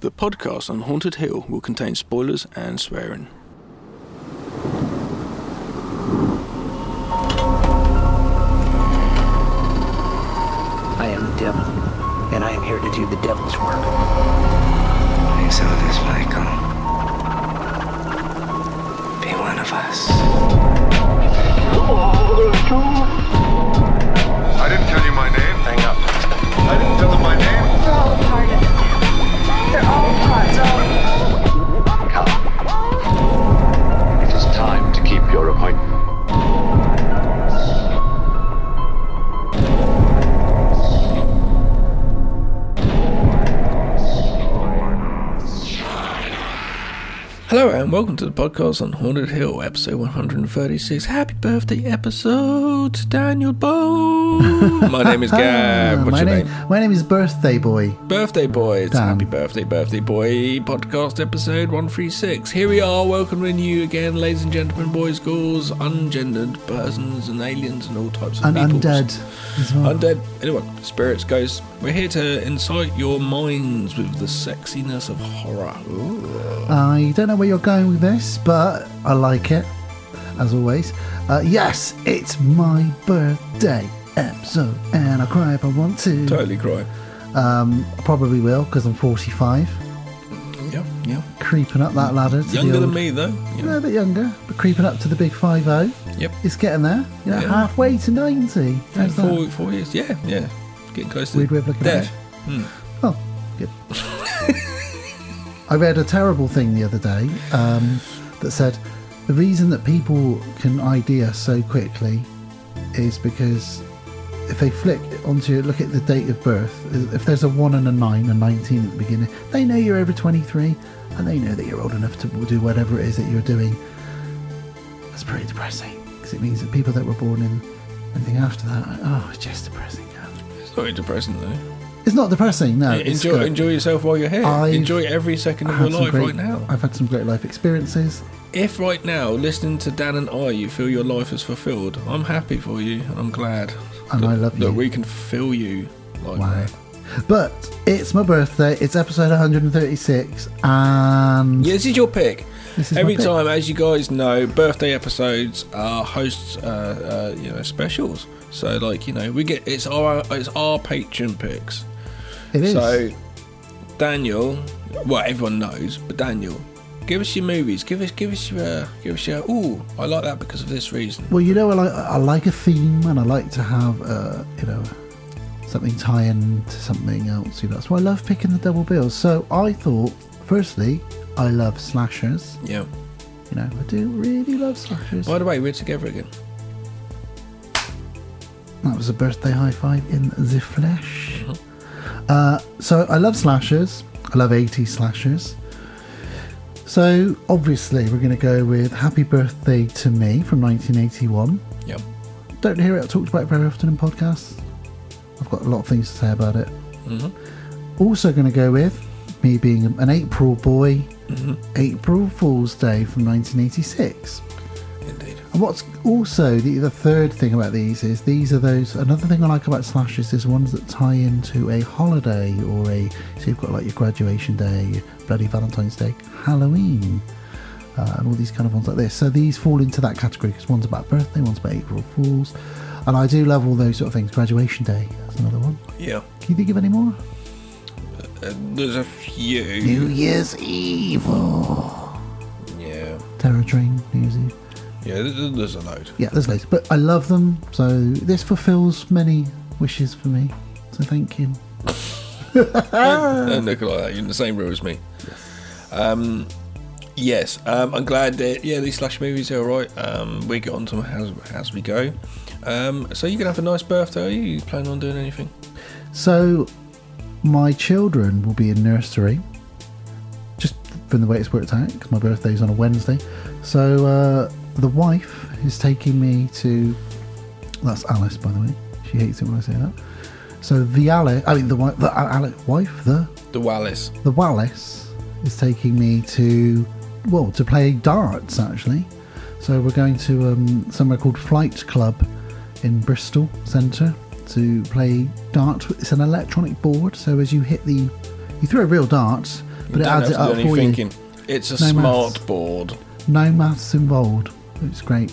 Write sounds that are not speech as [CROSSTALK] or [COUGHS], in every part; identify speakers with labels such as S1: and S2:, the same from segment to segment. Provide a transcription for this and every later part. S1: The podcast on Haunted Hill will contain spoilers and swearing.
S2: I am the devil, and I am here to do the devil's work.
S3: It's all this, Michael. Be one of us.
S4: I didn't tell you my name. Hang up. I didn't tell them my name.
S5: They're all part of it. They're all part of it.
S6: It is time to keep your appointment.
S1: Hello and welcome to the podcast on Haunted Hill, episode 136. Happy birthday episode, Daniel Bow. [LAUGHS] My name is Gab.
S7: Ah,
S1: What's
S7: my
S1: your
S7: name,
S1: name?
S7: My name is Birthday Boy.
S1: Birthday Boy. It's
S7: Dan.
S1: Happy Birthday, Birthday Boy podcast episode 136. Here we are, welcoming you again, ladies and gentlemen, boys, girls, ungendered persons and aliens and all types of
S7: And
S1: peoples.
S7: undead as well.
S1: Undead, anyone, spirits, ghosts. We're here to incite your minds with the sexiness of horror. Ooh.
S7: I don't know where you're going with this, but I like it, as always. Uh, yes, it's my birthday episode, and I cry if I want to.
S1: Totally cry.
S7: Um, I probably will, because I'm 45,
S1: Yeah, yeah.
S7: creeping up that ladder. To
S1: Younger
S7: the
S1: than
S7: old,
S1: me, though.
S7: No,
S1: Yeah.
S7: A bit younger, but creeping up to the big 5
S1: Yep.
S7: It's getting there. You know,
S1: Yeah.
S7: halfway to 90. How's that?
S1: Four, four years. Yeah, yeah. Getting close to
S7: Weird way of looking at
S1: death.
S7: it. Oh, good. I read a terrible thing the other day um, that said the reason that people can ID us so quickly is because if they flick onto look at the date of birth, if there's a one and a nine, a nineteen at the beginning, they know you're over twenty-three, and they know that you're old enough to do whatever it is that you're doing. That's pretty depressing because it means that people that were born in anything after that, oh, it's just depressing.
S1: It's not very depressing, though.
S7: It's not depressing, no. Oh, it's
S1: enjoy,
S7: good.
S1: enjoy yourself while you're here.
S7: I've
S1: enjoy every second of
S7: I've
S1: your
S7: had some
S1: life
S7: great-
S1: right now.
S7: I've had some great life experiences.
S1: If right now, listening to Dan and I, you feel your life is fulfilled, I'm happy for you and I'm glad.
S7: And
S1: that,
S7: I love
S1: That
S7: you.
S1: we can fulfill you like
S7: Wow.
S1: that.
S7: But it's my birthday. It's episode 136, and
S1: Yeah, this is your pick.
S7: This is my
S1: Every
S7: pick.
S1: time, as you guys know, birthday episodes are hosts, uh, uh, you know, specials. So, like, you know, we get it's our it's our patron picks.
S7: it is.
S1: So, Daniel, well, everyone knows, but Daniel, give us your movies. Give us, give us your, uh, give us your. Ooh, I like that because of this reason.
S7: well, you know, I like, I like a theme, and I like to have, uh, you know, something tie in to something else. You know, that's why I love picking the double bills. So I thought, firstly, I love slashers.
S1: Yeah.
S7: You know, I do really love slashers.
S1: By the way, we're together again.
S7: That was a birthday high five in the flesh. Uh, so I love slashers. I love 80 slashers. So obviously we're going to go with Happy Birthday to Me from 1981.
S1: Yeah.
S7: Don't hear it talked about very often in podcasts. I've got a lot of things to say about it. Also going to go with me being an April boy, April Fool's Day from 1986.
S1: Indeed.
S7: And what's also the, the third thing about these is these are those. Another thing I like about slashes is ones that tie into a holiday or a. So you've got like your graduation day, your bloody Valentine's Day, Halloween, uh, and all these kind of ones like this. So these fall into that category because one's about birthday, one's about April Fools, and I do love all those sort of things. Graduation day, that's another one.
S1: Yeah.
S7: Can you think of any more?
S1: Uh, there's a few.
S7: New Year's Evil,
S1: Yeah.
S7: Terror Train, New Year's Eve.
S1: Yeah. th- th- There's a load.
S7: yeah, there's loads, but I love them. So this fulfills many wishes for me. So thank you. Ah.
S1: Don't look like that. Uh, You're in the same room as me. Um, yes, um, I'm glad that yeah these slash movies are alright. Um, we get on to them as, as we go. Um, so you gonna have a nice birthday? Are you, you planning on doing anything?
S7: So my children will be in nursery, just from the way it's worked out, because my birthday's on a Wednesday. So uh, the wife is taking me to. That's Alice, by the way. She hates it when I say that. So the Alice, I mean the wife, the Al- Alice wife, the
S1: The Wallace.
S7: the Wallace is taking me to well to play darts actually. So we're going to um, somewhere called Flight Club in Bristol Centre to play darts. It's an electronic board, so as you hit the you You throw real darts, but it
S1: Don't have
S7: adds
S1: to
S7: it
S1: do
S7: up
S1: any
S7: for you.
S1: thinking. It's a
S7: No
S1: smart
S7: maths.
S1: board.
S7: No maths involved. It's great.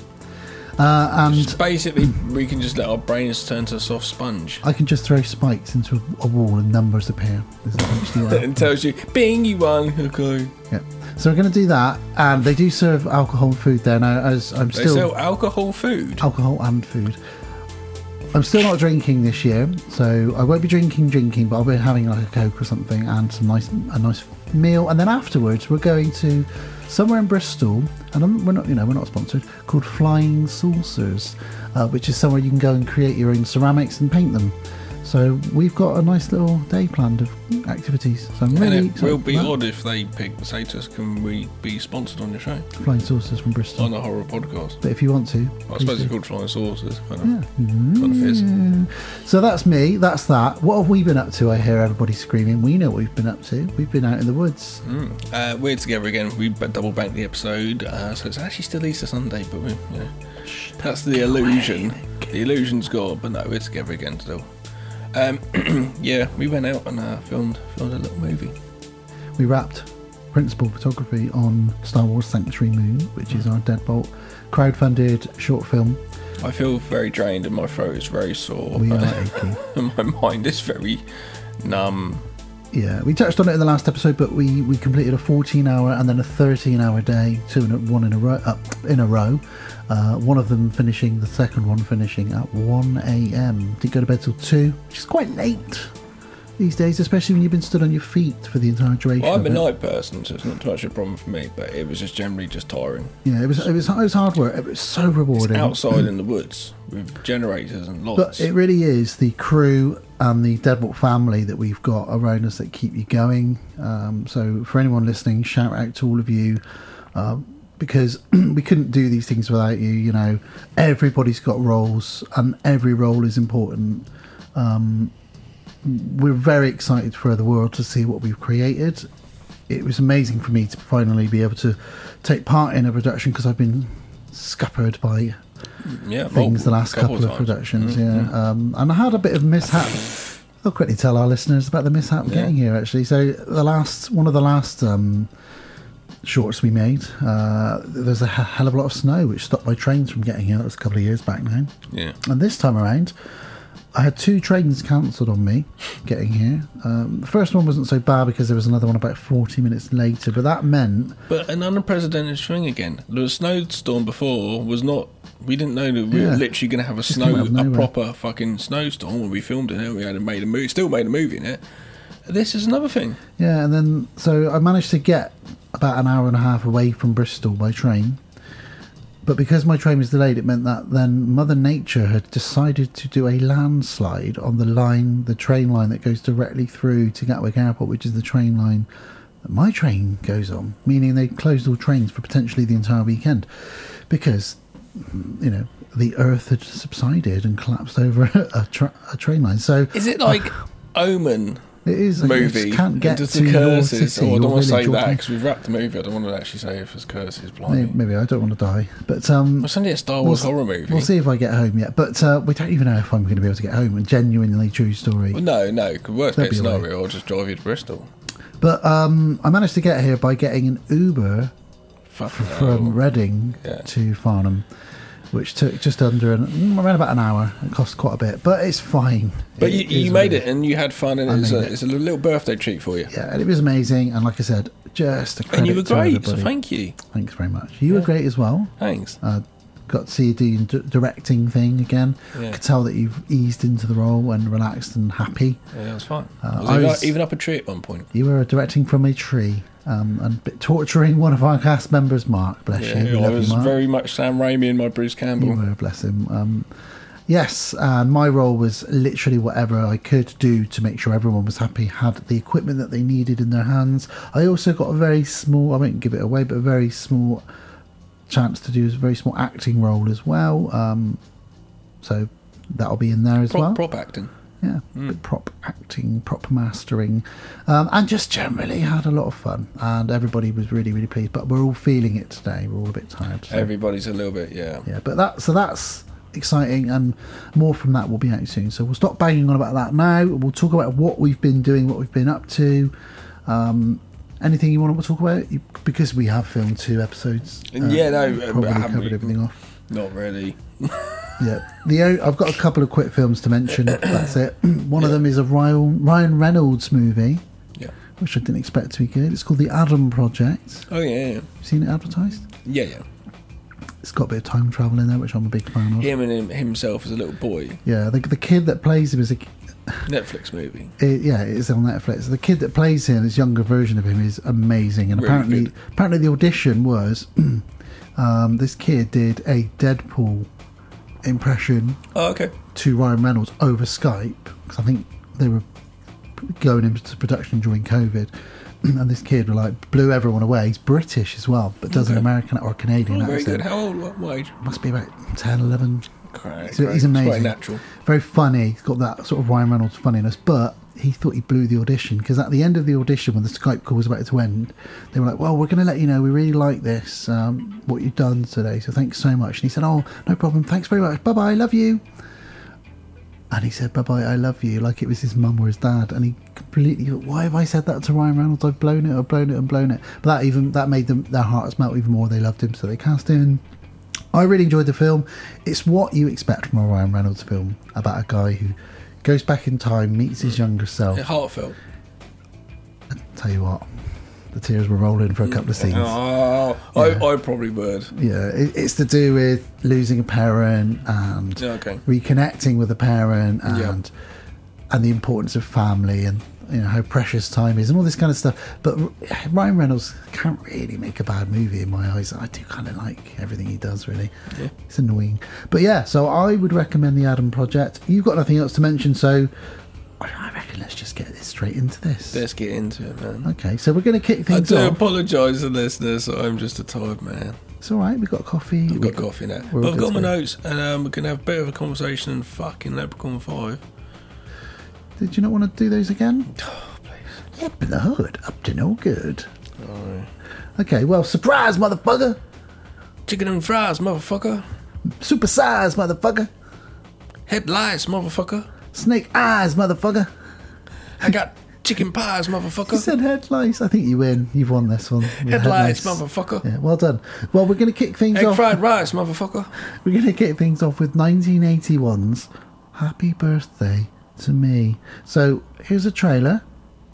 S7: Uh, and [LAUGHS]
S1: Basically, we can just let our brains turn to a soft sponge.
S7: I can just throw spikes into a wall and numbers appear. Is essentially
S1: [LAUGHS]
S7: what
S1: And tells you, bing, you won. Okay.
S7: Yeah. So we're going to do that, and they do serve alcohol and food there. Now, as I'm
S1: They
S7: still Oh,
S1: sell alcohol food.
S7: alcohol and food. I'm still not drinking this year, so I won't be drinking, drinking, but I'll be having like a coke or something and some nice, a nice meal, and then afterwards we're going to somewhere in Bristol, and I'm, we're not, you know, we're not sponsored, called Flying Saucers, uh, which is somewhere you can go and create your own ceramics and paint them. So we've got a nice little day planned of activities. So I'm really
S1: and it
S7: excited
S1: will
S7: for
S1: be
S7: that.
S1: odd if they pick, say to us, can we be sponsored on your show?
S7: Flying Saucers from Bristol.
S1: On a horror podcast.
S7: But if you want to,
S1: I
S7: please
S1: suppose
S7: do.
S1: it's called Flying Saucers. Kind of, kind of fizz.
S7: Mm. So that's me. That's that. What have we been up to? I hear everybody screaming. We know what we've been up to. We've been out in the woods.
S1: Uh, we're together again. We b- double banked the episode, uh, so it's actually still Easter Sunday, but we, you know, that's the illusion. The illusion's gone, but no, we're together again still. Um, [CLEARS THROAT] yeah, we went out and uh, filmed filmed a little movie.
S7: We wrapped principal photography on Star Wars Sanctuary Moon, which is our Deadbolt crowdfunded short film.
S1: I feel very drained, and my throat is very sore.
S7: We are aching.
S1: and [LAUGHS] my mind is very numb.
S7: Yeah, we touched on it in the last episode, but we, we completed a 14 hour and then a 13 hour day, two in a, one in a row, up in a row. Uh, one of them finishing, the second one finishing at 1 a.m. Didn't go to bed till two, which is quite late these days, especially when you've been stood on your feet for the entire duration.
S1: Well, I'm a
S7: of it.
S1: night person, so it's not too much a problem for me, but it was just generally just tiring.
S7: Yeah, it was it was it was hard work. It was so rewarding.
S1: Outside in the woods with generators and
S7: But
S1: lights.
S7: it really is the crew and the Deadbolt family that we've got around us that keep you going. Um, so, for anyone listening, shout out to all of you uh, because [CLEARS THROAT] we couldn't do these things without you. You know, everybody's got roles and every role is important. Um, we're very excited for the world to see what we've created. It was amazing for me to finally be able to take part in a production because I've been scuppered by
S1: yeah, multiple-
S7: things the last Oh, couple, of
S1: times.
S7: productions, yeah. Um, and I had a bit of mishap. I'll quickly tell our listeners about the mishap getting here. Actually, so the last one of the last um, shorts we made, uh, there's a he- hell of a lot of snow which stopped my trains from getting here. That was a couple of years back now.
S1: Yeah.
S7: And this time around, I had two trains cancelled on me getting here. Um, the first one wasn't so bad because there was another one about 40 minutes later, but that meant
S1: But an unprecedented swing again. The snowstorm before was not. We didn't know that we
S7: Yeah.
S1: were literally going to have a
S7: Just come
S1: snow,
S7: out of
S1: a
S7: nowhere.
S1: proper fucking snowstorm when we filmed it. and We had made a movie, still made a movie in it. This is another thing.
S7: Yeah, and then so I managed to get about an hour and a half away from Bristol by train. But because my train was delayed, it meant that then Mother Nature had decided to do a landslide on the line, the train line that goes directly through to Gatwick Airport, which is the train line that my train goes on, meaning they closed all trains for potentially the entire weekend because, you know, the earth had subsided and collapsed over [LAUGHS] a, tra- a train line. So
S1: Is it like Omen
S7: it is like, you just
S1: movie?
S7: can't get
S1: does
S7: to
S1: the
S7: your
S1: curses?
S7: city.
S1: oh, I
S7: your
S1: don't want to say
S7: village, your
S1: that
S7: town.
S1: because we've wrapped the movie. I don't want to actually say if it's curses. Blimey.
S7: Maybe, maybe I don't want to die, but um,
S1: Well, it's only a Star Wars horror movie.
S7: We'll see if I get home yet, but uh, we don't even know if I'm going to be able to get home. A genuinely true story.
S1: Well, no, no. 'cause Worst
S7: That'd
S1: case
S7: be all right.
S1: scenario, I'll just drive you to Bristol.
S7: But um, I managed to get here by getting an Uber
S1: Fuck
S7: from Reading
S1: Oh, Yeah.
S7: to Farnham, which took just under an mm, around about an hour. It cost quite a bit, but it's fine.
S1: But you,
S7: It is
S1: you
S7: what
S1: made it and you had fun, and
S7: I
S1: it's a,
S7: made it.
S1: it's a little birthday treat for you.
S7: Yeah, and it was amazing. And like I said, just a credit
S1: and you were
S7: to
S1: great, so
S7: everybody.
S1: thank you.
S7: Thanks very much. You were great as well.
S1: Thanks.
S7: uh, got to see you doing d- directing thing again.
S1: Yeah.
S7: Could tell that you've eased into the role and relaxed and happy.
S1: Yeah, that was fine. I was
S7: I
S1: even,
S7: was-
S1: even up a tree at one point.
S7: You were directing from a tree um, and bit torturing one of our cast members, Mark. Bless
S1: Yeah,
S7: you. We
S1: I
S7: love you,
S1: was
S7: Mark.
S1: very much Sam Raimi in my Bruce Campbell.
S7: You were, bless him. Um, yes, and my role was literally whatever I could do to make sure everyone was happy, had the equipment that they needed in their hands. I also got a very small, I won't give it away, but a very small chance to do a very small acting role as well. Um, so that'll be in there as
S1: prop,
S7: well.
S1: prop Hmm. acting.
S7: Yeah, bit prop acting, prop mastering, um, and just generally had a lot of fun. And everybody was really, really pleased. But we're all feeling it today. We're all a bit tired. so-
S1: Everybody's a little bit, yeah.
S7: yeah, but that so that's exciting, and more from that will be out soon. So we'll stop banging on about that now. We'll talk about what we've been doing, what we've been up to. Um, anything you want to talk about? You- Because we have filmed two episodes. um,
S1: Yeah, no, uh, but
S7: probably
S1: haven't
S7: covered
S1: we-
S7: everything off.
S1: Not really.
S7: Yeah, the o- I've got a couple of quick films
S1: [COUGHS]
S7: to mention. That's it. [CLEARS THROAT] One of them is a Ryan Ryan Reynolds movie,
S1: Yeah.
S7: which I didn't expect to be good. It's called The Adam Project.
S1: Oh yeah.
S7: You've seen it advertised?
S1: Yeah, yeah.
S7: It's got a bit of time travel in there, which I'm a big fan of.
S1: Him and him, himself as a little boy.
S7: Yeah, the, the kid that plays him is a
S1: Netflix movie.
S7: it, yeah, it's on Netflix. The kid that plays him, his younger version of him, is amazing. And
S1: Really
S7: apparently,
S1: good.
S7: apparently the audition was [CLEARS THROAT] um, this kid did a Deadpool impression
S1: Oh, okay.
S7: to Ryan Reynolds over Skype because I think they were going into production during COVID. [CLEARS THROAT] And this kid were like blew everyone away. He's British as well, but does an
S1: Okay.
S7: American or Canadian
S1: Oh, very
S7: accent.
S1: good. How old? What, what age?
S7: Must be about 10, 11,
S1: Great,
S7: He's,
S1: great.
S7: he's
S1: It's
S7: amazing.
S1: Quite natural.
S7: Very funny. He's got that sort of Ryan Reynolds funniness, but he thought he blew the audition because at the end of the audition, when the Skype call was about to end, they were like, "Well, we're going to let you know we really like this, um, what you've done today. So thanks so much." And he said, "Oh, no problem. Thanks very much. Bye bye. Love you." And he said, "Bye bye. I love you," like it was his mum or his dad. And he completely, thought, why have I said that to Ryan Reynolds? I've blown it. I've blown it. and blown it. But that even that made them their hearts melt even more. They loved him, so they cast him. I really enjoyed the film. It's what you expect from a Ryan Reynolds film about a guy who goes back in time, meets his younger self.
S1: Heartfelt.
S7: Tell you what, the tears were rolling for a couple of scenes.
S1: Oh,
S7: Yeah.
S1: I, I probably would.
S7: Yeah, it, it's to do with losing a parent and
S1: Okay.
S7: reconnecting with a parent and
S1: Yeah.
S7: and the importance of family and you know how precious time is and all this kind of stuff. But R- Ryan Reynolds can't really make a bad movie in my eyes. I do kind of like everything he does. Really, it's annoying. But yeah, so I would recommend the Adam Project. You've got nothing else to mention, so I- I reckon let's just get this straight into this.
S1: Let's get into it, man.
S7: Okay, so we're going to kick
S1: I
S7: things
S1: do
S7: off.
S1: apologise to listeners. I'm just a tired man.
S7: it's all right. We've got coffee.
S1: I've got coffee now.
S7: we're
S1: But I've got
S7: good
S1: my
S7: to go.
S1: notes, and um, we can have a bit of a conversation. in Fucking Leprechaun Five.
S7: Did you not want to do those again?
S1: [SIGHS] Oh, please. Oh.
S7: Up in the hood, up to no good. Okay, well, surprise, motherfucker!
S1: Chicken and fries, motherfucker.
S7: Super size, motherfucker!
S1: Head lice, motherfucker.
S7: Snake eyes, motherfucker!
S1: I
S7: [LAUGHS]
S1: got chicken pies,
S7: You
S1: motherfucker.
S7: said head lice. I think you win. You've won this one. with
S1: Head lice,
S7: Yeah,
S1: motherfucker.
S7: well done. Well, we're going to kick things
S1: Egg
S7: off.
S1: fried rice, motherfucker.
S7: We're going to kick things off with 1981's Happy Birthday to Me. So, here's a trailer.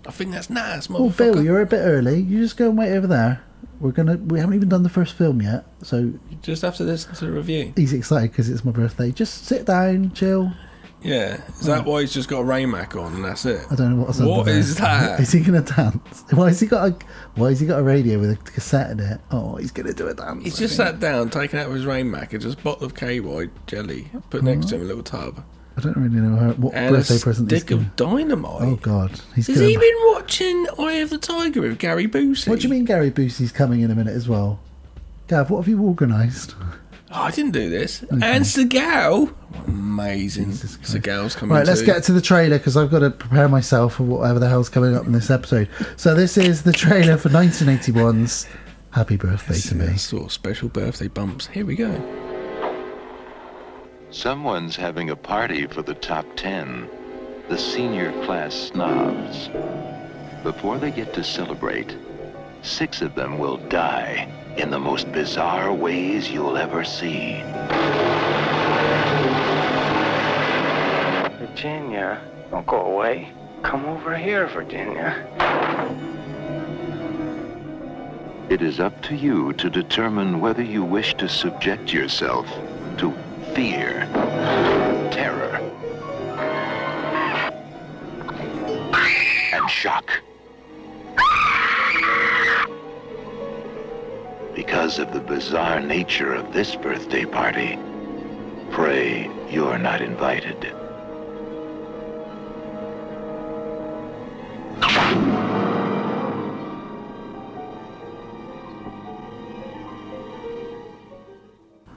S1: I think that's nice,
S7: Oh, Bill,
S1: motherfucker.
S7: you're a bit early. You just go and wait over there. We're gonna. We haven't even done the first film yet, so
S1: Just after this to the review.
S7: he's excited because it's my birthday. Just sit down, chill.
S1: Yeah. Is that why he's just got a Raymac on and that's it?
S7: Oh. I don't know what's
S1: What
S7: under there.
S1: is that?
S7: [LAUGHS] Is he gonna dance? [LAUGHS] Why has he got a Why has he got a radio with a cassette in it? Oh, he's gonna do a dance.
S1: He's
S7: I
S1: just
S7: think.
S1: sat down, taken out of his Raymac, and just bottle of KY jelly put next to him in a little tub.
S7: I don't really know how, what
S1: And a
S7: birthday present he's
S1: stick
S7: gonna.
S1: of dynamite.
S7: Oh God, he's
S1: Has
S7: gonna.
S1: he been watching Eye of the Tiger with Gary Busey?
S7: what do you mean, Gary Busey's coming in a minute as well? Gav, what have you organised?
S1: Oh, I didn't do this. And Seagal. Amazing.
S7: Jesus Christ.
S1: Seagal's coming
S7: Right, let's
S1: too.
S7: get to the trailer because I've got to prepare myself for whatever the hell's coming up in this episode. So this is the trailer for 1981's Happy Birthday to Me.
S1: Sort of special birthday bumps. Here we go.
S8: Someone's having a party for the top 10, the senior class snobs. Before they get to celebrate, six of them will die in the most bizarre ways you'll ever see.
S3: Virginia, don't go away. Come over here, Virginia.
S8: It is up to you to determine whether you wish to subject yourself to fear, terror, and shock. Because of the bizarre nature of this birthday party, pray you're not invited.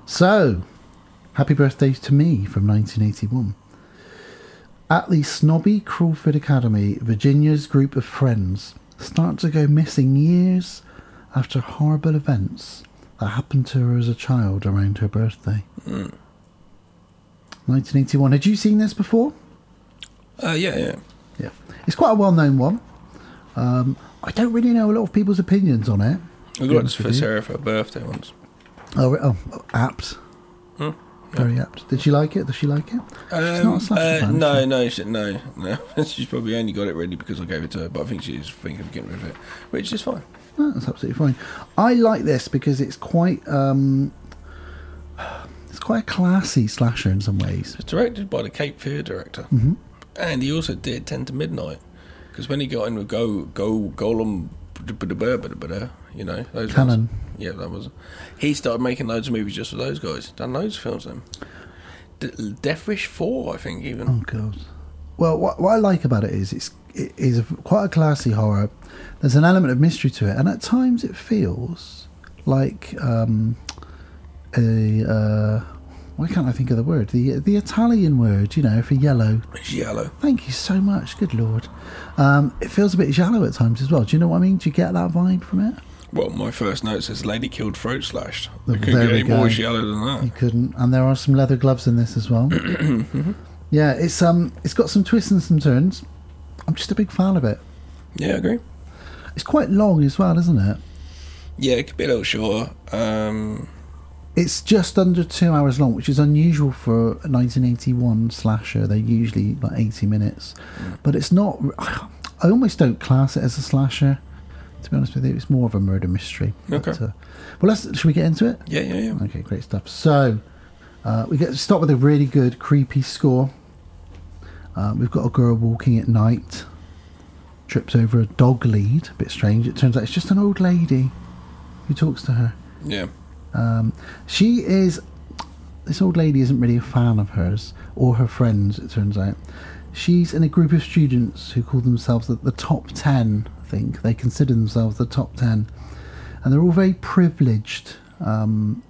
S7: So, Happy Birthday to Me from 1981. At the snobby Crawford Academy, Virginia's group of friends start to go missing years after
S1: Hmm.
S7: horrible events that happened to her as a child around her birthday. 1981. Had you seen this before?
S1: Uh, yeah, yeah.
S7: Yeah. It's quite a well known one. Um, I don't really know a lot of people's opinions on it.
S1: We got this for Sarah for her birthday once.
S7: Oh, re- oh apt.
S1: Hmm?
S7: Very apt. Did she like it? Does she like it? She's not a slasher
S1: uh,
S7: fan, is
S1: no,
S7: she?
S1: no, she, no, no. [LAUGHS] She's probably only got it really because I gave it to her, but I think she's thinking of getting rid of it, which is fine.
S7: No, That's absolutely fine. I like this because it's quite um, it's quite a classy slasher in some ways.
S1: It's directed by the Cape Fear director,
S7: Mm-hmm.
S1: and he also did Ten to Midnight because when he got in with Go Go Golem, you know those
S7: Cannon.
S1: Ones, yeah, that was. He started making loads of movies just for those guys. Done loads of films then. D- Death Wish Four, I think, even.
S7: Oh god. Well, what, what I like about it is it's it is a, quite a classy horror. There's an element of mystery to it, and at times it feels like um, a uh, why can't I think of the word the the Italian word you know for yellow.
S1: It's yellow.
S7: Thank you so much. Good lord. Um, it feels a bit shallow at times as well. Do you know what I mean? Do you get that vibe from it?
S1: Well, my first note says "Lady killed, throat slashed."
S7: The
S1: It couldn't get
S7: very
S1: any more
S7: guy.
S1: yellow than
S7: You
S1: that.
S7: couldn't. And there are some leather gloves in this as [CLEARS THROAT] well. Mm-hmm. yeah, it's um, it's got some twists and some turns. I'm just a big fan of it.
S1: Yeah, I agree.
S7: It's quite long as well, isn't it?
S1: Yeah, it could be a little shorter. Um,
S7: It's just under two hours long, which is unusual for a 1981 slasher. They're usually like 80 minutes, but it's not. I almost don't class it as a slasher. To be honest with you, it's more of a murder mystery. But,
S1: Okay.
S7: uh, well, let's. Should we get into it?
S1: yeah, yeah, yeah.
S7: Okay, great stuff. So uh, we get to start with a really good creepy score. Uh, we've got a girl walking at night, trips over a dog lead. A bit strange. It turns out it's just an old lady who talks to her.
S1: Yeah.
S7: She is. This old lady isn't really a fan of hers or her friends, it turns out. She's in a group of students who call themselves the, the top 10, I think. They consider themselves the top 10. And they're all very privileged um,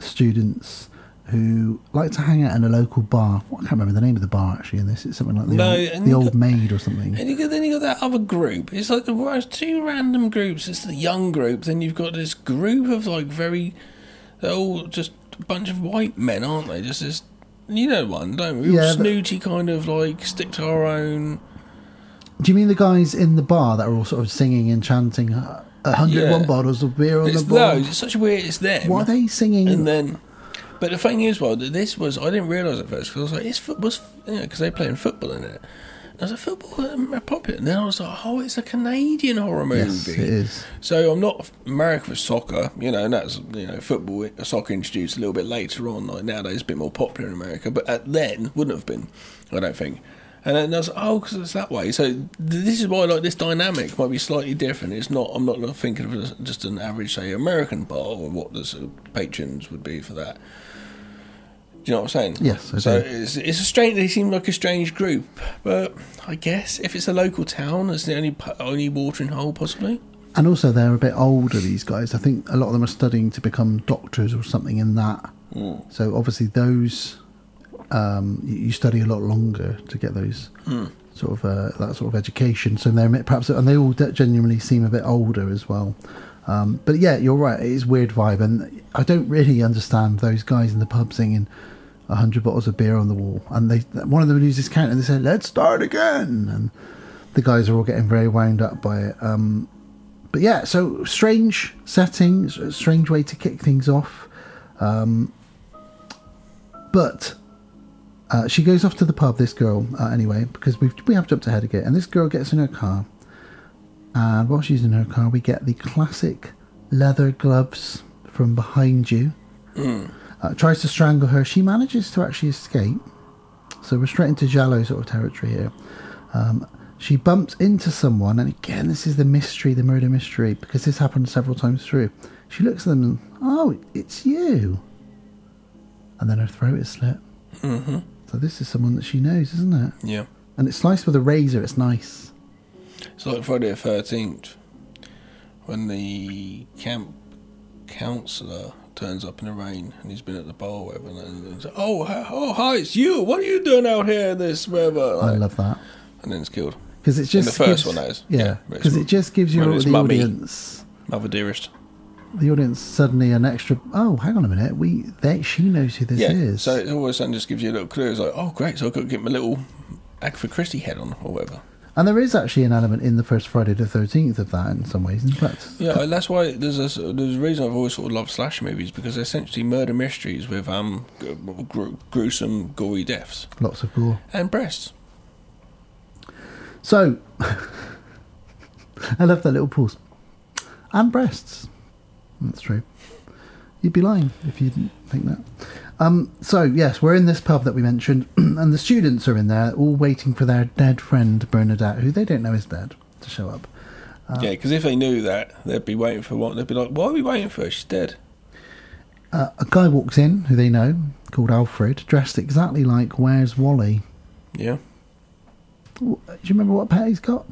S7: students who like to hang out in a local bar. I can't remember the name of the bar actually in this. It's something like the,
S1: No,
S7: old,
S1: and
S7: the
S1: you
S7: old
S1: got-
S7: maid or something.
S1: And you got, then you got that other group. It's like the well, it's two random groups. It's the young group. Then you've got this group of like very, they're all just a bunch of white men, aren't they? Just this, you know, one don't we?
S7: Yeah,
S1: all
S7: but-
S1: snooty kind of like stick to our own.
S7: Do you mean the guys in the bar that are all sort of singing and chanting uh, 101
S1: Yeah.
S7: bottles of beer on
S1: It's
S7: the bar?
S1: those. It's such a weird. It's them.
S7: What are they singing?
S1: And then, but the thing is, well, that this was I didn't realise at first because I was like, it's football's you know because they playing football in it. And I was like, football um, popular. And then I was like, oh, it's a Canadian horror movie.
S7: Yes, it is.
S1: So I'm not American with soccer, you know, and that's you know football uh, soccer introduced a little bit later on. Like nowadays, it's a bit more popular in America, but at then wouldn't have been, I don't think. And then I was like, oh, because it's that way. So th- this is why like this dynamic might be slightly different. It's not. I'm not thinking of it as just an average, say, American bar or what the sort of patrons would be for that. Do you know what I'm saying?
S7: Yes, I
S1: so
S7: do.
S1: it's, it's a strange. They seem like a strange group, but I guess if it's a local town, it's the only pu- only watering hole possibly.
S7: And also, they're a bit older, these guys. I think a lot of them are studying to become doctors or something in that. So, obviously, those um, you- you study a lot longer to get those sort of uh, that sort of education. So, they're mi- perhaps, and they all de- genuinely seem a bit older as well. Um, but yeah, you're right. It is weird vibe, and I don't really understand those guys in the pub singing a hundred bottles of beer on the wall. And they, one of them loses count, and they say, "Let's start again." And the guys are all getting very wound up by it. Um, but yeah, so strange settings, a strange way to kick things off. Um, but uh, she goes off to the pub, this girl, uh, anyway, because we've, we have jumped ahead again. And this girl gets in her car. And while she's in her car, we get the classic leather gloves from behind you. Uh, tries to strangle her. She manages to actually escape. So we're straight into Jallo sort of territory here. She bumps into someone, and again, this is the mystery, the murder mystery, because this happened several times through. She looks at them and, oh, it's you. And then her throat is slit. Mm-hmm. So this is someone that she knows, isn't it?
S1: Yeah.
S7: And it's sliced with a razor, it's nice.
S1: It's like Friday the Thirteenth, when the camp counselor turns up in the rain and he's been at the bar, or whatever, and he's like, "Oh, hi- oh, hi, it's you. What are you doing out here in this weather?"
S7: I
S1: Like,
S7: love that.
S1: and then it's killed.
S7: Because it
S1: In
S7: just
S1: the first
S7: gives,
S1: one, that is.
S7: Yeah,
S1: Yeah, but it's
S7: because
S1: mu-
S7: it just gives you
S1: well,
S7: all
S1: it's
S7: the
S1: mummy.
S7: audience
S1: Mother dearest.
S7: the audience suddenly an extra. Oh, hang on a minute. We that she knows who this
S1: yeah.
S7: is.
S1: So it all of a sudden just gives you a little clue. It's like, oh, great. So I've got to get my little Agatha Christie head on or whatever.
S7: and there is actually an element in the first Friday the Thirteenth of that in some ways. In fact,
S1: Yeah, and that's why there's a, there's a reason I've always sort of loved slasher movies because they're essentially murder mysteries with um gr- gr- gruesome, gory deaths
S7: lots of gore.
S1: and breasts.
S7: So [LAUGHS] I love that little pause. And breasts. That's true. You'd be lying if you didn't think that. Um, so yes, we're in this pub that we mentioned, [CLEARS THROAT] and the students are in there, all waiting for their dead friend Bernadette, who they don't know is dead, to show up.
S1: Yeah, 'cause yeah, because if they knew that, they'd be waiting for one. They'd be like, "Why are we waiting for her? She's dead."
S7: Uh, a guy walks in who they know, called Alfred, dressed exactly like Where's Wally.
S1: Yeah,
S7: W- Do you remember what pet he's got?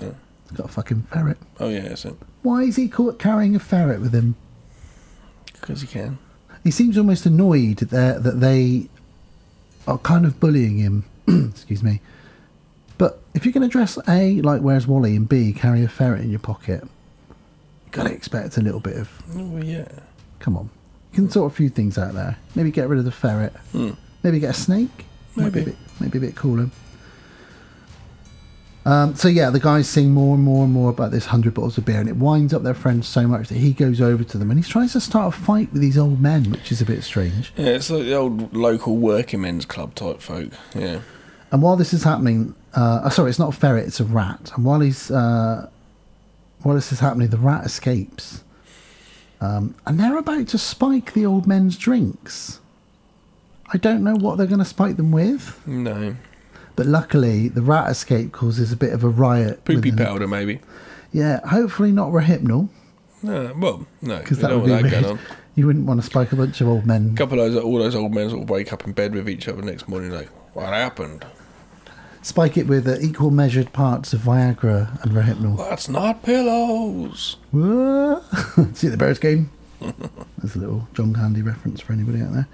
S1: No.
S7: He's got a fucking ferret.
S1: Oh yeah, that's it.
S7: Why is he caught carrying a ferret with him?
S1: Because he can.
S7: He seems almost annoyed that, that they are kind of bullying him. [CLEARS THROAT] Excuse me. But if you're going to dress A like Where's Wally and B carry a ferret in your pocket, you got to expect a little bit of.
S1: Well, yeah.
S7: Come on. You can sort a few things out there. Maybe get rid of the ferret. Maybe get a snake. Might be
S1: Maybe.
S7: a bit, maybe a bit cooler. Um, so yeah, the guys sing more and more and more about this hundred bottles of beer, and it winds up their friend so much that he goes over to them and he tries to start a fight with these old men, which is a bit strange.
S1: Yeah, it's like the old local working men's club type folk. Yeah.
S7: And while this is happening, uh, oh, sorry, it's not a ferret, it's a rat. And while he's uh, while this is happening, the rat escapes, um, and they're about to spike the old men's drinks. I don't know what they're going to spike them with,
S1: No.
S7: but luckily the rat escape causes a bit of a riot.
S1: Poopy
S7: within-
S1: powder, maybe.
S7: Yeah, hopefully not rehypnol
S1: No, well, no.
S7: because
S1: we
S7: that
S1: don't
S7: would be
S1: want
S7: weird.
S1: going on.
S7: [LAUGHS] You wouldn't want to spike a bunch of old men.
S1: A couple of those, all those old men sort of wake up in bed with each other next morning, like, what happened?
S7: Spike it with uh, equal measured parts of Viagra and rehypnol.
S1: That's not pillows.
S7: Whoa. [LAUGHS] See the Bears game? There's a little John Candy reference for anybody out there.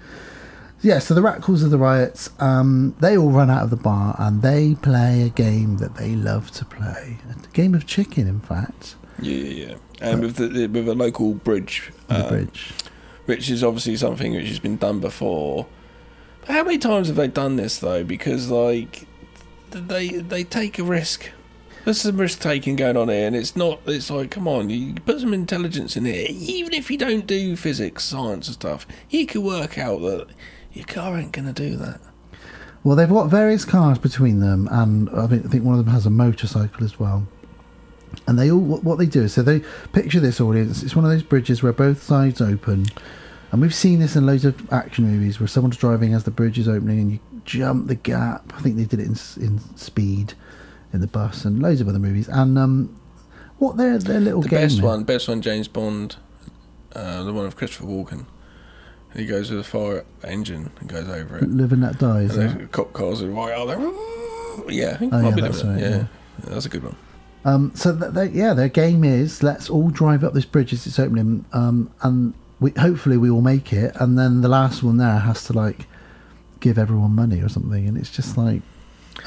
S7: Yeah, so the rat causes the riots. Um, they all run out of the bar and they play a game that they love to play. A game of chicken, in fact.
S1: Yeah, yeah, yeah. And with the, the with a local bridge,
S7: on
S1: uh,
S7: the bridge.
S1: which is obviously something which has been done before. But how many times have they done this though? Because like, they they take a risk. There's some risk taking going on here, and it's not. It's like, come on, you put some intelligence in here. Even if you don't do physics, science, and stuff, you can work out that your car ain't gonna do that.
S7: Well, they've got various cars between them, and I think I think one of them has a motorcycle as well. And they all what what they do is so they picture this audience. It's one of those bridges where both sides open, and we've seen this in loads of action movies where someone's driving as the bridge is opening and you jump the gap. I think they did it in S- in Speed, in the bus, and loads of other movies. And um, what their their little
S1: The
S7: game
S1: best
S7: is-
S1: one, best one, James Bond, uh, the one of Christopher Walken. He goes with a fire engine and goes over it.
S7: Live and Let Die. Is
S1: And
S7: that?
S1: those cop cars are right out there. Mm, Yeah, I think
S7: Oh,
S1: might
S7: yeah,
S1: be the-
S7: that's right,
S1: yeah.
S7: yeah.
S1: Yeah, that's a good one.
S7: Um, so that they, yeah, their game is let's all drive up this bridge as it's opening, um, and we hopefully we all make it. And then the last one there has to like give everyone money or something, and it's just like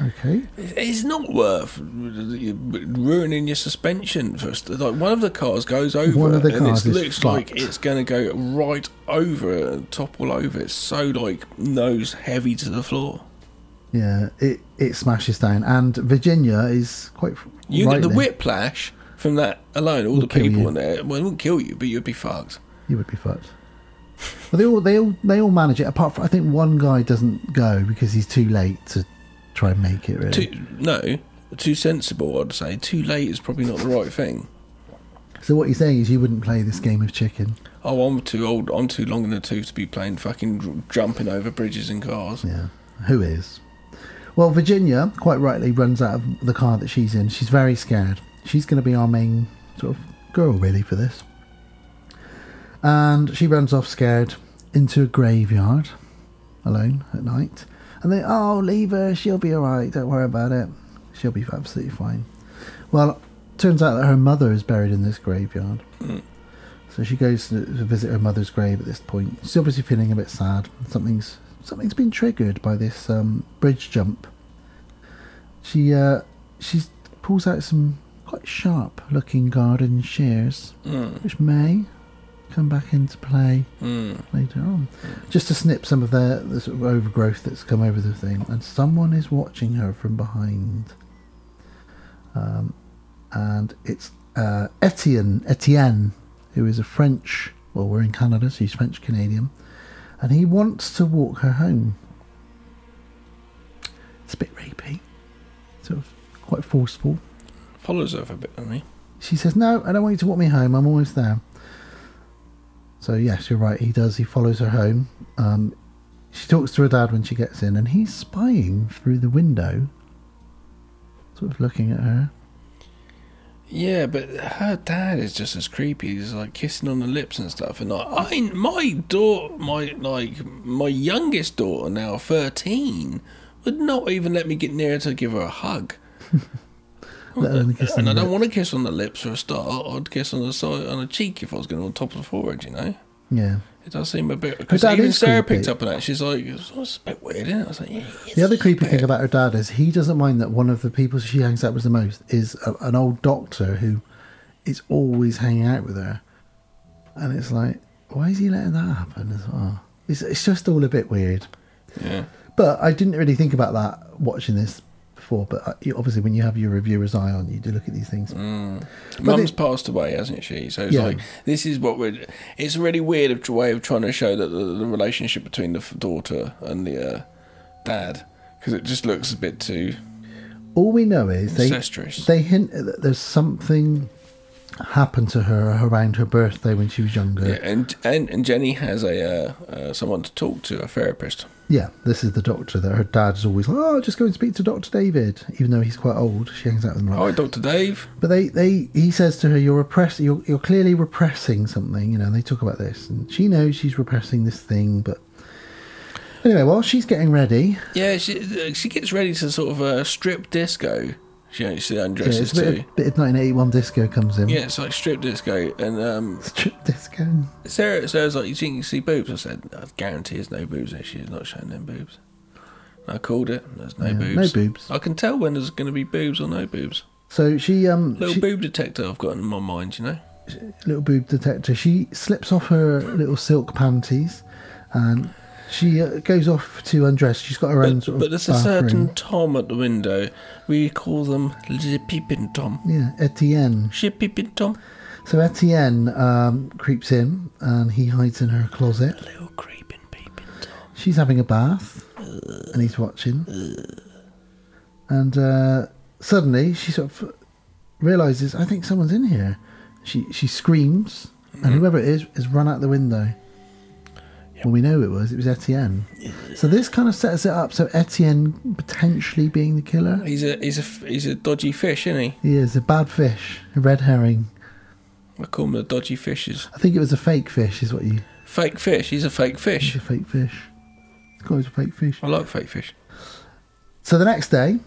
S7: okay,
S1: It's not worth ruining your suspension. For, st- like one of the cars goes over,
S7: One of the
S1: and
S7: cars
S1: it
S7: is
S1: looks like
S7: fucked.
S1: it's going to go right over it and topple over. It's so like nose heavy to the floor.
S7: yeah, it it smashes down, and Virginia is quite
S1: You get the
S7: rightly-
S1: whiplash from that alone. All
S7: Will
S1: the
S7: kill
S1: people
S7: you.
S1: in there. Well, it wouldn't kill you, but you'd be fucked.
S7: You would be fucked. But they all they all they all manage it. Apart from I think one guy doesn't go because he's too late to try and make it. Really,
S1: Too no, too sensible. I'd say too late is probably not the right thing.
S7: so what you're saying is you wouldn't play this game of chicken.
S1: Oh, I'm too old. I'm too long in the tooth to be playing fucking dr- jumping over bridges and cars.
S7: Yeah, who is? Well, Virginia, quite rightly, runs out of the car that she's in. She's very scared. She's going to be our main sort of girl, really, for this. And she runs off scared into a graveyard alone at night. And they, oh, leave her. She'll be all right. Don't worry about it. She'll be absolutely fine. Well, turns out that her mother is buried in this graveyard. So she goes to to visit her mother's grave at this point. She's obviously feeling a bit sad. Something's something's been triggered by this um, bridge jump. She uh, she pulls out some quite sharp-looking garden shears, which may come back into play later on. Just to snip some of their the sort of overgrowth that's come over the thing, and someone is watching her from behind. Um, and it's uh, Etienne Etienne, who is a French. Well, we're in Canada, so he's French Canadian, and he wants to walk her home. It's a bit rapey, sort of quite forceful.
S1: Follows her for a bit, doesn't he?
S7: She says, "No, I don't want you to walk me home. I'm almost there." So yes, you're right. He does. He follows her home. Um, she talks to her dad when she gets in, and he's spying through the window, sort of looking at her.
S1: Yeah, but her dad is just as creepy. He's like kissing on the lips and stuff. And like, I, my daughter, my like my youngest daughter now, thirteen, would not even let me get near her to give her a hug.
S7: Let alone kiss on
S1: and I
S7: the
S1: don't want to kiss on the lips for a start. I'd kiss on the side, on the cheek if I was going on top of the forehead. You know,
S7: Yeah.
S1: it does seem a bit. Because
S7: dad
S1: even
S7: is
S1: Sarah
S7: creepy.
S1: picked up on that. She's like, "It's it's a bit weird." Isn't it? I was like, "Yeah." it is
S7: The other
S1: a
S7: creepy
S1: bit."
S7: thing about her dad is he doesn't mind that one of the people she hangs out with the most is a, an old doctor who is always hanging out with her, and it's like, why is he letting that happen as well? It's, it's just all a bit weird.
S1: Yeah.
S7: But I didn't really think about that watching this before. But uh, you- obviously, when you have your reviewer's eye on, you do look at these things.
S1: Mm. Mum's
S7: it-
S1: passed away, hasn't she? So it's
S7: Yeah.
S1: like this is what we're. It's a really weird of- way of trying to show that the, the relationship between the f- daughter and the uh, dad, because it just looks a bit too
S7: All we know is they
S1: incestuous.
S7: they hint that there's something happened to her around her birthday when she was younger.
S1: yeah, and, and and Jenny has a uh, uh, someone to talk to, a therapist.
S7: Yeah, this is the doctor that her dad's always like, oh, just go and speak to Dr. David. Even though he's quite old, she hangs out with him. a
S1: Hi,
S7: lot.
S1: Doctor Dave.
S7: But they, they, he says to her, you're, repress- you're, you're clearly repressing something. You know, they talk about this. And she knows she's repressing this thing. But anyway, while she's getting ready,
S1: Yeah, she uh, she gets ready to sort of uh, strip disco. She she
S7: yeah,
S1: undresses
S7: it's a bit
S1: too.
S7: of, bit of 1981 disco comes in. [LAUGHS]
S1: Yeah, it's like strip disco, and um,
S7: Strip disco.
S1: Sarah, Sarah's like, you think you see boobs? I said, I guarantee there's no boobs there. She's not showing them boobs. I called it. There's no
S7: Yeah, no
S1: boobs.
S7: boobs.
S1: I can tell when there's going to be boobs or no boobs.
S7: So she, um,
S1: Little
S7: she-
S1: boob detector I've got in my mind, you know?
S7: little boob detector. She slips off her little silk panties, and she uh, goes off to undress. She's got her own
S1: But,
S7: sort of
S1: but there's a
S7: bathroom.
S1: certain Tom at the window. We call them the peeping Tom.
S7: Yeah, Etienne.
S1: She peeping Tom.
S7: So Etienne um, creeps in and he hides in her closet.
S1: Little creeping peeping Tom.
S7: She's having a bath and he's watching. And uh, suddenly she sort of realizes, I think someone's in here. She she screams and whoever it is is run out the window. Well, we know it was. It was Etienne. So this kind of sets it up. So Etienne potentially being the killer.
S1: He's a he's a f- he's a dodgy fish, isn't he?
S7: He is a bad fish, a red herring.
S1: I call them the dodgy fishes.
S7: I think it was a fake fish, is what you.
S1: Fake fish. He's a fake
S7: It's
S1: fish.
S7: a fake fish. Of course, it's a fake fish.
S1: I like fake fish.
S7: So the next day,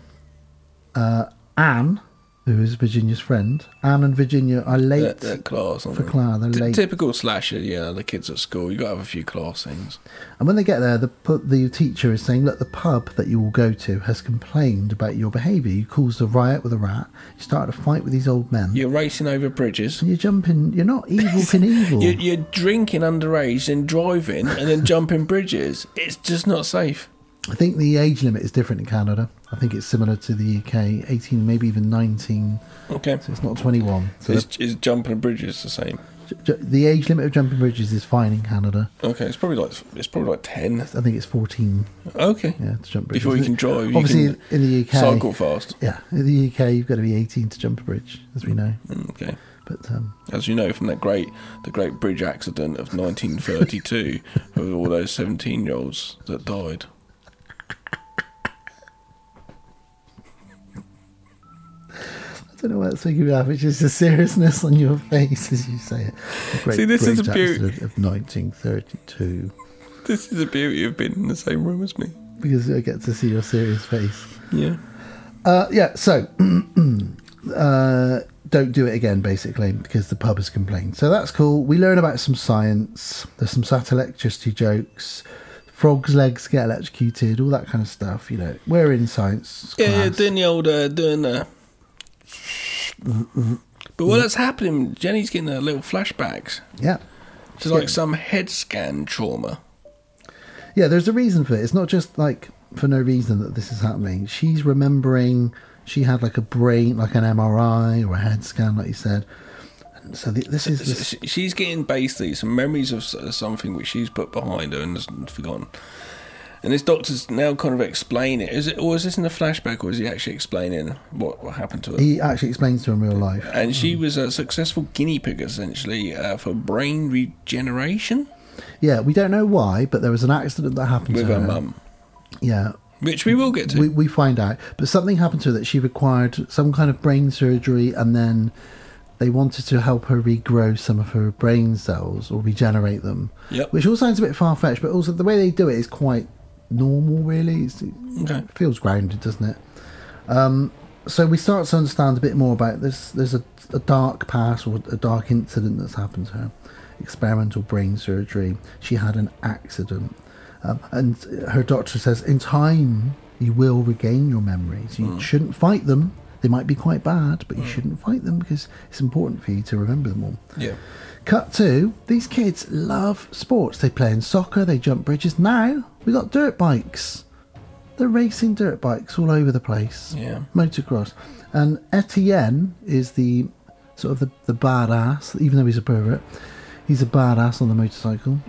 S7: uh, Anne, who is Virginia's friend, Anne and Virginia are
S1: That,
S7: late
S1: that class. aren't
S7: for
S1: they?
S7: Clara. They're
S1: T-
S7: late,
S1: typical slasher, yeah. The kids at school, you got to have a few class things.
S7: and when they get there, the pu- the teacher is saying, "Look, the pub that you all go to has complained about your behaviour. You caused a riot with a rat. You started a fight with these old men.
S1: You're racing over bridges.
S7: and you're jumping. You're not evil, Knievel.
S1: You're, you're drinking underage and driving and then jumping bridges. It's just not safe.
S7: I think the age limit is different in Canada. I think it's similar to the UK, 18, maybe even 19.
S1: Okay.
S7: So it's not 21. So
S1: Is, is jumping bridges the same?
S7: the, ju- the age limit of jumping bridges is fine in Canada.
S1: Okay, it's probably like it's probably like ten.
S7: I think it's 14.
S1: Okay.
S7: Yeah, to jump bridge.
S1: Before you can drive, you
S7: Obviously,
S1: can
S7: in the UK,
S1: cycle fast.
S7: Yeah, in the UK, you've got to be 18 to jump a bridge, as we know.
S1: Okay.
S7: But um,
S1: As you know from that great, the great bridge accident of [LAUGHS] 1932, with all those 17-year-olds that died.
S7: I don't know why that's making me laugh. It's just the seriousness on your face as you say it. The great
S1: See, this is
S7: bridge
S1: a beaut-
S7: accident of 1932,
S1: This is the beauty of being in the same room as me.
S7: because I get to see your serious face.
S1: Yeah.
S7: Uh, yeah, so [CLEARS THROAT] uh, don't do it again, basically, because the pub has complained. So that's cool. We learn about some science. There's some satellite electricity jokes. Frogs' legs get electrocuted, all that kind of stuff. You know, we're in science class.
S1: Yeah, yeah, doing the old, uh, doing the. But while that's happening, Jenny's getting her little flashbacks.
S7: Yeah.
S1: It's like some head scan trauma.
S7: Yeah, there's a reason for it. It's not just like for no reason that this is happening. She's remembering she had like a brain, like an MRI or a head scan, like you said. And so the, this is this,
S1: She- She's getting basically some memories of s- something which she's put behind her and has forgotten. And this doctor's now kind of explaining. Is it, or is this in a flashback, or is he actually explaining what, what happened to her?
S7: he actually explains to her in real life.
S1: and she was a successful guinea pig, essentially, uh, for brain regeneration
S7: Yeah, we don't know why, but there was an accident that happened
S1: with
S7: to
S1: her
S7: her.
S1: mum,
S7: Yeah,
S1: which we will get to.
S7: we, we find out. But something happened to her that she required some kind of brain surgery, and then they wanted to help her regrow some of her brain cells or regenerate them.
S1: Yep.
S7: Which all sounds a bit far fetched, but also the way they do it is quite normal, really. It's,
S1: okay.
S7: It feels grounded, doesn't it? Um, so we start to understand a bit more about this. There's a, a dark past or a dark incident that's happened to her. Experimental brain surgery. She had an accident. Um, and her doctor says, in time, you will regain your memories. You shouldn't fight them. They might be quite bad, but you shouldn't fight them because it's important for you to remember them all.
S1: Yeah.
S7: Cut two. These kids love sports. They play in soccer. They jump bridges. Now we got dirt bikes. They're racing dirt bikes all over the place.
S1: Yeah.
S7: Motocross. And Etienne is the sort of the, the badass, even though he's a pervert. He's a badass on the motorcycle.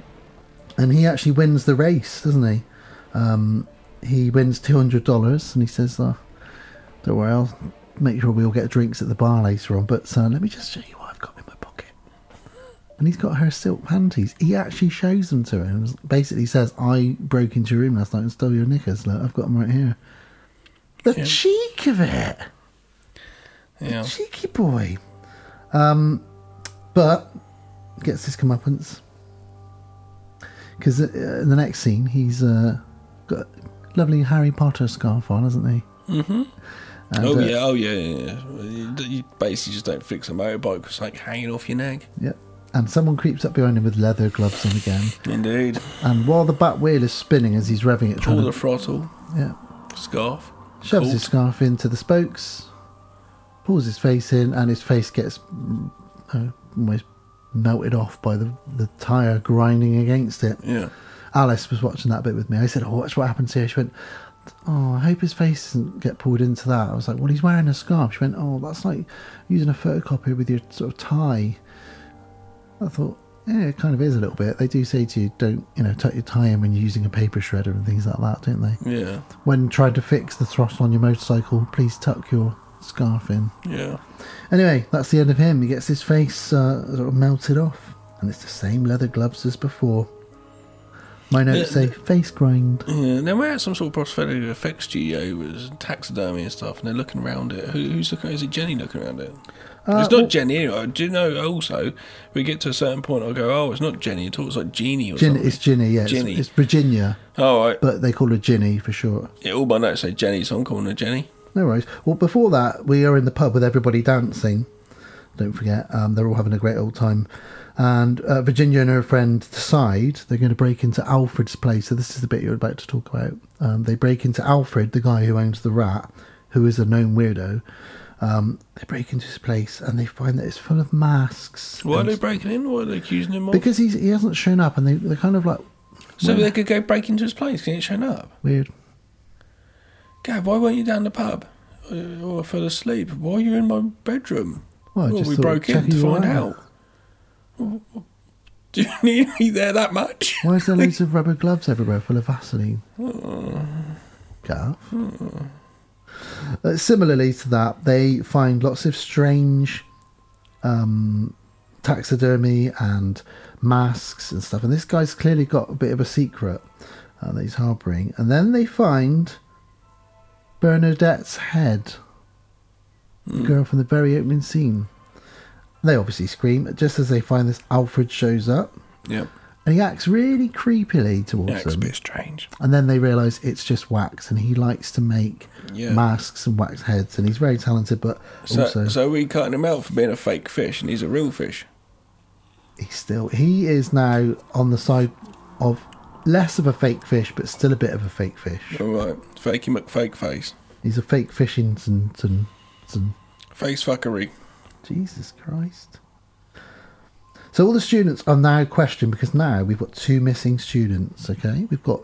S7: And he actually wins the race, doesn't he? Um, he wins $200 and he says, oh, don't worry, I'll make sure we all get drinks at the bar later on. But uh, let me just show you what I've got in my pocket and he's got her silk panties. He actually shows them to her and basically says, "I broke into your room last night and stole your knickers. Look, I've got them right here." The cheek of it,
S1: Yeah.
S7: cheeky boy. Um, but gets his comeuppance because uh, in the next scene he's uh, got a lovely Harry Potter scarf on, hasn't he?
S1: oh,
S7: uh,
S1: yeah. Oh, yeah. yeah, yeah. You basically just don't fix a motorbike because like hanging off your neck.
S7: Yep. And someone creeps up behind him with leather gloves on again.
S1: Indeed.
S7: And while the back wheel is spinning as he's revving it,
S1: Pull
S7: trying
S1: the
S7: to,
S1: throttle,
S7: yeah,
S1: scarf.
S7: shoves his
S1: Colt.
S7: scarf into the spokes, pulls his face in, and his face gets mm, uh, almost melted off by the, the tyre grinding against it.
S1: Yeah.
S7: Alice was watching that bit with me. I said, Oh, watch what happens here. She went, Oh, I hope his face doesn't get pulled into that. I was like, Well, he's wearing a scarf. She went, Oh, that's like using a photocopier with your sort of tie. I thought, Yeah, it kind of is a little bit. They do say to you, Don't, you know, tuck your tie in when you're using a paper shredder and things like that, don't they?
S1: Yeah.
S7: when trying to fix the throttle on your motorcycle, please tuck your scarf in.
S1: Yeah.
S7: Anyway, that's the end of him. He gets his face uh, sort of melted off, and it's the same leather gloves as before. My notes
S1: Yeah.
S7: say face grind.
S1: Yeah, now we're at some sort of prosthetic effects studio with taxidermy and stuff, and they're looking around it. Who, who's looking? Is it Jenny looking around it? it's not
S7: Uh, well-
S1: Jenny. Anyway. Do you know? Also, we get to a certain point, I go, "Oh, it's not Jenny. It talks like Genie or
S7: Gin,
S1: something."
S7: it's Ginny, yeah.
S1: Ginny.
S7: It's, it's Virginia,
S1: All right.
S7: but they call her Ginny for short.
S1: Yeah, all my notes say Jenny, so I'm calling her Jenny.
S7: No worries. Well, before that, we are in the pub with everybody dancing. Don't forget, um, they're all having a great old time. And uh, Virginia and her friend decide they're going to break into Alfred's place. So this is the bit you're about to talk about. Um, they break into Alfred, the guy who owns the rat, who is a known weirdo. Um, they break into his place and they find that it's full of masks.
S1: Why are
S7: And-
S1: they breaking in? Why are they accusing him of?
S7: because he's, he hasn't shown up, and they, they're kind of like
S1: so they could go break into his place. 'cause He ain't shown up.
S7: weird.
S1: God, why weren't you down the pub? Uh, Or I fell asleep. Why are you in my bedroom?
S7: Well, I just
S1: we
S7: thought
S1: broke in
S7: check
S1: to
S7: you
S1: find
S7: out.
S1: out. [LAUGHS] Do you need me there that much?
S7: Why is there loads of rubber gloves everywhere full of Vaseline? Calf. Uh, similarly to that, they find lots of strange um, taxidermy and masks and stuff. And this guy's clearly got a bit of a secret uh, that he's harbouring. And then they find Bernadette's head, the girl from the very opening scene. They obviously scream. Just as they find this, Alfred shows up.
S1: Yep.
S7: And he acts really creepily towards
S1: Yeah, it's a
S7: them.
S1: bit strange.
S7: And then they realise it's just wax, and he likes to make
S1: Yeah.
S7: masks and wax heads, and he's very talented, but
S1: So,
S7: also
S1: so we cutting him out for being a fake fish, and he's a real fish.
S7: he's still he is now on the side of less of a fake fish, but still a bit of a fake fish.
S1: All right, fakey McFake face,
S7: He's a fake fishington. ton- ton.
S1: face fuckery.
S7: Jesus Christ. So all the students are now questioned because now we've got two missing students. Okay, we've got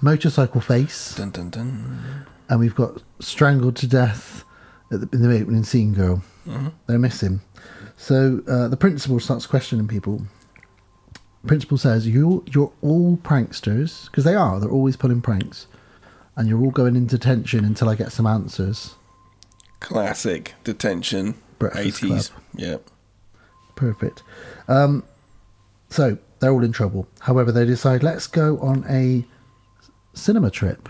S7: motorcycle face
S1: Dun dun dun.
S7: and we've got strangled to death at the, in the opening scene girl. They're missing. So uh, the principal starts questioning people. Principal says, "You, you're all pranksters because they are. They're always pulling pranks, and you're all going in detention until I get some answers."
S1: Classic detention.
S7: Breakfast
S1: 80s. Yeah.
S7: Perfect. Um, so they're all in trouble. However, they decide let's go on a cinema trip.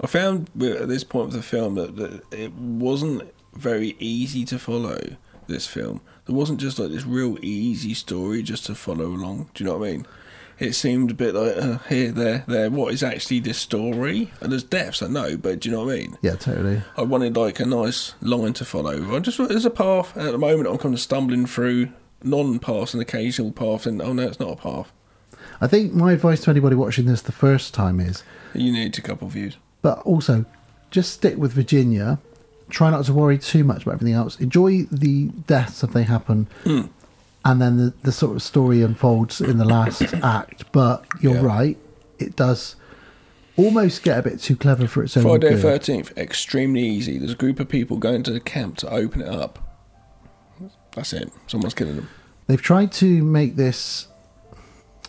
S1: I found at this point of the film that, that it wasn't very easy to follow this film. There wasn't just like this real easy story just to follow along. Do you know what I mean? It seemed a bit like uh, here, there, there. What is actually this story? And there's depths, I know, but do you know what I mean?
S7: Yeah, totally.
S1: I wanted like a nice line to follow. I just there's a path at the moment. I'm kind of stumbling through non-paths and occasional paths, and oh no, it's not a path.
S7: I think my advice to anybody watching this the first time is
S1: You need a couple views.
S7: But also, just stick with Virginia. Try not to worry too much about everything else. Enjoy the deaths if they happen.
S1: Hmm.
S7: And then the, the sort of story unfolds in the last [COUGHS] act. But you're
S1: Yeah.
S7: right. It does almost get a bit too clever for its own
S1: Friday
S7: good.
S1: thirteenth, extremely easy. There's a group of people going to the camp to open it up. That's it. Someone's killing them.
S7: They've tried to make this.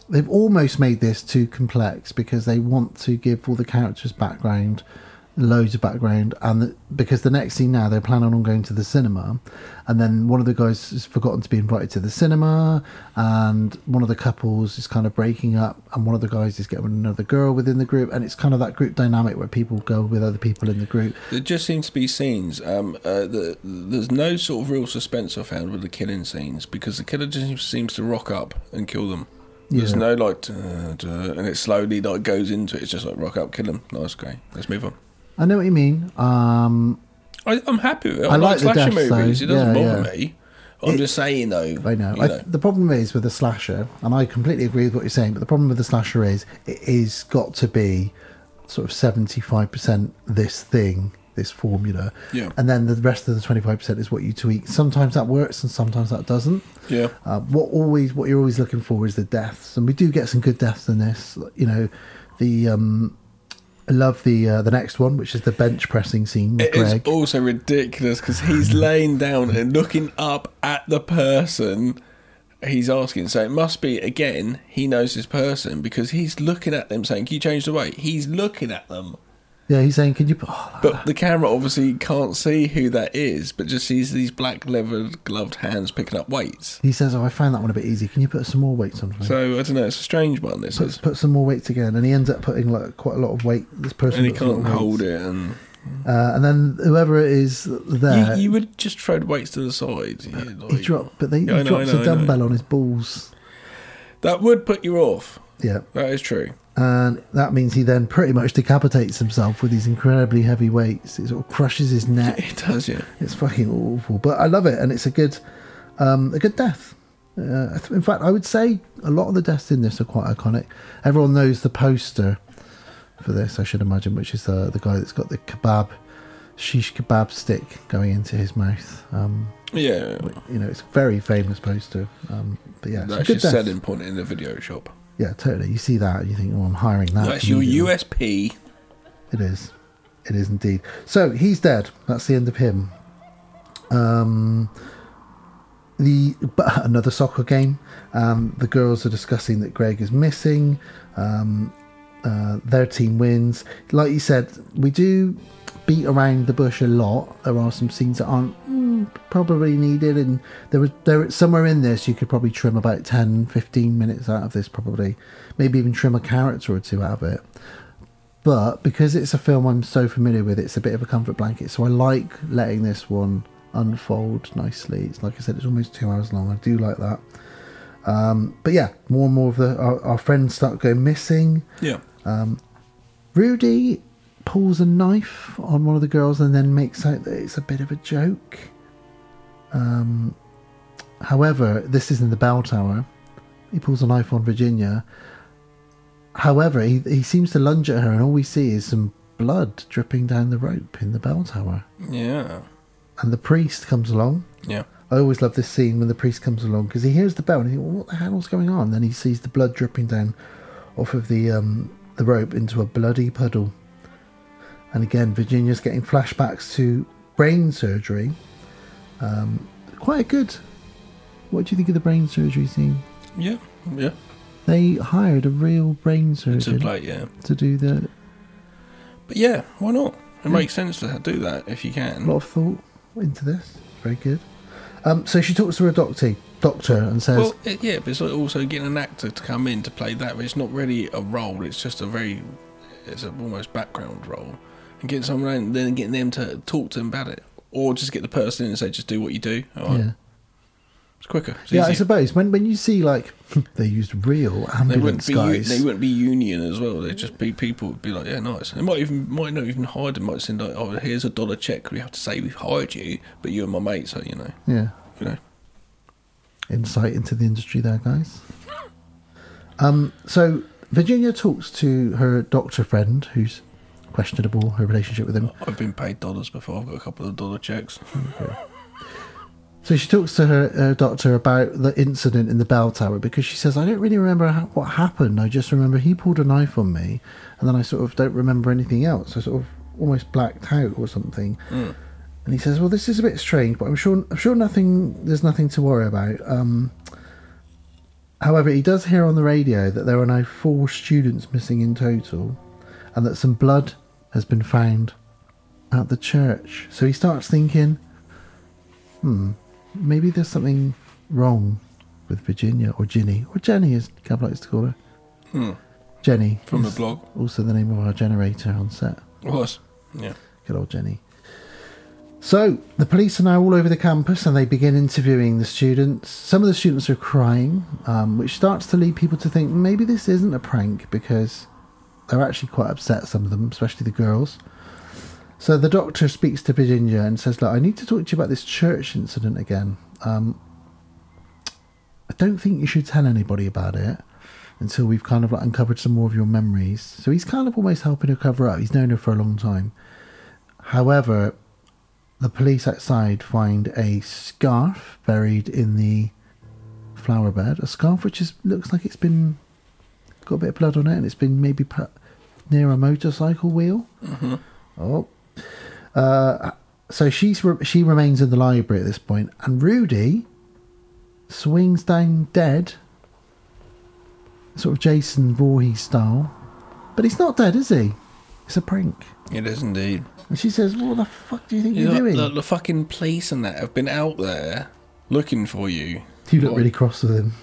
S7: They've almost made this too complex because they want to give all the characters background, loads of background, and the, because the next scene now they're planning on going to the cinema, and then one of the guys has forgotten to be invited to the cinema, and one of the couples is kind of breaking up, and one of the guys is getting another girl within the group, and it's kind of that group dynamic where people go with other people in the group.
S1: There just seems to be scenes. Um, uh, the, there's no sort of real suspense I found with the killing scenes because the killer just seems to rock up and kill them. There's
S7: Yeah.
S1: no like, duh, duh, and it slowly like goes into it. It's just like rock up, kill them. Nice, great. Let's move on.
S7: I know what you mean. Um,
S1: I, I'm happy with it. I,
S7: I
S1: like
S7: like the
S1: slasher
S7: deaths, though.
S1: movies. It doesn't
S7: Yeah,
S1: bother
S7: yeah.
S1: me. I'm
S7: It-
S1: just saying though.
S7: I know.
S1: you
S7: I, the problem is with a slasher, and I completely agree with what you're saying, but the problem with the slasher is it is got to be sort of 75% this thing, this formula.
S1: Yeah.
S7: And then the rest of the 25% is what you tweak. Sometimes that works and sometimes that doesn't.
S1: Yeah.
S7: Uh, what always what you're always looking for is the deaths, and we do get some good deaths in this. You know, the um, I love the uh, the next one, which is the bench pressing scene with
S1: It is
S7: Greg.
S1: also ridiculous because
S7: [LAUGHS]
S1: he's laying down and looking up at the person he's asking. So it must be, again, he knows this person because he's looking at them saying, Can you change the weight? He's looking at them.
S7: yeah, he's saying, "Can you?" Oh,
S1: But the camera obviously can't see who that is, but just sees these black leathered gloved hands picking up weights.
S7: he says, "Oh, I found that one a bit easy. Can you put some more weights on?" me?"
S1: So I don't know, it's a strange one, this
S7: puts
S1: is.
S7: put some more weights again, and he ends up putting like quite a lot of weight. This person
S1: And he
S7: puts a lot
S1: can't
S7: of
S1: hold
S7: weights.
S1: it. And
S7: Uh, and then whoever it is
S1: you,
S7: there,
S1: you would just throw the weights to the side. You-
S7: Uh, he
S1: like-
S7: dropped, but they,
S1: Yeah, I
S7: he
S1: know,
S7: drops
S1: I know,
S7: a
S1: I know.
S7: dumbbell on his balls.
S1: That would put you off.
S7: Yeah,
S1: That is true.
S7: and that means he then pretty much decapitates himself with these incredibly heavy weights. It sort of crushes his
S1: [LAUGHS]
S7: neck.
S1: It does, yeah.
S7: It's fucking awful, but I love it, and it's a good, um, a good death. Uh, I th- in fact, I would say a lot of the deaths in this are quite iconic. Everyone knows the poster for this, I should imagine, which is uh, the guy that's got the kebab, shish kebab stick going into his mouth. Um,
S1: Yeah.
S7: you know, it's a very famous poster. Um, but yeah, it's a
S1: That's
S7: good
S1: your
S7: death.
S1: selling point in the video shop.
S7: Yeah, totally. You see that, you think, oh, I'm hiring that.
S1: That's your
S7: immediately.
S1: USP.
S7: It is. It is indeed. So he's dead. That's the end of him. Um, the but [LAUGHS] another soccer game. Um, the girls are discussing that Greg is missing. Um, uh, their team wins. Like you said, we do beat around the bush a lot. There are some scenes that aren't mm, probably needed, and there was there somewhere in this you could probably trim about 10, 15 minutes out of this, probably, maybe even trim a character or two out of it but because it's a film I'm so familiar with, it's a bit of a comfort blanket. So I like letting this one unfold nicely. It's like I said, it's almost two hours long. I do like that. Um, but yeah, more and more of the our, our friends start going missing.
S1: Yeah.
S7: Rudy pulls a knife on one of the girls and then makes out that it's a bit of a joke. Um, however, this is in the bell tower. He pulls a knife on Virginia. However, he, he seems to lunge at her, and all we see is some blood dripping down the rope in the bell tower.
S1: Yeah.
S7: And the priest comes along.
S1: Yeah.
S7: I always love this scene when the priest comes along because he hears the bell and he thinks, "What the hell's going on?" Then he sees the blood dripping down off of the um, the rope into a bloody puddle. And again, Virginia's getting flashbacks to brain surgery. Um, quite good. What do you think of the brain surgery scene?
S1: Yeah, yeah.
S7: They hired a real brain
S1: To
S7: surgeon
S1: play, yeah.
S7: to do the
S1: But yeah, why not? It makes sense to do that if you can.
S7: A lot of thought into this. Very good. Um, so she talks to her doctor, doctor, and says,
S1: Well, it, yeah, but it's like also getting an actor to come in to play that. But it's not really a role. It's just a very, it's a, almost background role, and getting someone in, then getting them to talk to them about it, or just get the person in and say, just do what you do. All right.
S7: "Yeah,
S1: It's quicker. It's
S7: yeah." I
S1: easier.
S7: suppose when when you see like [LAUGHS] they used real
S1: They wouldn't
S7: ambulance
S1: be u-
S7: guys,
S1: they wouldn't be union as well. They'd just be people would be like, yeah, nice. They might even might not even hide them. Might send like, oh, here's a dollar check. We have to say we've hired you, but you and my mate, so you know,
S7: yeah.
S1: you know.
S7: Insight into the industry, there, guys. Um, so Virginia talks to her doctor friend, who's questionable her relationship with him.
S1: I've been paid dollars before. I've got a couple of dollar checks. [LAUGHS]
S7: So she talks to her, her doctor about the incident in the bell tower because she says, I don't really remember ha- what happened. I just remember he pulled a knife on me and then I sort of don't remember anything else. I sort of almost blacked out or something. And he says, Well, this is a bit strange, but I'm sure, I'm sure nothing, there's nothing to worry about. Um, however, he does hear on the radio that there are now four students missing in total and that some blood has been found at the church. So he starts thinking, "Hmm, maybe there's something wrong with Virginia or Ginny or Jenny, as Cab likes to call her. Jenny
S1: Hmm. From the
S7: is
S1: blog.
S7: also the name of our generator on set.
S1: Was yeah.
S7: Good old Jenny. So the police are now all over the campus, and they begin interviewing the students. Some of the students are crying, um, which starts to lead people to think maybe this isn't a prank because they're actually quite upset. Some of them, especially the girls. So the doctor speaks to Virginia and says, "Look, I need to talk to you about this church incident again. Um, I don't think you should tell anybody about it until we've kind of like uncovered some more of your memories." So he's kind of almost helping her cover up. He's known her for a long time. However, the police outside find a scarf buried in the flower bed. A scarf which is looks like it's been got a bit of blood on it, and it's been maybe put near a motorcycle wheel. Oh, uh, so she's re- she remains in the library at this point, and Rudy swings down dead, sort of Jason Voorhees style. But he's not dead, is he? It's a prank.
S1: It is indeed.
S7: And she says, What the fuck do you think
S1: You
S7: you're
S1: know,
S7: doing?
S1: the, the fucking police and that have been out there looking for you. [LAUGHS]
S7: you look
S1: Like-
S7: really cross with him.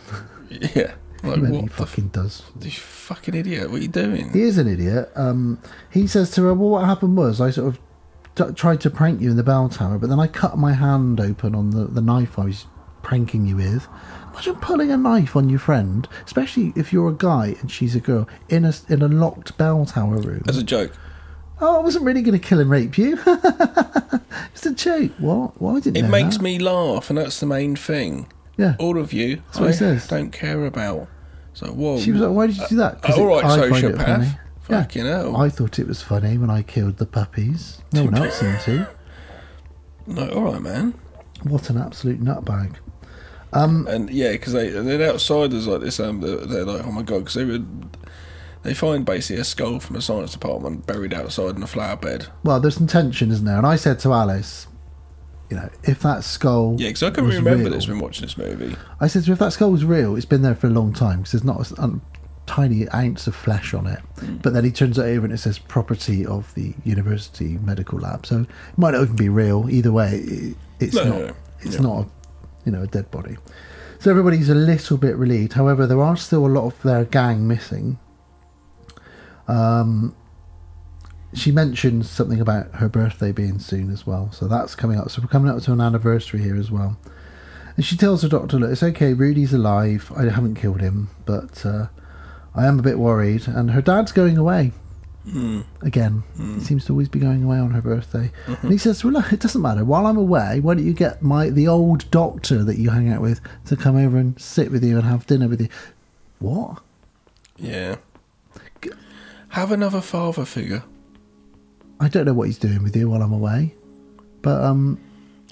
S1: Yeah. Like
S7: Well, he
S1: what the fucking,
S7: fucking does.
S1: you fucking idiot? What are you doing?
S7: He is an idiot. Um, he says to her, Well, what happened was I sort of t- tried to prank you in the bell tower, but then I cut my hand open on the, the knife I was pranking you with. Imagine pulling a knife on your friend, especially if you're a guy and she's a girl, in a, in a locked bell tower room.
S1: As a joke.
S7: Oh, I wasn't really going to kill and rape you. [LAUGHS] it's a joke. What? Why didn't
S1: It
S7: know
S1: makes
S7: that.
S1: me laugh, and that's the main thing.
S7: Yeah.
S1: All of you,
S7: what
S1: I
S7: he says.
S1: don't care about. So whoa.
S7: She was like, "Why did you do that?"
S1: Uh, all right,
S7: I find
S1: sociopath. Fucking hell.
S7: I thought it was funny when I killed the puppies. No one else seemed to.
S1: like, all right, man.
S7: What an absolute nutbag!
S1: and yeah, because they and then outsiders like this, um, they're, they're like, oh my god, because they were, they find basically a skull from a science department buried outside in a flower bed.
S7: Well, there's some tension, isn't there? And I said to Alice, you know, if that skull,
S1: Yeah, because I can
S7: was
S1: remember
S7: real-
S1: this when watching this movie.
S7: I said to her, if that skull was real, it's been there for a long time because there's not a s- un- tiny ounce of flesh on it.
S1: Mm.
S7: But then he turns it over and it says property of the university medical lab. So it might not even be real. Either way, it, it's
S1: No, no,
S7: not.
S1: no.
S7: It's not, a, you know, a dead body. So everybody's a little bit relieved. However, there are still a lot of their gang missing. Um, she mentions something about her birthday being soon as well, so that's coming up. So we're coming up to an anniversary here as well. And she tells her doctor, "Look, it's okay. Rudy's alive. I haven't killed him, but uh, I am a bit worried." And her dad's going away
S1: Hmm.
S7: again. He seems to always be going away on her birthday.
S1: Mm-hmm.
S7: And he says, "Well, look, it doesn't matter. While I'm away, why don't you get my the old doctor that you hang out with to come over and sit with you and have dinner with you?" What?
S1: Yeah, have another father figure.
S7: I don't know what he's doing with you while I'm away, but um,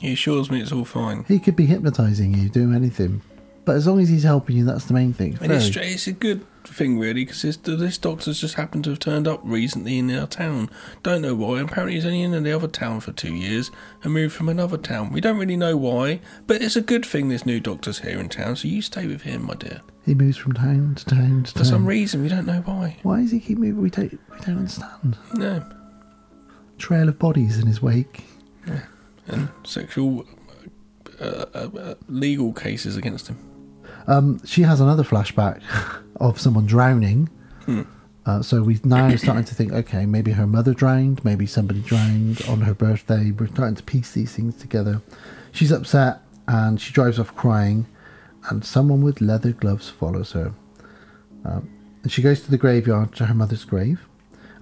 S1: He assures me it's all fine.
S7: He could be hypnotising you, doing anything. But as long as he's helping you, that's the main thing.
S1: And it's,
S7: Very-
S1: stra- it's a good thing, really, because this, this doctor's just happened to have turned up recently in our town. Don't know why. Apparently, he's only in the other town for two years and moved from another town. We don't really know why, but it's a good thing this new doctor's here in town, so you stay with him, my dear.
S7: He moves from town to town to
S1: For
S7: town.
S1: some reason, we don't know why.
S7: Why does he keep moving? We don't, we don't understand.
S1: No.
S7: Trail of bodies in his wake.
S1: And sexual uh, uh, uh, legal cases against him.
S7: Um, she has another flashback [LAUGHS] of someone drowning. Uh, so we now starting to think, okay, maybe her mother drowned, maybe somebody drowned on her birthday. We're starting to piece these things together. She's upset and she drives off crying, and someone with leather gloves follows her. Um, and she goes to the graveyard to her mother's grave,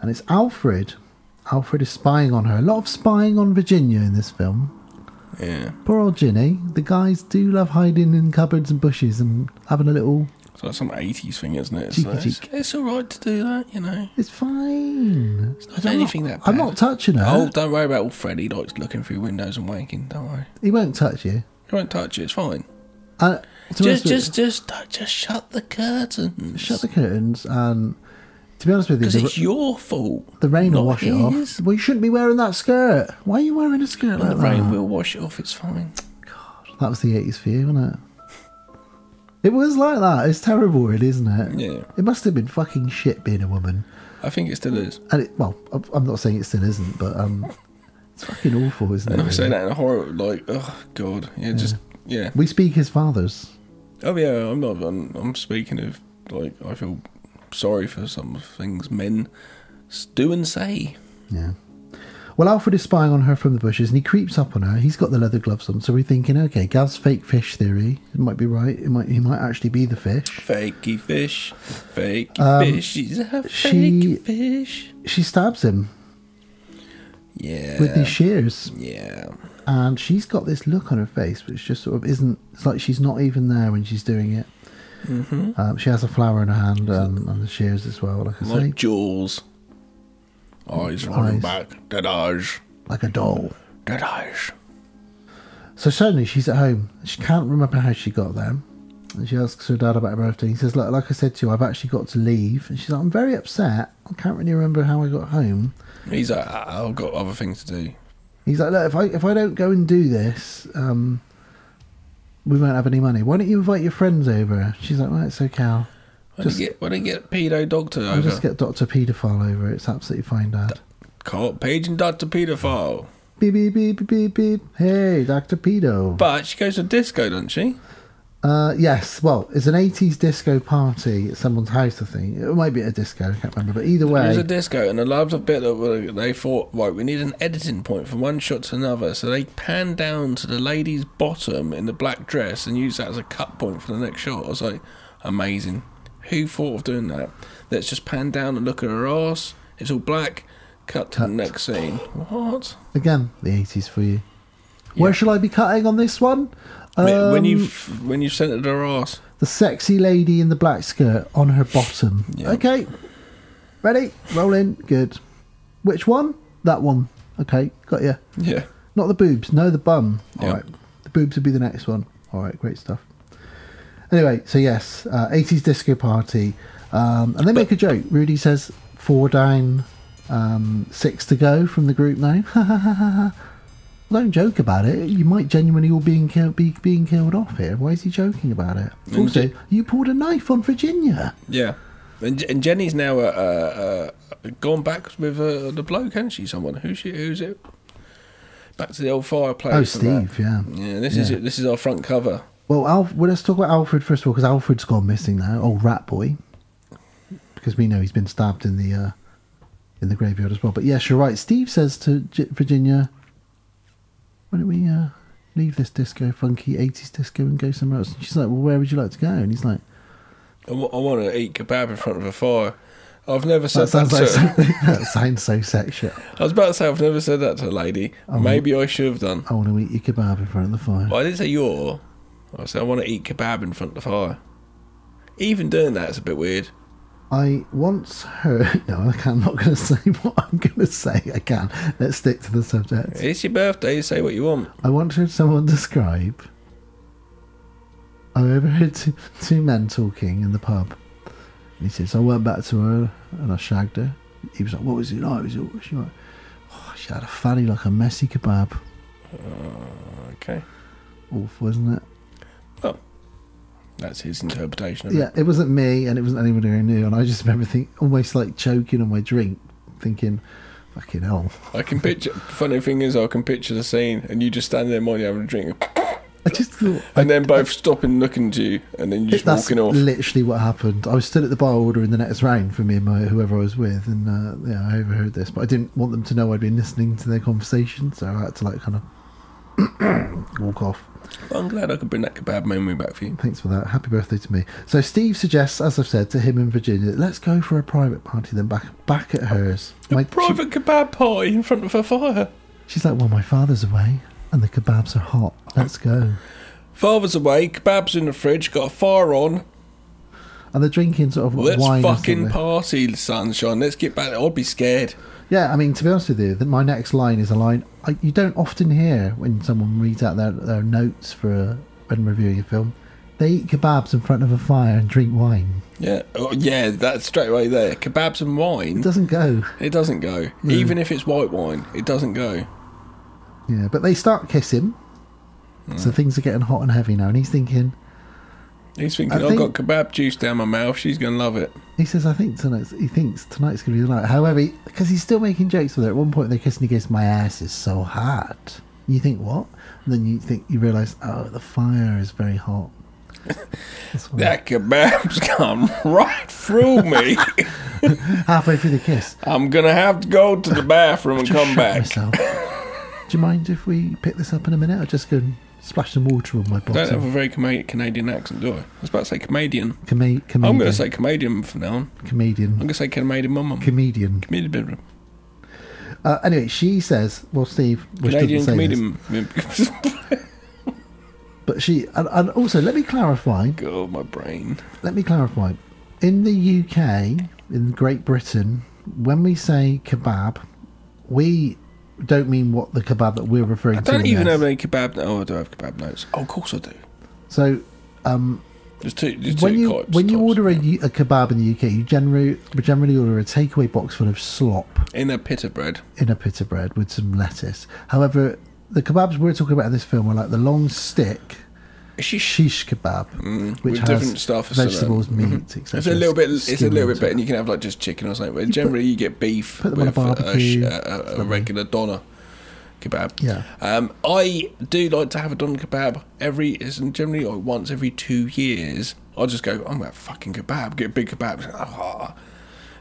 S7: and it's Alfred. Alfred is spying on her. A lot of spying on Virginia in this film.
S1: Yeah.
S7: Poor old Ginny. The guys do love hiding in cupboards and bushes and having a little.
S1: It's like some 80s thing, isn't it? It's,
S7: Cheeky
S1: like, it's,
S7: cheek.
S1: it's all right to do that, you know.
S7: It's fine. It's
S1: not anything that
S7: I'm
S1: bad.
S7: not touching her.
S1: Oh, don't worry about all Freddy He likes looking through windows and wanking. Don't worry.
S7: He won't touch you.
S1: He won't touch it. It's fine.
S7: Uh, to be
S1: Just,
S7: honest with-
S1: just, just, don't- just shut the curtains.
S7: shut the curtains. And to be honest with you,
S1: Because
S7: the,
S1: it's your fault.
S7: the rain will
S1: not
S7: wash it off.
S1: his.
S7: Well, you shouldn't be wearing that skirt. Why are you wearing a skirt
S1: And
S7: like
S1: the rain
S7: that?
S1: will wash it off. It's fine.
S7: That was the 80s for you, wasn't it? It was like that. It's terrible, really, isn't it?
S1: Yeah.
S7: It must have been fucking shit being a woman.
S1: I think it still is.
S7: And it, well, I'm- I'm not saying it still isn't, but um, it's fucking awful, isn't
S1: And
S7: it?
S1: I say
S7: really?
S1: that in a horror, like, oh god, yeah, just yeah.
S7: We speak as fathers.
S1: Oh yeah, I'm not. I'm, I'm speaking of like I feel sorry for some things men s- do and say.
S7: Yeah. Well, Alfred is spying on her from the bushes and he creeps up on her. He's got the leather gloves on, so we're thinking, okay, Gav's fake fish theory. It might be right. It might he might actually be the fish.
S1: Fakey fish, fakey fish. She's a
S7: Um, she-
S1: fakey fish.
S7: She stabs him
S1: Yeah,
S7: with these shears.
S1: yeah.
S7: And she's got this look on her face which just sort of isn't it's like she's not even there when she's doing it. Mm-hmm. Um, she has a flower in her hand um, and the shears as well, like I say.
S1: Like jaws, eyes rolling
S7: Eyes.
S1: back, dead eyes,
S7: Like a doll.
S1: dead eyes.
S7: So suddenly she's at home. She can't remember how she got there. And she asks her dad about her birthday. He says, Look, like I said to you, I've actually got to leave. And she's like, I'm very upset. I can't really remember how I got home.
S1: He's like, "I- I've got other things to do.
S7: He's like, Look, if I, if I don't go and do this, um, we won't have any money. Why don't you invite your friends over? She's like, Well, it's okay. I'll
S1: When
S7: Just-
S1: I get when I get pedo doctor
S7: I'll
S1: over,
S7: just get Dr. Paedophile over. It's absolutely fine, Dad.
S1: call up Paige and Doctor Pedophile.
S7: Beep, beep, beep, beep, beep, beep. Hey, Dr. Pedo.
S1: But she goes to disco, doesn't she?
S7: Uh, yes, well, it's an 80s disco party at someone's house, I think. It might be at a disco, I can't remember. But either
S1: There's
S7: way,
S1: a disco, and I loved a bit that were- they thought, right, we need an editing point from one shot to another. So they pan down to the lady's bottom in the black dress and use that as a cut point for the next shot. I was like, amazing. Who thought of doing that? Let's just pan down and look at her ass. It's all black. Cut to the next scene. What?
S7: again, the 80s for you. Where shall I be cutting on this one?
S1: When- when
S7: Um,
S1: you when you centered her ass. [LAUGHS]
S7: The sexy lady in the black skirt on her bottom.
S1: Yeah.
S7: Okay. Ready? Roll in. Good. Which one? That one. Okay, got you.
S1: Yeah.
S7: Not the boobs. No, the bum. All
S1: Yeah.
S7: right. The boobs would be the next one. All right, great stuff. Anyway, so yes, uh, 80s disco party. Um, and they make a joke. Rudy says, four down, um, six to go from the group now. Don't joke about it. You might genuinely all being killed, be being killed off here. Why is he joking about it? Also,
S1: Indeed.
S7: you pulled a knife on Virginia.
S1: Yeah. And, and Jenny's now uh, uh, uh, gone back with uh, the bloke, hasn't she? Someone who's she? Who's it? Back to the old fireplace.
S7: Oh,
S1: and
S7: Steve,
S1: that.
S7: yeah.
S1: Yeah. This is
S7: Yeah.
S1: it. This is our front cover.
S7: Well, Alf, well, let's talk about Alfred first of all, because Alfred's gone missing now. Old Rat Boy, because we know he's been stabbed in the uh, in the graveyard as well. But yes, you're right. Steve says to J- Virginia, "Why don't we uh, leave this disco, funky '80s disco, and go somewhere else?" And she's like, "Well, where would you like to go?" And he's like,
S1: I want to eat kebab in front of a fire. I've never said that,
S7: "That sounds like
S1: to.
S7: something [LAUGHS] that sounds so sexual.
S1: [LAUGHS] I was about to say I've never said that to a lady.
S7: Oh.
S1: Maybe I should have done.
S7: I want to eat your kebab in front of the fire."
S1: Well, I didn't say you're. I said I want to eat kebab in front of the fire. Even doing that is a bit weird.
S7: I once heard. [LAUGHS] No, I can, I'm not going to say what I'm going to say. I can. Let's stick to the subject.
S1: It's your birthday. Say what you want.
S7: I once heard someone describe. I overheard two, two men talking in the pub. And he says, I went back to her and I shagged her. He was like, What was it like? Was it, what was she like? Oh, she had a fanny like a messy kebab.
S1: Okay.
S7: Awful, isn't it?
S1: Well, that's his interpretation of
S7: Yeah,
S1: it.
S7: it wasn't me and it wasn't anybody I knew. And I just remember think, almost like choking on my drink, thinking, Fucking hell. [LAUGHS]
S1: I can picture. Funny thing is, I can picture the scene, and you just standing there, mind you, having a drink,
S7: I just thought.
S1: and then both stopping, looking to you, and then you just
S7: That's
S1: walking off.
S7: literally what happened. I was stood at the bar ordering the next round for me and my whoever I was with, and uh, yeah, I overheard this, but I didn't want them to know I'd been listening to their conversation, so I had to like kind of [COUGHS] walk off.
S1: I'm glad I could bring that kebab memory back for you.
S7: Thanks for that. Happy birthday to me. So Steve suggests, as I've said, to him and Virginia, let's go for a private party then back back at hers. My, she-
S1: Private kebab party in front of a fire.
S7: she's like, well, my father's away, and the kebabs are hot. Let's go.
S1: Father's away. Kebabs in the fridge. Got a fire on.
S7: And they're drinking sort of
S1: Let's
S7: wine. or
S1: fucking
S7: something.
S1: party, sunshine. Let's get back. I'd be scared.
S7: Yeah, I mean, to be honest with you, that my next line is a line I, you don't often hear when someone reads out their, their notes for a, when reviewing a film. They eat kebabs in front of a fire and drink wine.
S1: Yeah, oh, yeah, that's straight away there. Kebabs and
S7: It
S1: wine,
S7: doesn't go.
S1: it doesn't go.
S7: Hmm.
S1: Even if it's white wine, it doesn't go.
S7: Yeah, but they start kissing. So things are getting hot and heavy now, and he's thinking.
S1: He's thinking,
S7: I
S1: I've got
S7: think-
S1: kebab juice down my mouth. She's gonna love it.
S7: He says, "I think tonight's." He thinks tonight's gonna be the night. However, because he's still making jokes with her. At one point, they're kissing. He goes, "My ass is so hot." You think what? And then you think you realise, oh, the fire is very hot. That's why-
S1: That kebab's [LAUGHS] come right through me.
S7: Halfway through the kiss,
S1: I'm gonna have to go to the bathroom and
S7: Just
S1: come
S7: shot
S1: back.
S7: myself. Do you mind if we pick this up in a minute? I'll just go and splash some water on my
S1: Don't have a
S7: bottom.
S1: very Cana- Canadian accent, do I? I was about to say comedian.
S7: Coma- comedian.
S1: I'm gonna say comedian from now on. I'm
S7: comedian.
S1: gonna say Canadian mum.
S7: Comedian.
S1: Comedian.
S7: Uh, anyway, she says, "Well, Steve, which
S1: Canadian
S7: doesn't say this,
S1: comedian. [LAUGHS]
S7: but she." And, and also, let me clarify.
S1: God, my brain.
S7: Let me clarify. In the UK, in Great Britain, when we say kebab, we don't mean what the kebab that we're referring
S1: I
S7: to.
S1: don't
S7: as.
S1: even have any kebab. Oh, I do have kebab notes. Oh, of course I do.
S7: So
S1: There's two. There's
S7: when
S1: two
S7: you
S1: types.
S7: when you
S1: types.
S7: order a, u- a kebab in the UK, you generally generally order a takeaway box full of slop.
S1: in a pita bread,
S7: in a pita bread with some lettuce. However, the kebabs we're talking about in this film are like the long stick
S1: it's
S7: shish kebab, which
S1: Mm, with
S7: has
S1: different stuff, so that-
S7: vegetables, meat,
S1: a
S7: etc.
S1: little bit. It's a
S7: skin
S1: little bit
S7: on top.
S1: better. and You can have like just chicken or something. But generally, you get beef
S7: put them on a
S1: with a, sh-
S7: barbecue.
S1: a, a, a regular doner kebab.
S7: Yeah.
S1: Um, I do like to have a doner kebab every. It's generally like once every two years. I'll just go. I'm that fucking kebab. Get a big kebab. Ah.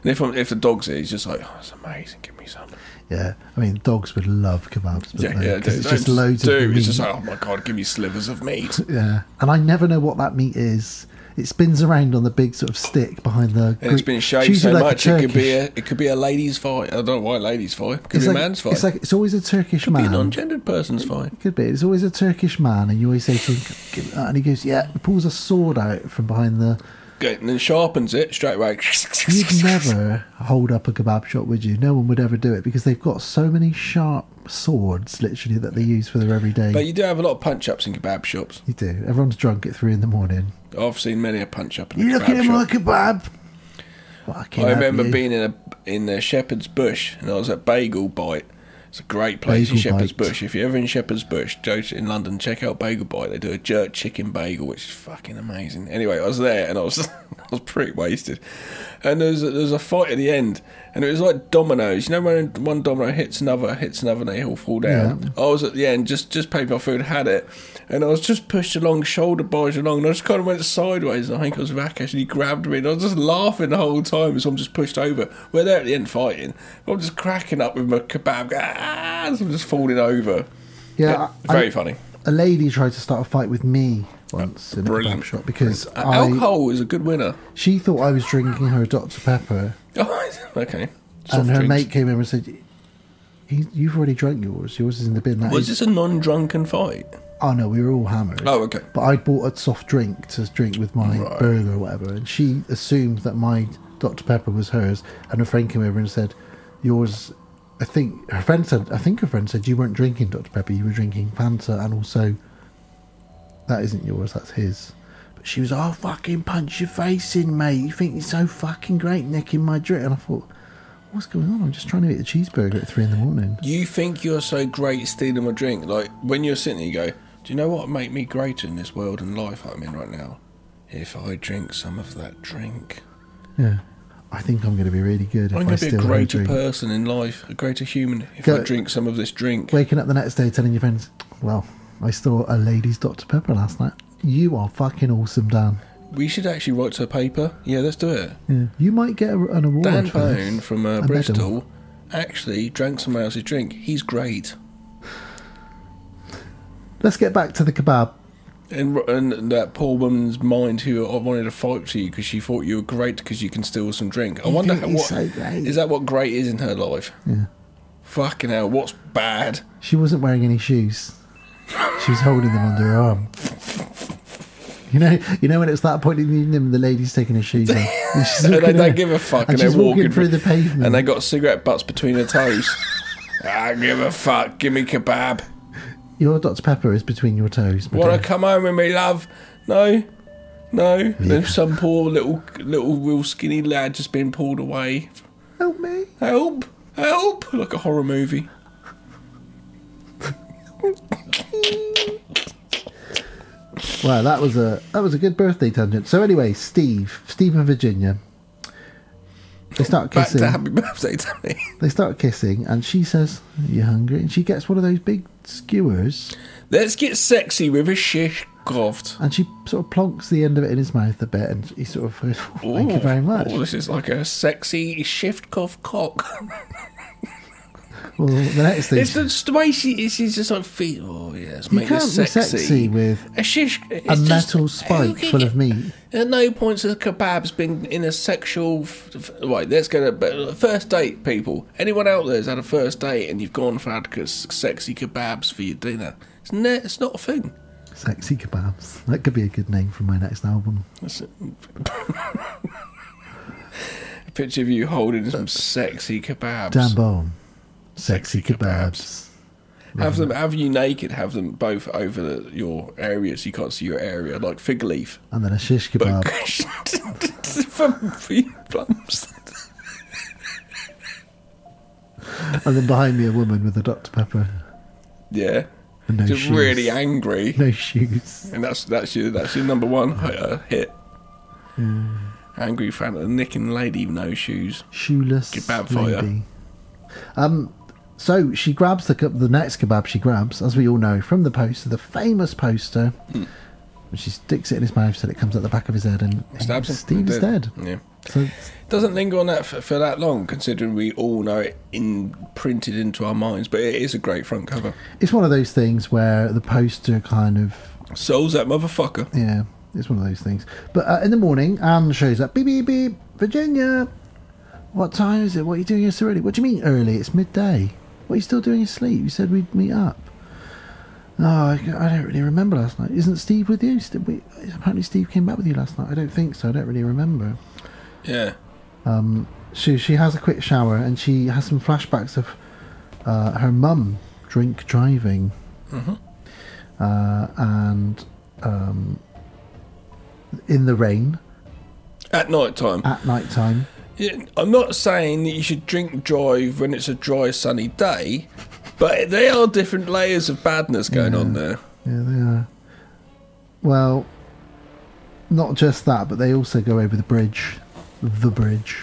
S1: And if I'm, if the dog's here, he's just like, oh, it's amazing. Give me some.
S7: Yeah, I mean dogs would love kebabs, but
S1: Yeah, yeah.
S7: 'cause it's
S1: don't-
S7: just
S1: don't
S7: loads
S1: do.
S7: of meat.
S1: It's just like, oh my god, give me slivers of meat.
S7: yeah, and I never know what that meat is. It spins around on the big sort of stick behind the.
S1: And it's
S7: Greek-
S1: been shaved
S7: it's
S1: so
S7: usually like a
S1: much it could be
S7: Turkish-
S1: a it could be a lady's fight. I don't know why ladies fight. It could
S7: it's
S1: be
S7: like,
S1: a man's fight.
S7: It's like it's always a Turkish
S1: could
S7: man.
S1: be a non-gendered person's fight.
S7: Could be. It's always a Turkish man, and you always say to him, "Give it that," and he goes, "Yeah." He pulls a sword out from behind the.
S1: Okay, and then sharpens it straight
S7: [LAUGHS]
S1: away. [LAUGHS]
S7: You'd never hold up a kebab shop, would you? No one would ever do it because they've got so many sharp swords, literally, that they use for their everyday.
S1: But you do have a lot of punch-ups in kebab shops.
S7: you do. Everyone's drunk at three in the morning.
S1: I've seen many a punch-up in a
S7: You
S1: kebab
S7: look at him
S1: shop.
S7: like a kebab. Fucking
S1: I
S7: have
S1: remember
S7: you.
S1: being in a in the Shepherd's Bush, and I was at Bagel Bite. It's a great place in
S7: Bagel
S1: Shepherd's
S7: Bite.
S1: Bush. If you're ever in Shepherd's Bush, go to, in London, check out Bagel Bite. They do a jerk chicken bagel, which is fucking amazing. Anyway, I was there and I was [LAUGHS] I was pretty wasted, and there was a, there was a fight at the end, and it was like dominoes. You know when one domino hits another, hits another, and they all fall down. I was at the end, just just paid my food, had it, and I was just pushed along, shoulder barged along, and I just kind of went sideways. And I think it was Rakesh, and he grabbed me, and I was just laughing the whole time as I'm just pushed over. We're there at the end fighting. I'm just cracking up with my kebab, ah, as I'm just falling over.
S7: yeah, I-
S1: very
S7: I-
S1: funny.
S7: A lady tried to start a fight with me once in a
S1: Brilliant.
S7: kebab shop because
S1: Uh,
S7: I,
S1: Alcohol is a good winner. [LAUGHS]
S7: she thought I was drinking her Dr Pepper,
S1: Oh, okay.
S7: and
S1: Soft
S7: her
S1: drinks.
S7: mate came over and said. "He- You've already drunk yours. Yours is in the bin. That
S1: Was
S7: is-
S1: this a non-drunken fight?
S7: Oh no, we were all hammered.
S1: Oh, okay.
S7: But I bought a soft drink to drink with my burger or whatever, and she assumed that my Dr. Pepper was hers, and her friend came over and said, Yours, I think, her friend said, I think her friend said, You weren't drinking Dr. Pepper, you were drinking Fanta, and also, that isn't yours, that's his. But she was, Oh, fucking punch your face in, mate. You think you're so fucking great nicking my drink. And I thought, What's going on? I'm just trying to eat a cheeseburger at three in the morning.
S1: You think you're so great stealing my drink. Like, when you're sitting there, you go, Do you know what would make me greater in this world and life I'm in right now? If I drink some of that drink.
S7: Yeah. I think I'm going to be really good if
S1: I'm
S7: I
S1: going to be
S7: still
S1: a
S7: have
S1: greater
S7: drink.
S1: person in life, a greater human, if
S7: Go-
S1: I drink some of this drink.
S7: Waking up the next day telling your friends, Well, I saw a lady's Dr. Pepper last night. You are fucking awesome, Dan.
S1: We should actually write to a paper. Yeah, let's do it.
S7: Yeah. You might get a, an award.
S1: Dan
S7: for this.
S1: Bone from
S7: A
S1: uh,
S7: medal.
S1: Bristol actually drank someone else's drink. He's great.
S7: Let's get back to the kebab.
S1: And, and that poor woman's mind who wanted to fight to you because she thought you were great because you can steal some drink. I wonder
S7: think
S1: how,
S7: he's
S1: what
S7: so great.
S1: is that what great is in her life?
S7: Yeah.
S1: Fucking hell, what's
S7: [LAUGHS]
S1: bad?
S7: She wasn't wearing any shoes. She was holding them under her arm. You know, you know when it's that point in the evening, when the lady's taking her shoes
S1: [LAUGHS]
S7: off. And, she's
S1: And they
S7: walking
S1: don't
S7: around-
S1: give a fuck.
S7: And
S1: they're
S7: she's walking,
S1: walking
S7: through the pavement.
S1: And they got cigarette butts between their toes. [LAUGHS] I give a fuck. Give me kebab.
S7: Your Dr Pepper is between your toes. my
S1: Want
S7: dear.
S1: to come home with me, love? No, no. There's some poor little, little, real skinny lad just been pulled away.
S7: Help me!
S1: Help! Help! Like a horror movie.
S7: Wow, that was a that was a good birthday tangent. So anyway, Steve, Steve and Virginia, they start
S1: Back
S7: kissing.
S1: to happy [LAUGHS] birthday, Tammy.
S7: They start kissing, and she says, "You hungry?" And she gets one of those big skewers.
S1: Let's get sexy with a shish coughed.
S7: And she sort of plonks the end of it in his mouth a bit, and he sort of goes, "Oh, "Thank you very much."
S1: Oh, this is like a sexy shift cough
S7: [LAUGHS]
S1: cock.
S7: Well, the next thing,
S1: It's the, it's the way she, she's just like feet. Oh yes,
S7: you
S1: make
S7: can't
S1: it sexy.
S7: be sexy with
S1: a shish, it's
S7: a
S1: just-
S7: metal
S1: who
S7: spike
S1: can
S7: full
S1: get-
S7: of meat.
S1: At no point has kebab's been in a sexual. F- f- right, let's go to but first date, people. Anyone out there's had a first date and you've gone for had c- sexy kebabs for your dinner? It's, ne- it's not a thing.
S7: Sexy kebabs. That could be a good name for my next album.
S1: It's a a [LAUGHS] picture of you holding some sexy kebabs.
S7: Dan Bone. Sexy, kebabs.
S1: Have them, have you naked. Have them both over the, your area so you can't see your area, like fig leaf.
S7: And then a shish kebab.
S1: [LAUGHS] for, for you plums.
S7: and then behind me, a woman with a Dr. Pepper.
S1: Yeah,
S7: And no
S1: just
S7: shoes.
S1: really angry.
S7: No shoes.
S1: And that's that's your that's your number one uh, hit. Angry fan of the nicking lady with no shoes.
S7: Shoeless.
S1: Kebab fire.
S7: lady. Um, so she grabs the, ke- the next kebab she grabs, as we all know, from the poster, the famous poster.
S1: Hmm.
S7: And she sticks it in his mouth so that it comes out the back of his head and, and
S1: Stabs him.
S7: Steve is dead.
S1: Yeah.
S7: So
S1: Doesn't linger on that for, for that long, considering we all know it imprinted into our minds. But it is a great front cover.
S7: it's one of those things where the poster kind of
S1: Souls that motherfucker.
S7: yeah it's one of those things but uh, in the morning anne shows up beep beep beep virginia what time is it what are you doing here so early what do you mean early it's midday what are you still doing asleep you said we'd meet up oh i, I don't really remember last night isn't steve with you St- we, apparently steve came back with you last night i don't think so i don't really remember
S1: Yeah.
S7: she, she has a quick shower and she has some flashbacks of uh, her mum drink driving uh, and um, in the rain
S1: At night time.
S7: at night time
S1: Yeah, I'm not saying that you should drink drive when it's a dry sunny day, but there are different layers of badness going on there.
S7: yeah they are well not just that but they also go over the bridge the bridge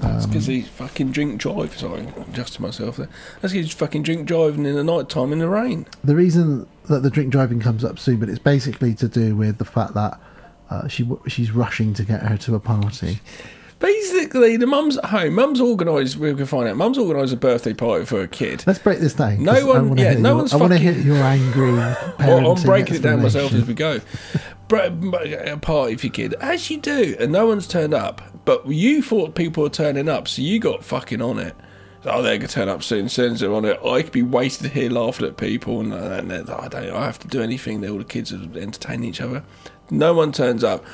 S1: That's because he fucking drink drive. Sorry, just to myself there. That's because he's fucking drink driving in the night time in the rain.
S7: the reason that the drink driving comes up soon but it's basically to do with the fact that uh, she w- she's rushing to get her to a party
S1: Basically, the mum's at home. Mum's organised. We can find out. Mum's organised a birthday party for a kid.
S7: Let's break this down.
S1: No
S7: 'cause I
S1: one-
S7: wanna
S1: yeah,
S7: hear
S1: no
S7: your,
S1: one's
S7: I want to
S1: fucking-
S7: hit your
S1: [LAUGHS]
S7: angry.
S1: Well, I'm
S7: parenting
S1: breaking it down myself as
S7: explanation.
S1: we go. Bre- b- A party for your kid, as you do, and no one's turned up. But you thought people were turning up, so you got fucking on it. Oh, they're gonna turn up soon. Soon as they're on it, I could be wasted here laughing at people, and, uh, and and I don't. I have to do anything. All the kids are entertaining each other. No one turns up.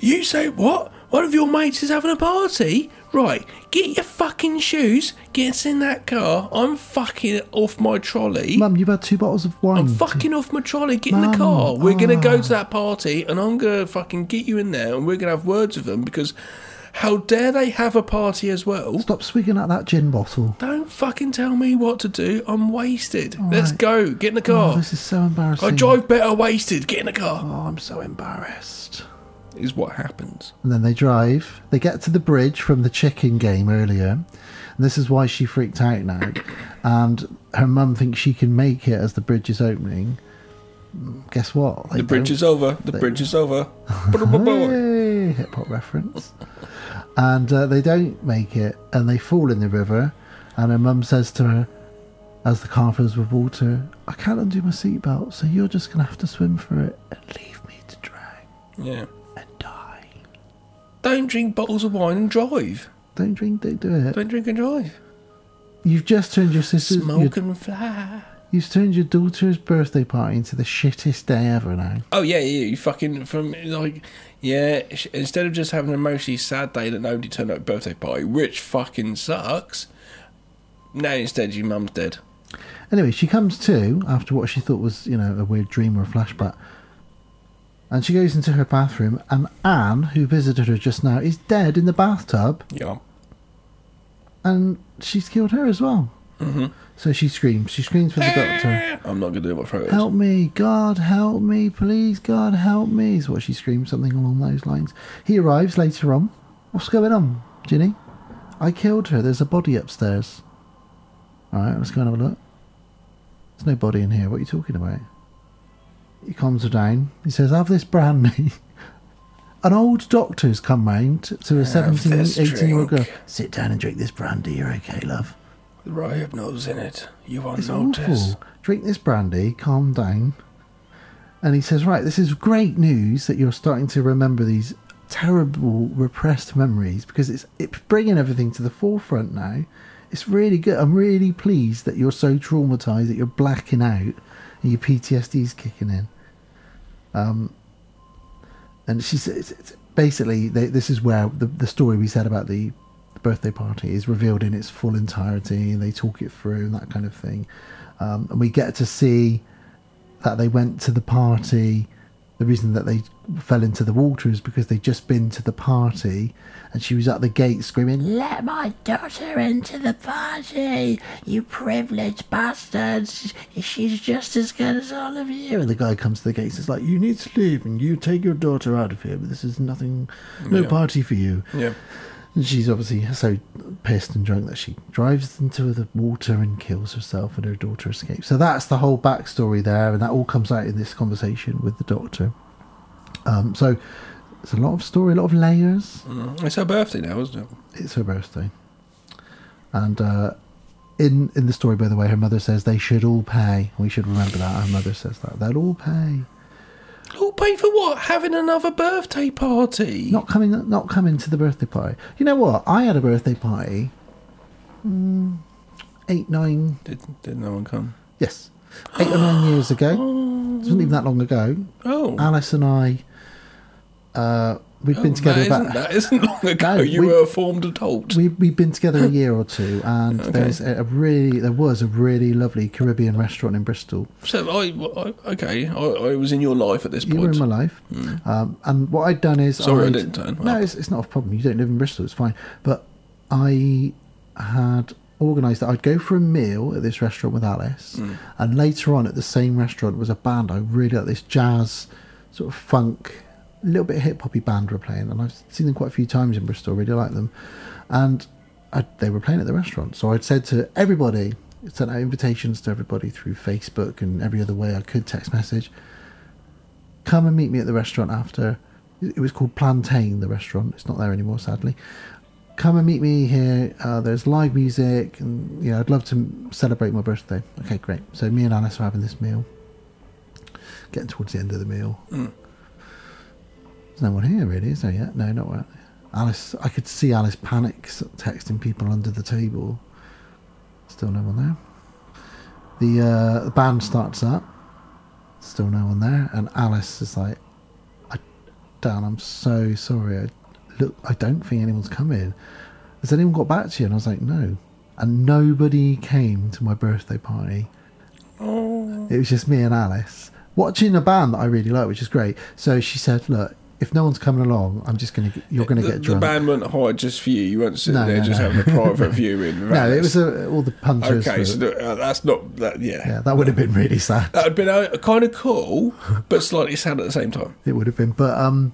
S1: You say what? One of your mates is having a party? Right, get your fucking shoes, get in that car. I'm fucking off my trolley.
S7: Mum, you've had two bottles of wine.
S1: I'm fucking off my trolley. Get in
S7: Mm. Mum,
S1: the car. We're gonna
S7: ah.
S1: go to that party, and I'm gonna fucking get you in there, and we're gonna have words with them because how dare they have a party as well?
S7: Stop swigging at that gin bottle.
S1: Don't fucking tell me what to do. I'm wasted.
S7: All
S1: Let's
S7: right.
S1: go. Get in the car.
S7: Oh, this is so embarrassing.
S1: I drive better wasted. Get in the car.
S7: Oh, I'm so embarrassed. Oh.
S1: Is what happens.
S7: And then they drive. They get to the bridge from the chicken game earlier. And this is why she freaked out now. And her mum thinks she can make it as the bridge is opening. Mm, Guess what? They
S1: The bridge
S7: don't.
S1: is over. The
S7: They-
S1: bridge is
S7: [LAUGHS]
S1: over. Ba-da-ba-ba.
S7: Hey, hip hop reference. and uh, they don't make it, and they fall in the river. And her mum says to her, as the car fills with water, "I can't undo my seatbelt, so you're just gonna have to swim for it and leave me to drown
S1: yeah.
S7: and die.
S1: Don't drink bottles of wine and drive.
S7: Don't drink, don't do it.
S1: Don't drink and drive.
S7: You've just turned your sister's, your,
S1: Smoke and fly.
S7: you've turned your daughter's birthday party into the shittest day ever now.
S1: Oh yeah, yeah. You fucking from like yeah. sh- Instead of just having an emotionally sad day that nobody turned up at birthday party, which fucking sucks. Now instead, your mum's dead.
S7: Anyway, she comes to after what she thought was, you know, a weird dream or a flashback. And she goes into her bathroom, and Anne, who visited her just now, is dead in the bathtub,
S1: Yeah.
S7: and she's killed her as well. Mm-hmm. So she screams. She screams for the doctor.
S1: I'm not gonna do it. My throat. hurts.
S7: Help me, God, help me, please, God, help me, is what she screams, something along those lines. He arrives later on. What's going on, Ginny? I killed her. There's a body upstairs. Alright, let's go and have a look. There's no body in here. What are you talking about? He calms her down. He says, Have this brandy. [LAUGHS] An old doctor's come round to a 17,
S1: this
S7: 18 year old girl.
S1: drink.
S7: Sit down and drink this brandy. You're okay, love.
S1: The Rohypnol's in it. You are
S7: It's
S1: noticed.
S7: awful. Drink this brandy, calm down. And he says, Right, this is great news that you're starting to remember these terrible repressed memories because it's, it's bringing everything to the forefront now. It's really good. I'm really pleased that you're so traumatized that you're blacking out and your PTSD's kicking in. Um, and she says, it's, basically, they, this is where the, the story we said about the birthday party is revealed in its full entirety and they talk it through and that kind of thing um, and we get to see that they went to the party the reason that they fell into the water is because they'd just been to the party and she was at the gate screaming let my daughter into the party you privileged bastards she's just as good as all of you and the guy comes to the gate and says like you need to leave and you take your daughter out of here but this is nothing no party for you
S1: Yeah.
S7: and she's obviously so pissed and drunk that she drives into the water and kills herself, and her daughter escapes. So that's the whole backstory there, and that all comes out in this conversation with the doctor. Um, so it's a lot of story, a lot of layers.
S1: It's her birthday now, isn't it?
S7: It's her birthday, and uh, in in the story, by the way, her mother says they should all pay. We should remember that. Her mother says that they'll all pay.
S1: Who'll pay for what? Having another birthday party?
S7: Not coming, not coming to the birthday party. You know what? I had a birthday party. mm, eight, nine,
S1: Did, did no one come?
S7: Yes. Eight or nine years ago. It wasn't even that long ago.
S1: Oh.
S7: Alice and I, uh, we've Um, been
S1: Oh,
S7: together
S1: that,
S7: about.
S1: isn't, that isn't long ago.
S7: [LAUGHS] No,
S1: you
S7: we-
S1: were a formed adult.
S7: We, we've been
S1: [GASPS]
S7: together a year or two, and
S1: Okay.
S7: there's a, a really there was a really lovely Caribbean restaurant in Bristol.
S1: so I, I okay, I, I was in your life at this
S7: You were
S1: point. Hmm.
S7: in my life, um, and what I'd done is
S1: Sorry I
S7: I'd-
S1: didn't turn
S7: No,
S1: up.
S7: it's, it's not a problem. You don't live in Bristol; it's fine. But I had organised that I'd go for a meal at this restaurant with Alice,
S1: Hmm.
S7: and later on at the same restaurant was a band I really like. This jazz, sort of funk, a little bit hip hoppy band were playing, and I've seen them quite a few times in Bristol. Really like them, and I, they were playing at the restaurant. So I'd said to everybody, sent out invitations to everybody through Facebook and every other way I could, text message come and meet me at the restaurant after. It was called Plantain, the restaurant. It's not there anymore, sadly. Come and meet me here. Uh, there's live music, and you know, I'd love to m- celebrate my birthday. Okay, great. So me and Alice are having this meal. Getting towards the end of the meal. There's no one here, really, is there yet? No, not yet. Alice, I could see Alice panic s- texting people under the table. Still no one there. The, uh, the band starts up. Still no one there. And Alice is like, I, Dan, I'm so sorry. I, look, I don't think anyone's coming. Has anyone got back to you? And I was like, no. And nobody came to my birthday party.
S1: Oh.
S7: It was just me and Alice watching a band that I really like, which is great. So she said, look, if no one's coming along, I'm just gonna get, you're gonna
S1: the,
S7: get drunk.
S1: The band went hard just for you. You weren't sitting
S7: No,
S1: there
S7: no,
S1: just
S7: no.
S1: having a
S7: [LAUGHS]
S1: private viewing.
S7: no, it was a, all the punters.
S1: okay.
S7: were-
S1: So the- uh, that's not that. Yeah,
S7: yeah, that would have been really sad.
S1: that would have been kind of cool, but slightly sad at the same time.
S7: It would have been, but um,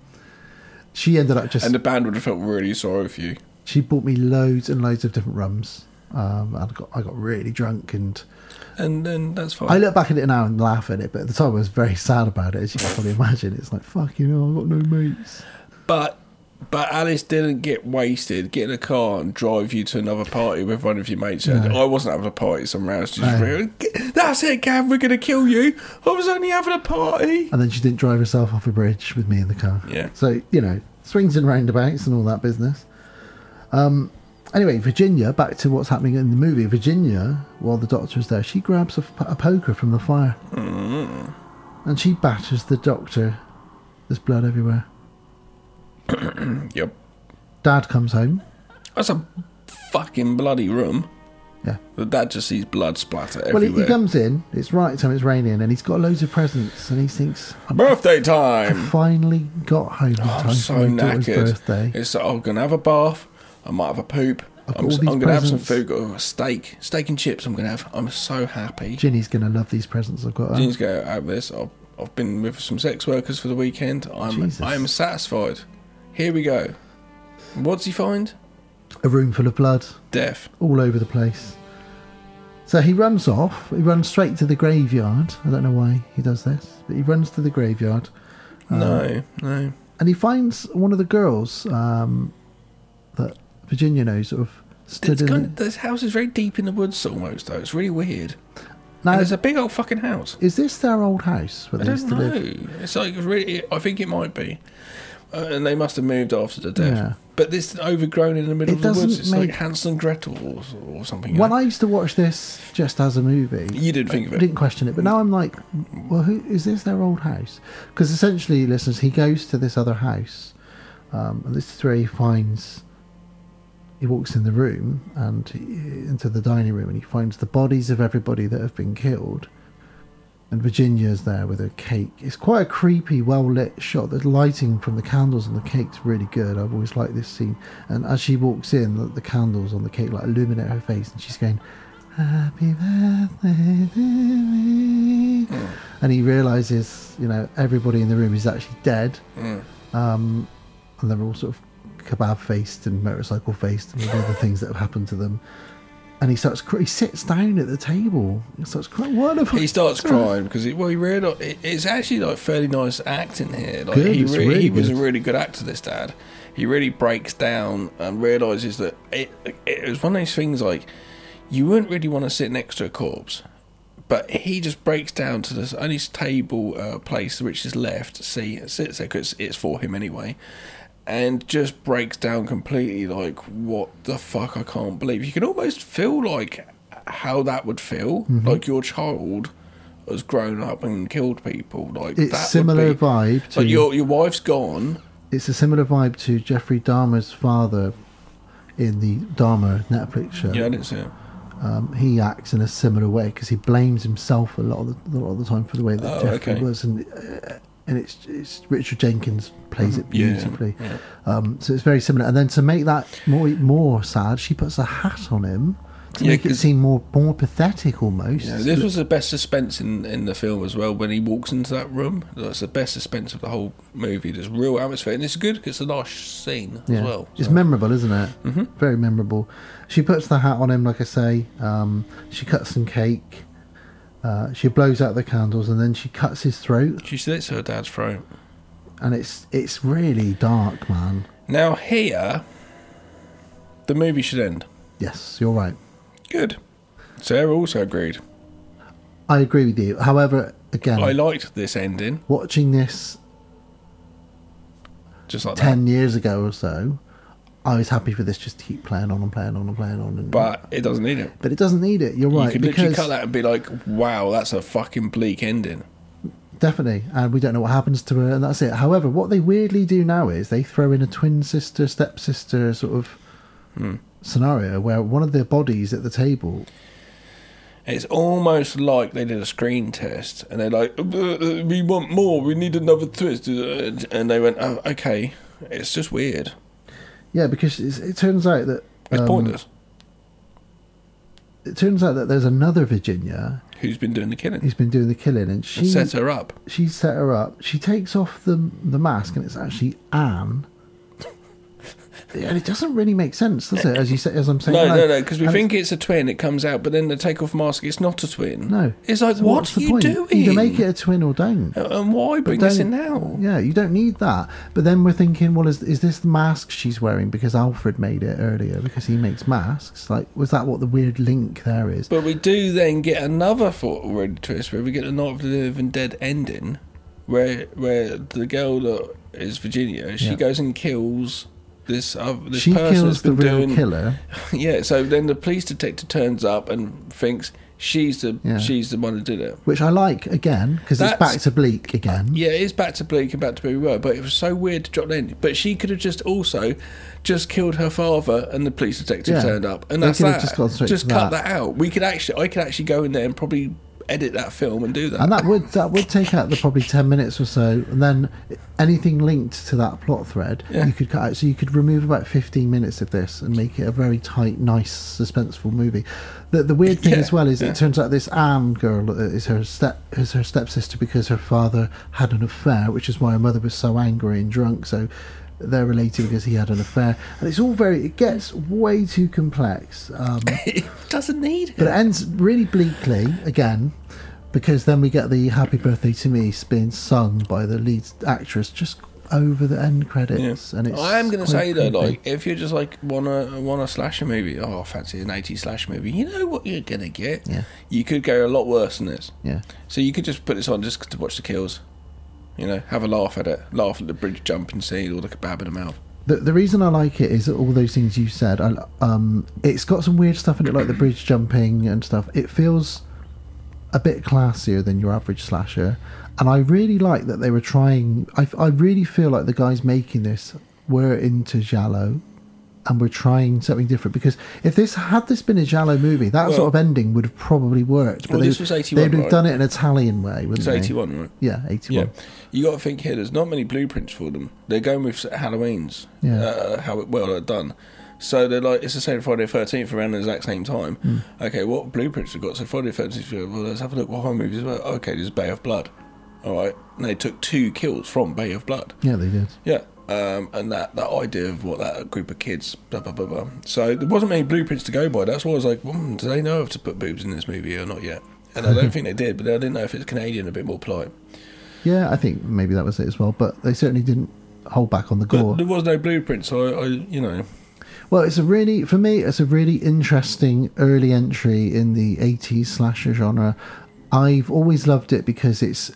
S7: she ended up just
S1: And the band would have felt really sorry for you.
S7: she bought me loads and loads of different rums. Um, and I got I got really drunk, and
S1: And then that's fine.
S7: I look back at it now and laugh at it. But at the time, I was very sad about it, as you can probably imagine. It's like fucking, hell, I've got no mates.
S1: but but Alice didn't get wasted, get in a car and drive you to another party with one of your mates. And I wasn't having a party somewhere else. Just
S7: No.
S1: really, that's it, Gav. We're gonna kill you. I was only having a party.
S7: And then she didn't drive herself off a bridge with me in the car.
S1: Yeah.
S7: So you know, swings and roundabouts and all that business. Um. Anyway, Virginia, back to what's happening in the movie. Virginia, while the doctor is there, she grabs a, a poker from the fire,
S1: Mm.
S7: and she batters the doctor. There's blood everywhere.
S1: Yep.
S7: Dad comes home.
S1: That's a fucking bloody room.
S7: Yeah.
S1: The dad just sees blood splatter
S7: Well, he,
S1: everywhere.
S7: he comes in. It's right time. It's raining, and he's got loads of presents, and he thinks, "I
S1: Birthday
S7: [LAUGHS]
S1: time.
S7: finally got home in
S1: Um, I'm
S7: time
S1: so
S7: for my daughter's
S1: knackered.
S7: birthday."
S1: It's oh, I'm gonna have a bath. I might have a poop.
S7: I've got
S1: I'm,
S7: all these
S1: I'm gonna have some
S7: presents.
S1: food. Got a steak, steak and chips. I'm gonna have. I'm so happy.
S7: Ginny's gonna love these presents I've got. uh, her.
S1: Jeans go out of this. I've, I've been with some sex workers for the weekend. I'm
S7: Jesus.
S1: I am satisfied. Here we go. What's he find?
S7: A room full of blood,
S1: Death.
S7: all over the place. So he runs off. He runs straight to the graveyard. I don't know why he does this, but he runs to the graveyard,
S1: no, no.
S7: and he finds one of the girls um, that Virginia knows, sort of stood
S1: It's
S7: in.
S1: kind of, this house is very deep in the woods almost though. It's really weird.
S7: now,
S1: And it's a big old fucking house.
S7: is this their old house where
S1: I
S7: they
S1: don't
S7: used to
S1: know.
S7: live?
S1: It's like really. I think it might be. Uh, and they must have moved after the death.
S7: Yeah.
S1: But this overgrown in the middle
S7: It
S1: of the woods.
S7: doesn't
S1: It's like
S7: make-
S1: Hansel and Gretel or, or something. you
S7: When
S1: know?
S7: I used to watch this just as a movie,
S1: You didn't think of
S7: I
S1: it.
S7: didn't question it, but now I'm like, well, who is this? Their old house? Because essentially, listeners, he goes to this other house, um, and this is where he finds. He walks in the room and he, into the dining room, and he finds the bodies of everybody that have been killed. And Virginia's there with her cake. It's quite a creepy, well lit shot. The lighting from the candles on the cake's really good. I've always liked this scene. And as she walks in, the, the candles on the cake like illuminate her face, and she's going, "Happy birthday to me." And he realizes, you know, everybody in the room is actually dead, um, and they're all sort of kebab faced and motorcycle faced and all the other things that have happened to them. And he starts. cr- He sits down at the table. He starts crying. What have I
S1: He starts crying because he, well, he really it, it's actually like fairly nice acting here. Like
S7: Good,
S1: he,
S7: it's
S1: re-
S7: really
S1: he was a
S7: good.
S1: really good actor. This dad, he really breaks down and realizes that it, it was one of those things like you wouldn't really want to sit next to a corpse, but he just breaks down to this only table uh, place which is left. See, it sits there because it's for him anyway. And just breaks down completely, like what the fuck? I can't believe you can almost feel like how that would feel,
S7: Mm-hmm.
S1: like your child has grown up and killed people. Like
S7: It's
S1: that would
S7: similar
S1: be-
S7: vibe to-
S1: like your your wife's gone.
S7: it's a similar vibe to Jeffrey Dahmer's father in the Dahmer Netflix show.
S1: Yeah, I didn't see it.
S7: Um, he acts in a similar way because he blames himself a lot of the, a lot of the time for the way that
S1: Oh,
S7: Jeffrey
S1: okay.
S7: was, and uh, and it's, it's Richard Jenkins plays it
S1: Mm-hmm. Yeah,
S7: beautifully. Um, so it's very similar. And then to make that more more sad, she puts a hat on him to
S1: Yeah,
S7: make it
S1: 'cause-
S7: seem more more pathetic almost.
S1: Yeah, this was the best suspense in, in the film as well. When he walks into that room, that's the best suspense of the whole movie. There's real atmosphere, and it's good because it's a nice scene as well.
S7: It's
S1: So-
S7: memorable, isn't it? Mm-hmm. Very memorable. She puts the hat on him, like I say. Um, she cuts some cake. Uh, she blows out the candles, and then she cuts his throat.
S1: she slits her dad's throat.
S7: And it's it's really dark, man.
S1: Now here, the movie should end.
S7: Yes, you're right.
S1: Good. Sarah also agreed.
S7: I agree with you. However, again,
S1: I liked this ending,
S7: watching this
S1: just like that.
S7: ten years ago or so, I was happy for this just to keep playing on and playing on and playing on. And,
S1: But it doesn't need it.
S7: but it doesn't need it. You're right
S1: you could
S7: because
S1: literally cut that and be like, "Wow, that's a fucking bleak ending."
S7: Definitely, and we don't know what happens to her, and that's it. However, what they weirdly do now is they throw in a twin sister, stepsister sort of
S1: Hmm.
S7: scenario where one of their bodies at the table.
S1: It's almost like they did a screen test and they're like, "Uh, uh, we want more, we need another twist. uh, And they went, oh, okay, it's just weird.
S7: Yeah, because it's, it turns out that
S1: It's
S7: um,
S1: pointless.
S7: It turns out that there's another Virginia
S1: Who's been doing the killing?
S7: who's been doing the killing, and she
S1: And set her up.
S7: she set her up. She takes off the the mask, and it's actually Anne. [LAUGHS] and it doesn't really make sense, does it? As you say, as I'm saying,
S1: No,
S7: now.
S1: no, no, because we
S7: And
S1: think it's a twin, it comes out, but then the takeoff mask, it's not a twin.
S7: No.
S1: It's like,
S7: So
S1: what
S7: what's
S1: are
S7: the
S1: you
S7: point?
S1: doing?
S7: Either make it a twin or don't.
S1: And why bring this in now?
S7: Don't- Yeah, you don't need that. But then we're thinking, well, is is this the mask she's wearing because Alfred made it earlier because he makes masks? Like, was that what the weird link there is?
S1: But we do then get another forward twist where we get the Night of the Living Dead ending, where where the girl that is Virginia, she
S7: Yeah.
S1: goes and kills this other this
S7: she
S1: person
S7: kills
S1: that's
S7: the
S1: been
S7: real
S1: doing
S7: killer.
S1: [LAUGHS] yeah. So then the police detective turns up and thinks she's the
S7: Yeah.
S1: she's the one who did it.
S7: Which I like again because it's
S1: That's-
S7: back to Bleak again.
S1: Yeah, it's back to Bleak and back to where we were, but it was so weird to drop that in. But she could have just also just killed her father, and the police detective
S7: Yeah.
S1: turned up, and
S7: They
S1: that's
S7: could have
S1: that.
S7: just gone straight to
S1: cut
S7: that.
S1: that. out. We could actually, I could actually go in there and probably edit that film and do that.
S7: And that would that would take out the probably ten minutes or so, and then anything linked to that plot thread
S1: Yeah.
S7: you could cut out. So you could remove about fifteen minutes of this and make it a very tight, nice, suspenseful movie. The the weird thing
S1: Yeah,
S7: as well is
S1: yeah.
S7: it turns out this Anne girl is her step is her stepsister because her father had an affair, which is why her mother was so angry and drunk. So they're related because he had an affair, and it's all very it gets way too complex. Um,
S1: [LAUGHS] it doesn't need it.
S7: but it ends really bleakly again, because then we get the "Happy Birthday to Me" being sung by the lead actress just over the end credits, and it's.
S1: I am going to
S7: quite
S1: say though,
S7: creepy.
S1: like if you just like want to want a slasher movie, oh, I fancy an 80 slash movie, you know what you're going to get.
S7: Yeah.
S1: You could go a lot worse than this.
S7: yeah,
S1: So you could just put this on just to watch the kills. You know, have a laugh at it, laugh at the bridge jumping scene or the kebab in the mouth.
S7: the the reason I like it is that all those things you said. I, um, it's got some weird stuff in it, like the bridge jumping and stuff. It feels a bit classier than your average slasher, and I really like that they were trying. I I really feel like the guys making this were into Jallo and we're trying something different because if this had this been a Giallo movie, that
S1: Well-
S7: sort of ending would have probably worked.
S1: Well,
S7: they,
S1: this was 81,
S7: They'd have
S1: right?
S7: done it an Italian way, wouldn't
S1: It's
S7: they?
S1: 81, right?
S7: Yeah, eighty-one.
S1: You got to think here. There's not many blueprints for them. They're going with Halloween's.
S7: Yeah.
S1: Uh, how it, well they're done. So they're like it's the same Friday the 13th around the exact same time.
S7: Hmm.
S1: Okay, what blueprints we've got? So Friday the 13th. Well, let's have a look. What horror movies? Well, okay, there's Bay of Blood. All right, and they took two kills from Bay of Blood.
S7: Yeah, they did.
S1: Yeah. Um, and that, that idea of what that group of kids, blah, blah, blah, blah. So there wasn't many blueprints to go by. That's why I was like, hmm, do they know if to put boobs in this movie or not yet? And
S7: [LAUGHS]
S1: I don't think they did, but I didn't know if it's Canadian a bit more polite.
S7: Yeah, I think maybe that was it as well, but they certainly didn't hold back on the
S1: But
S7: gore.
S1: there was no blueprint, so I, I you know,
S7: Well, it's a really, for me, it's a really interesting early entry in the 80s slasher genre. I've always loved it because it's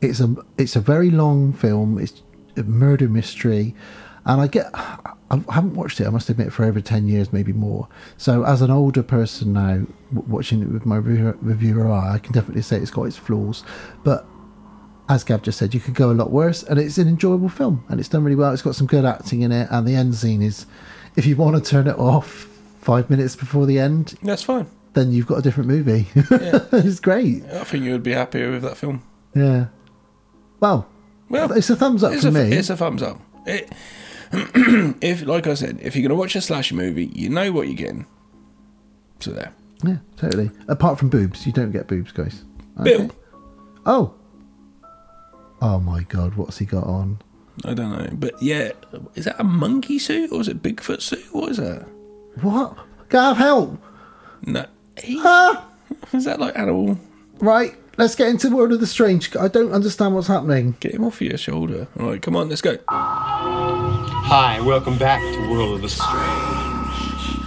S7: it's a it's a very long film. It's a murder mystery, and I get [SIGHS] I haven't watched it. I must admit for over ten years, maybe more. So as an older person now, w- watching it with my re- reviewer eye, I can definitely say it's got its flaws, but as Gav just said, you could go a lot worse, and it's an enjoyable film, and it's done really well. It's got some good acting in it, and the end scene is, if you want to turn it off five minutes before the end,
S1: that's fine.
S7: then you've got a different movie. [LAUGHS] it's great.
S1: I think you would be happier with that film.
S7: Yeah. Well,
S1: Well,
S7: it's a thumbs up
S1: it's
S7: for
S1: a,
S7: me.
S1: It's a thumbs up. It, [CLEARS THROAT] if, like I said, if you're going to watch a slasher movie, you know what you're getting. So there.
S7: yeah, totally. Apart from boobs, you don't get boobs, guys.
S1: Bill.
S7: Oh. Oh my God, what's he got on?
S1: I don't know. But yeah, is that a monkey suit or is it Bigfoot suit? What is that?
S7: What? Gav, help!
S1: No. He-
S7: Ah!
S1: Is that like animal?
S7: Right, let's get into World of the Strange. I don't understand what's happening.
S1: Get him off your shoulder. All right, come on, let's go.
S9: Hi, welcome back to World of the Strange.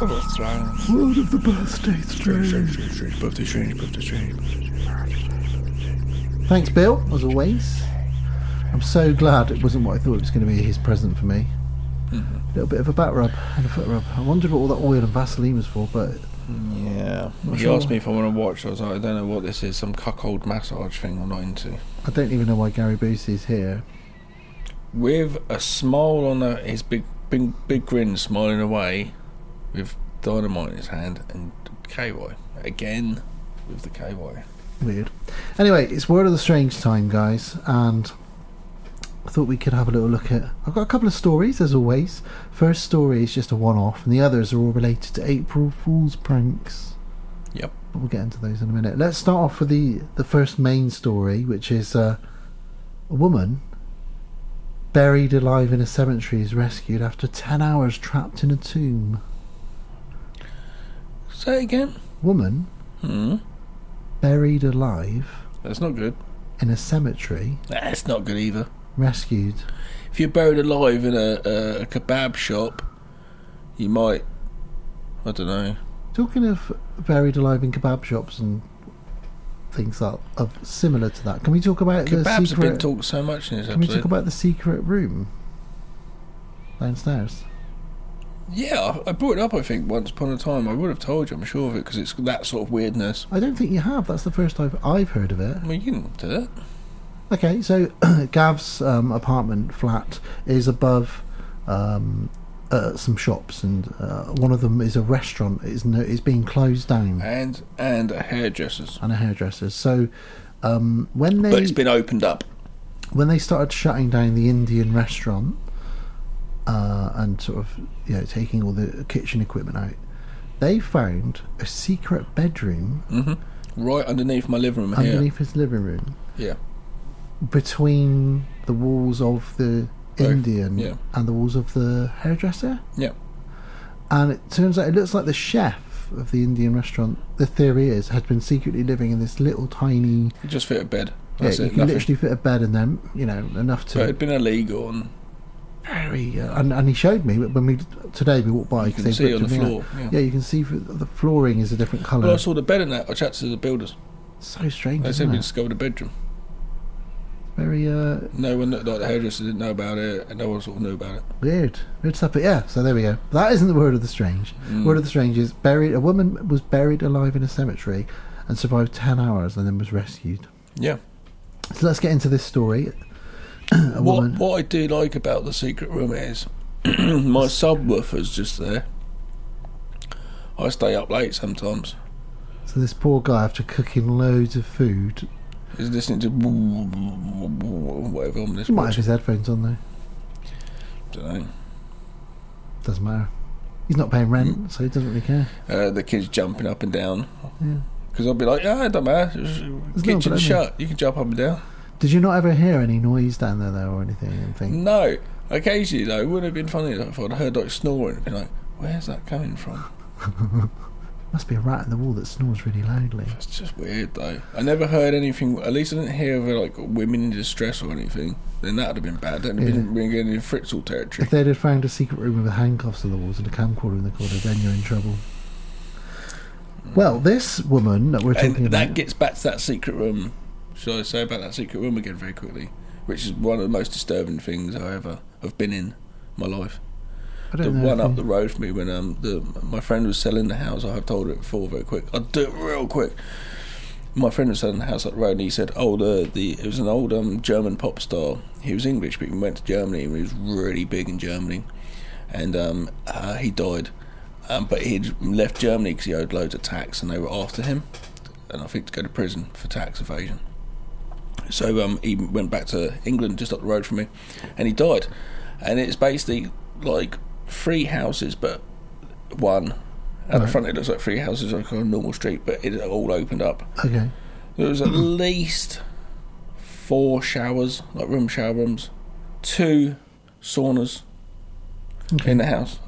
S7: World of the Birthday Strange.
S1: Birthday strange, birthday strange.
S7: Thanks, Bill, as always. I'm so glad it wasn't what I thought it was going to be. His present for me. A little bit of a back rub and a foot rub. I wondered what all that oil and Vaseline was for, but
S1: Yeah.
S7: Not
S1: he
S7: sure.
S1: asked me if I want to watch. I was like, I don't know what this is. Some cuckold massage thing I'm not into.
S7: I don't even know why Gary Busey's here.
S1: With a smile on the, his big, big, big grin, smiling away, with dynamite in his hand and KY again with the KY.
S7: Weird. Anyway, it's World of the Strange time, guys, and I thought we could have a little look at. I've got a couple of stories, as always. First story is just a one off, and the others are all related to April Fool's pranks.
S1: Yep.
S7: But we'll get into those in a minute. Let's start off with the, the first main story, which is uh, a woman buried alive in a cemetery is rescued after 10 hours trapped in a tomb.
S1: Say it again.
S7: Woman
S1: Hmm.
S7: buried alive
S1: That's not good.
S7: in a cemetery
S1: That's not good either.
S7: rescued.
S1: If you're buried alive in a, a, a kebab shop, you might. I don't know.
S7: Talking of buried alive in kebab shops and things that are similar to that, can we talk about the
S1: Kebabs have been
S7: secret?
S1: talked so much in this
S7: can we
S1: episode.
S7: talk about the secret room downstairs?
S1: yeah, I I brought it up. I think once upon a time, I would have told you. I'm sure of it because it's that sort of weirdness.
S7: I don't think you have. That's the first I've I've heard of it.
S1: Well, you didn't do that.
S7: Okay, so [CLEARS THROAT] Gav's um, apartment flat is above um, uh, some shops, and uh, one of them is a restaurant. is no, is being closed down,
S1: And and a hairdresser's,
S7: and a hairdresser's. So um, when they
S1: but it's been opened up.
S7: when they started shutting down the Indian restaurant uh, and sort of you know taking all the kitchen equipment out, they found a secret bedroom
S1: Mm, Right underneath my living room here.
S7: underneath his living room
S1: Yeah.
S7: between the walls of the Indian
S1: yeah.
S7: and the walls of the hairdresser.
S1: Yeah.
S7: And it turns out it looks like the chef of the Indian restaurant. The theory is had been secretly living in this little tiny.
S1: It just fit a bed.
S7: Yeah,
S1: That's
S7: you
S1: it.
S7: can
S1: Nothing.
S7: literally fit a bed in them, you know, enough to.
S1: But it'd been illegal, and
S7: very uh, and, and he showed me when we today we walked by
S1: You
S7: 'cause
S1: can
S7: they've
S1: see it
S7: ripped
S1: on the
S7: everything out.
S1: floor, yeah.
S7: yeah. you can see that the flooring is a different color
S1: well, I saw the bed in that. I chatted to the builders.
S7: so strange
S1: They said
S7: isn't
S1: we
S7: it?
S1: discovered a bedroom.
S7: very uh,
S1: No one, like the hairdresser, didn't know about it, and no one sort of knew about it.
S7: weird weird stuff but yeah so there we go that isn't the word of the strange word of the strange is buried a woman was buried alive in a cemetery and survived 10 hours and then was rescued
S1: Yeah.
S7: so let's get into this story a
S1: What
S7: woman
S1: what I do like about the secret room is [CLEARS THROAT] my subwoofer's just there. I stay up late sometimes.
S7: so this poor guy after cooking loads of food
S1: Is listening to whatever I'm
S7: he
S1: listening
S7: might have
S1: to.
S7: his headphones on though
S1: Dunno.
S7: doesn't matter he's not paying rent so he doesn't really care
S1: Uh, the kids jumping up and down.
S7: Yeah.
S1: Because I'll be like, yeah, it don't matter. It's-
S7: problem,
S1: Kitchen
S7: yeah.
S1: shut. You can jump up and down.
S7: Did you not ever hear any noise down there though, or anything? Anything?
S1: No. Occasionally, though, it would have been funny if I'd heard like snoring and been like, where's that coming from?
S7: Must be a rat in the wall that snores really loudly.
S1: It's just weird, though. I never heard anything, at least I didn't hear of like women in distress or anything. Then that would have been bad. That would have been been getting in Fritzl territory.
S7: If they'd have found a secret room with handcuffs on the walls and a camcorder in the corner, then you're in trouble. Well, this woman that we're talking
S1: And
S7: about,
S1: that gets back to that secret room. Should I say about that secret room again very quickly? Which is one of the most disturbing things I ever have been in my life.
S7: I
S1: The
S7: don't know.
S1: one
S7: if
S1: up
S7: they-
S1: the road from me when um the my friend was selling the house. I've told it before very quick. I'll do it real quick. My friend was selling the house up the road, and he said, "Oh, the, the it was an old um German pop star. He was English, but he went to Germany, and he was really big in Germany. And um uh, he died, um, but he'd left Germany because he owed loads of tax, and they were after him, and I think to go to prison for tax evasion. So um, he went back to England, just up the road from me, and he died. And it's basically like three houses, but one at the front. It looks like three houses like on a normal street, but it all opened up.
S7: okay,
S1: There was at least four showers, like room shower rooms, two saunas in the house.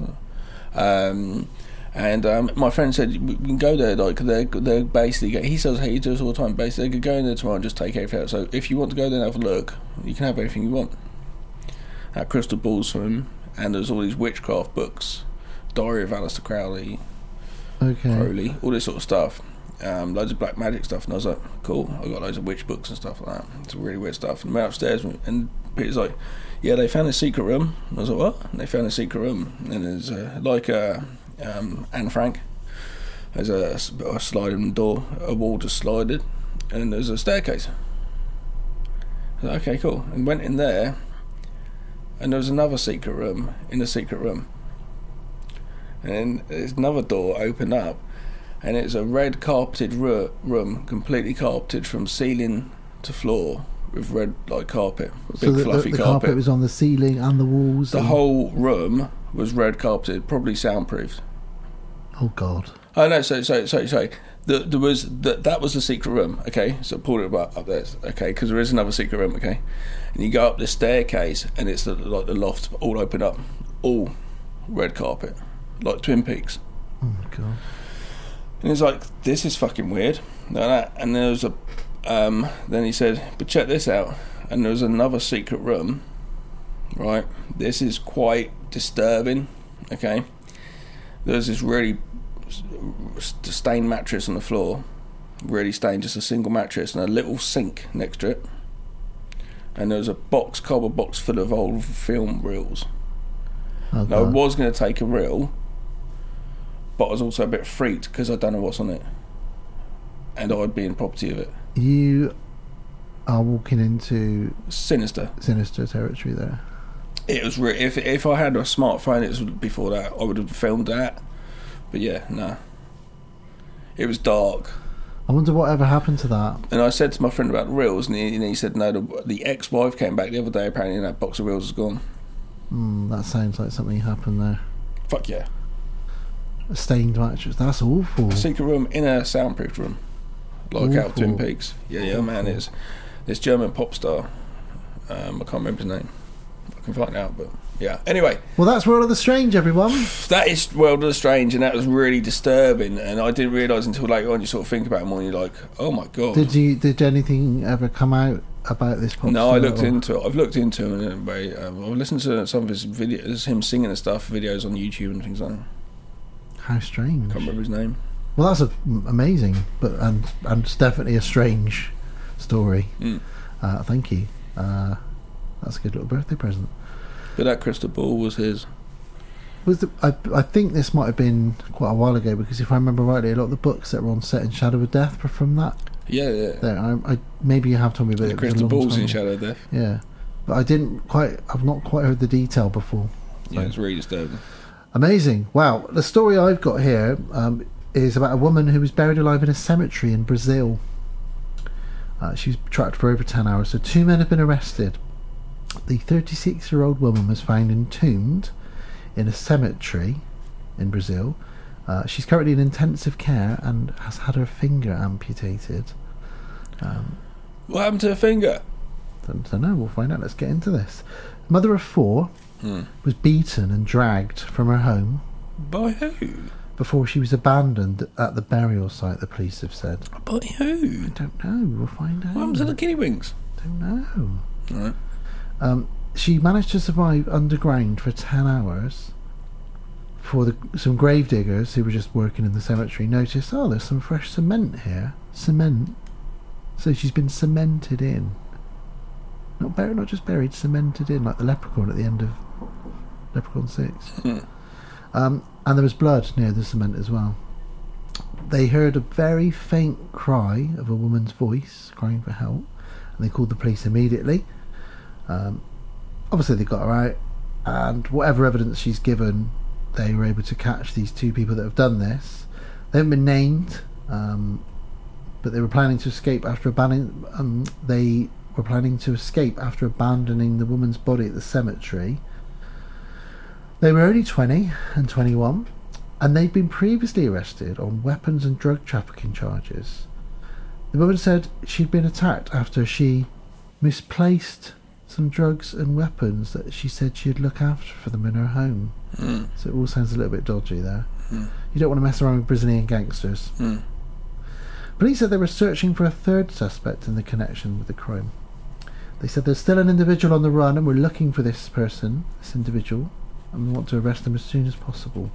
S1: Um, and um, my friend said we we can go there. Like they're they're basically go- he says he does all the time. Basically, they could go in there tomorrow and just take everything out. So if you want to go there and have a look, you can have everything you want. That crystal balls for him, and there's all these witchcraft books, Diary of Alistair Crowley,
S7: okay.
S1: Crowley, all this sort of stuff. um, loads of black magic stuff, and I was like, cool, I got loads of witch books and stuff like that. It's really weird stuff. And I went upstairs, and, and Peter's like, yeah, they found a secret room. And I was like, what? And they found a secret room, and there's uh, like uh, um, Anne Frank. There's a, s- a sliding door, a wall just slided, and there's a staircase. I was like, okay, cool. And went in there, and there was another secret room in the secret room. And there's another door opened up, and it's a red carpeted ru- room, completely carpeted from ceiling to floor with red like carpet, big
S7: so the, the,
S1: fluffy
S7: the carpet.
S1: carpet.
S7: was on the ceiling and the walls.
S1: the
S7: and-
S1: whole room was red carpeted, probably soundproofed.
S7: Oh God.
S1: Oh no, sorry, sorry, sorry, sorry. The, there was that that was the secret room. Okay, so pull it up, up there. Okay, because there is another secret room. Okay, and you go up the staircase, and it's the, like the loft all open up, all red carpet, like Twin Peaks.
S7: Oh my God.
S1: And he's like, "This is fucking weird." And that, and there was a, um, then he said, "But check this out." And there was another secret room, right? This is quite disturbing. Okay, there's this really s- s- stained mattress on the floor, really stained, just a single mattress and a little sink next to it. And there was a box, cardboard box full of old film reels.
S7: Oh
S1: Now, I
S7: God.
S1: was going to take a reel, but I was also a bit freaked because I don't know what's on it. And I'd be in property of it.
S7: You are walking into
S1: Sinister.
S7: sinister territory there.
S1: It was re- if if I had a smartphone, it was before that. I would have filmed that. But yeah, no. It was dark,
S7: I wonder whatever happened to that.
S1: and I said to my friend about the reels, and he, and he said no. The, the ex-wife came back the other day. Apparently, and that box of reels is gone.
S7: Mm, that sounds like something happened there.
S1: Fuck yeah!
S7: A stained mattress. That's awful.
S1: secret room in a soundproofed room, like out of Twin
S7: Awful.
S1: Peaks. Yeah, yeah, man. It's this German pop star. Um, I can't remember his name. I can find out, but yeah. Anyway,
S7: Well, that's World of the Strange, everyone.
S1: that is World of the Strange, and that was really disturbing. And I didn't realise until later on. You sort of think about it more, and you're like, oh my god.
S7: Did you? Did anything ever come out about this pop
S1: no,
S7: star
S1: I
S7: at
S1: looked
S7: all?
S1: into it. I've looked into him in a way. Um, I've listened to some of his videos, him singing and stuff, videos on YouTube and things like that.
S7: How strange.
S1: Can't remember his name.
S7: Well, that's a, amazing, but and and it's definitely a strange story.
S1: Mm.
S7: Uh, thank you. Uh, that's a good little birthday present.
S1: But that crystal ball was his.
S7: Was the, I, I think this might have been quite a while ago because if I remember rightly, a lot of the books that were on set in Shadow of Death were from that.
S1: Yeah, yeah.
S7: There, I, I maybe you have told me, but it
S1: The
S7: was a
S1: crystal
S7: long
S1: ball's
S7: time
S1: in
S7: ago.
S1: Shadow of Death.
S7: Yeah, but I didn't quite. I've not quite heard the detail before.
S1: Yeah, it's really disturbing.
S7: Amazing. Wow. The story I've got here um, is about a woman who was buried alive in a cemetery in Brazil. Uh, she was tracked for over 10 hours, so two men have been arrested. The 36 year old woman was found entombed in a cemetery in Brazil. Uh, she's currently in intensive care and has had her finger amputated.
S1: What happened to her finger?
S7: Don't, don't know. We'll find out. Let's get into this. Mother of four was beaten and dragged from her home
S1: By who?
S7: before she was abandoned at the burial site, the police have said.
S1: By who?
S7: Don't know, we'll find out.
S1: What happened to the guinea wings?
S7: Don't know.
S1: Alright.
S7: Um, she managed to survive underground for 10 hours before the, some grave diggers who were just working in the cemetery noticed, oh, there's some fresh cement here. Cement. So she's been cemented in. Not buried, not just buried, cemented in, like the leprechaun at the end of Leprechaun 6. Um, and there was blood near the cement as well. They heard a very faint cry of a woman's voice crying for help, and they called the police immediately. Um, obviously, they got her out, and whatever evidence she's given, they were able to catch these two people that have done this. They haven't been named, um, but they were planning to escape after abandoning. Um, they were planning to escape after abandoning the woman's body at the cemetery. They were only 20 and 21, and they'd been previously arrested on weapons and drug trafficking charges. The woman said she'd been attacked after she misplaced some drugs and weapons that she said she'd look after for them in her home. So it all sounds a little bit dodgy there. You don't want to mess around with Brazilian gangsters. Police said they were searching for a third suspect in the connection with the crime. They said there's still an individual on the run and we're looking for this person, this individual, and we want to arrest them as soon as possible.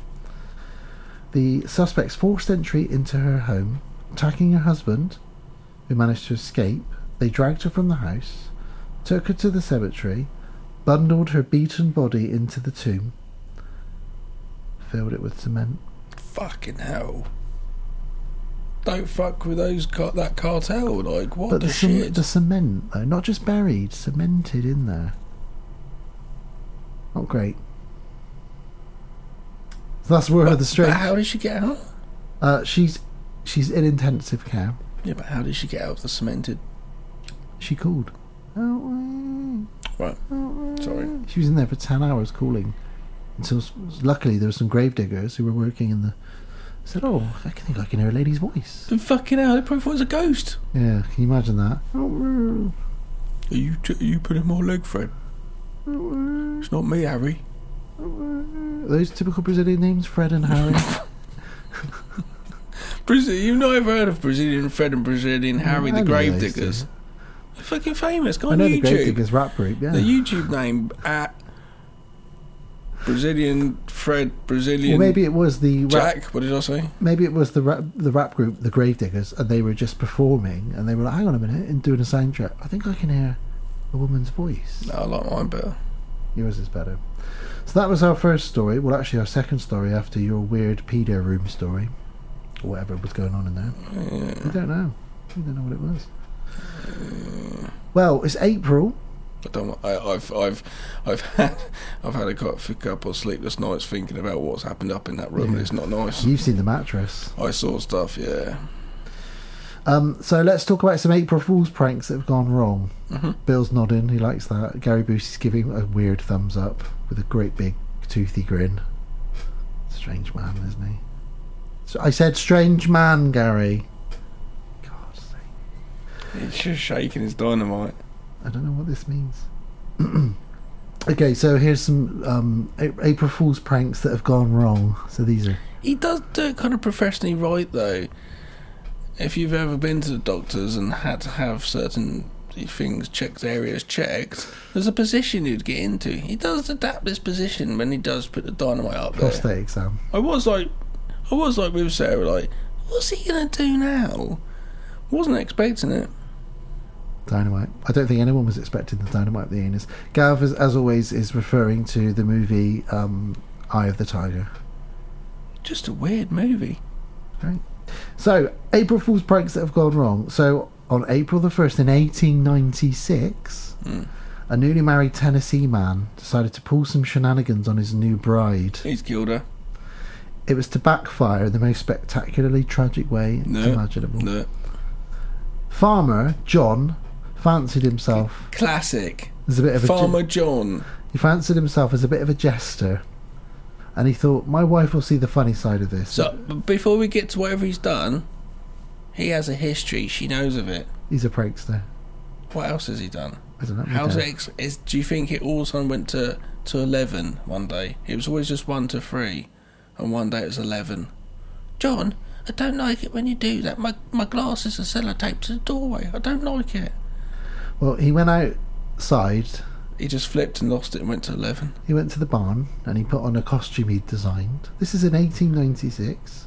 S7: The suspects forced entry into her home attacking her husband, who managed to escape, they dragged her from the house, took her to the cemetery, bundled her beaten body into the tomb, filled it with cement.
S1: Fucking hell. Don't fuck with those car- that cartel. Like what
S7: but
S1: the,
S7: the, cem-
S1: shit?
S7: the cement, though, not just buried, cemented in there. Not great. So that's word of the
S1: But
S7: street.
S1: how did she get out?
S7: Uh, she's she's in intensive care.
S1: Yeah, but how did she get out of the cemented?
S7: She called. Oh,
S1: Right. Sorry.
S7: eh. She was in there for ten hours calling. Until s- luckily there were some gravediggers who were working in the. Said, "Oh, I can think I can hear a lady's voice."
S1: The fucking hell! They probably thought it was a ghost.
S7: Yeah, can you imagine that? Oh, eh.
S1: Are you t- are you putting more leg, Fred? It's not me, Harry.
S7: Those typical Brazilian names, Fred
S1: [LAUGHS]
S7: and Harry.
S1: Brazil, you've not ever heard of Brazilian Fred and Brazilian Harry
S7: I
S1: the
S7: know
S1: Grave
S7: those two.
S1: Diggers? They're fucking famous. Go
S7: I
S1: on
S7: know the
S1: YouTube.
S7: Gravediggers rap group. Yeah.
S1: The YouTube name at Brazilian Fred Brazilian
S7: Well, maybe it was the rap,
S1: Jack. What did I say?
S7: maybe it was the rap, the rap group, the Gravediggers, and they were just performing, and they were like, "Hang on a minute," and doing a sound check. I think I can hear a woman's voice.
S1: No, I like mine better.
S7: Yours is better. So that was our first story. Well, actually, our second story after your weird pedo room story, or whatever was going on in there. We don't know. We don't know what it was. Well, it's April.
S1: I don't. I, I've I've I've had [LAUGHS] I've had a couple of sleepless nights thinking about what's happened up in that room, and it's not nice.
S7: You've seen the mattress.
S1: I saw stuff. Yeah.
S7: Um, so let's talk about some April Fool's pranks that have gone wrong. Bill's nodding, he likes that. Gary Busey's giving a weird thumbs up with a great big toothy grin. Strange man, isn't he? So I said, strange man, Gary. God's sake.
S1: He's just shaking his dynamite.
S7: I don't know what this means. [CLEARS THROAT] okay, so here's some um, A- April Fool's pranks that have gone wrong. So these are.
S1: He does do it kind of professionally right, though. If you've ever been to the doctors and had to have certain things checked, areas checked, there's a position you'd get into. He does adapt this position when he does put the dynamite up there.
S7: Prostate exam.
S1: I was like, I was like with Sarah, like, what's he gonna do now? Wasn't expecting it.
S7: Dynamite. I don't think anyone was expecting the dynamite at the anus. Gav, is, as always, is referring to the movie um, Eye of the Tiger.
S1: Just a weird movie.
S7: So, April Fool's pranks that have gone wrong. So, on April the 1st in 1896, a newly married Tennessee man decided to pull some shenanigans on his new bride.
S1: He's killed her.
S7: It was to backfire in the most spectacularly tragic way
S1: No.
S7: imaginable.
S1: No.
S7: Farmer John fancied himself
S1: Classic.
S7: as a bit of a
S1: Farmer John.
S7: He fancied himself as a bit of a jester, and he thought, "My wife will see the funny side of this."
S1: So b- before we get to whatever he's done, he has a history. She knows of it.
S7: He's a prankster.
S1: What else has he done?
S7: I don't know.
S1: How's
S7: Okay.
S1: it? Ex- is, do you think it all suddenly went to to eleven one day? It was always just one to three, and one day it was eleven. John, I don't like it when you do that. My my glasses are sellotaped to the doorway. I don't like it.
S7: Well, he went outside.
S1: He just flipped and lost it and went to eleven.
S7: He went to the barn and he put on a costume he'd designed. This is in 1896.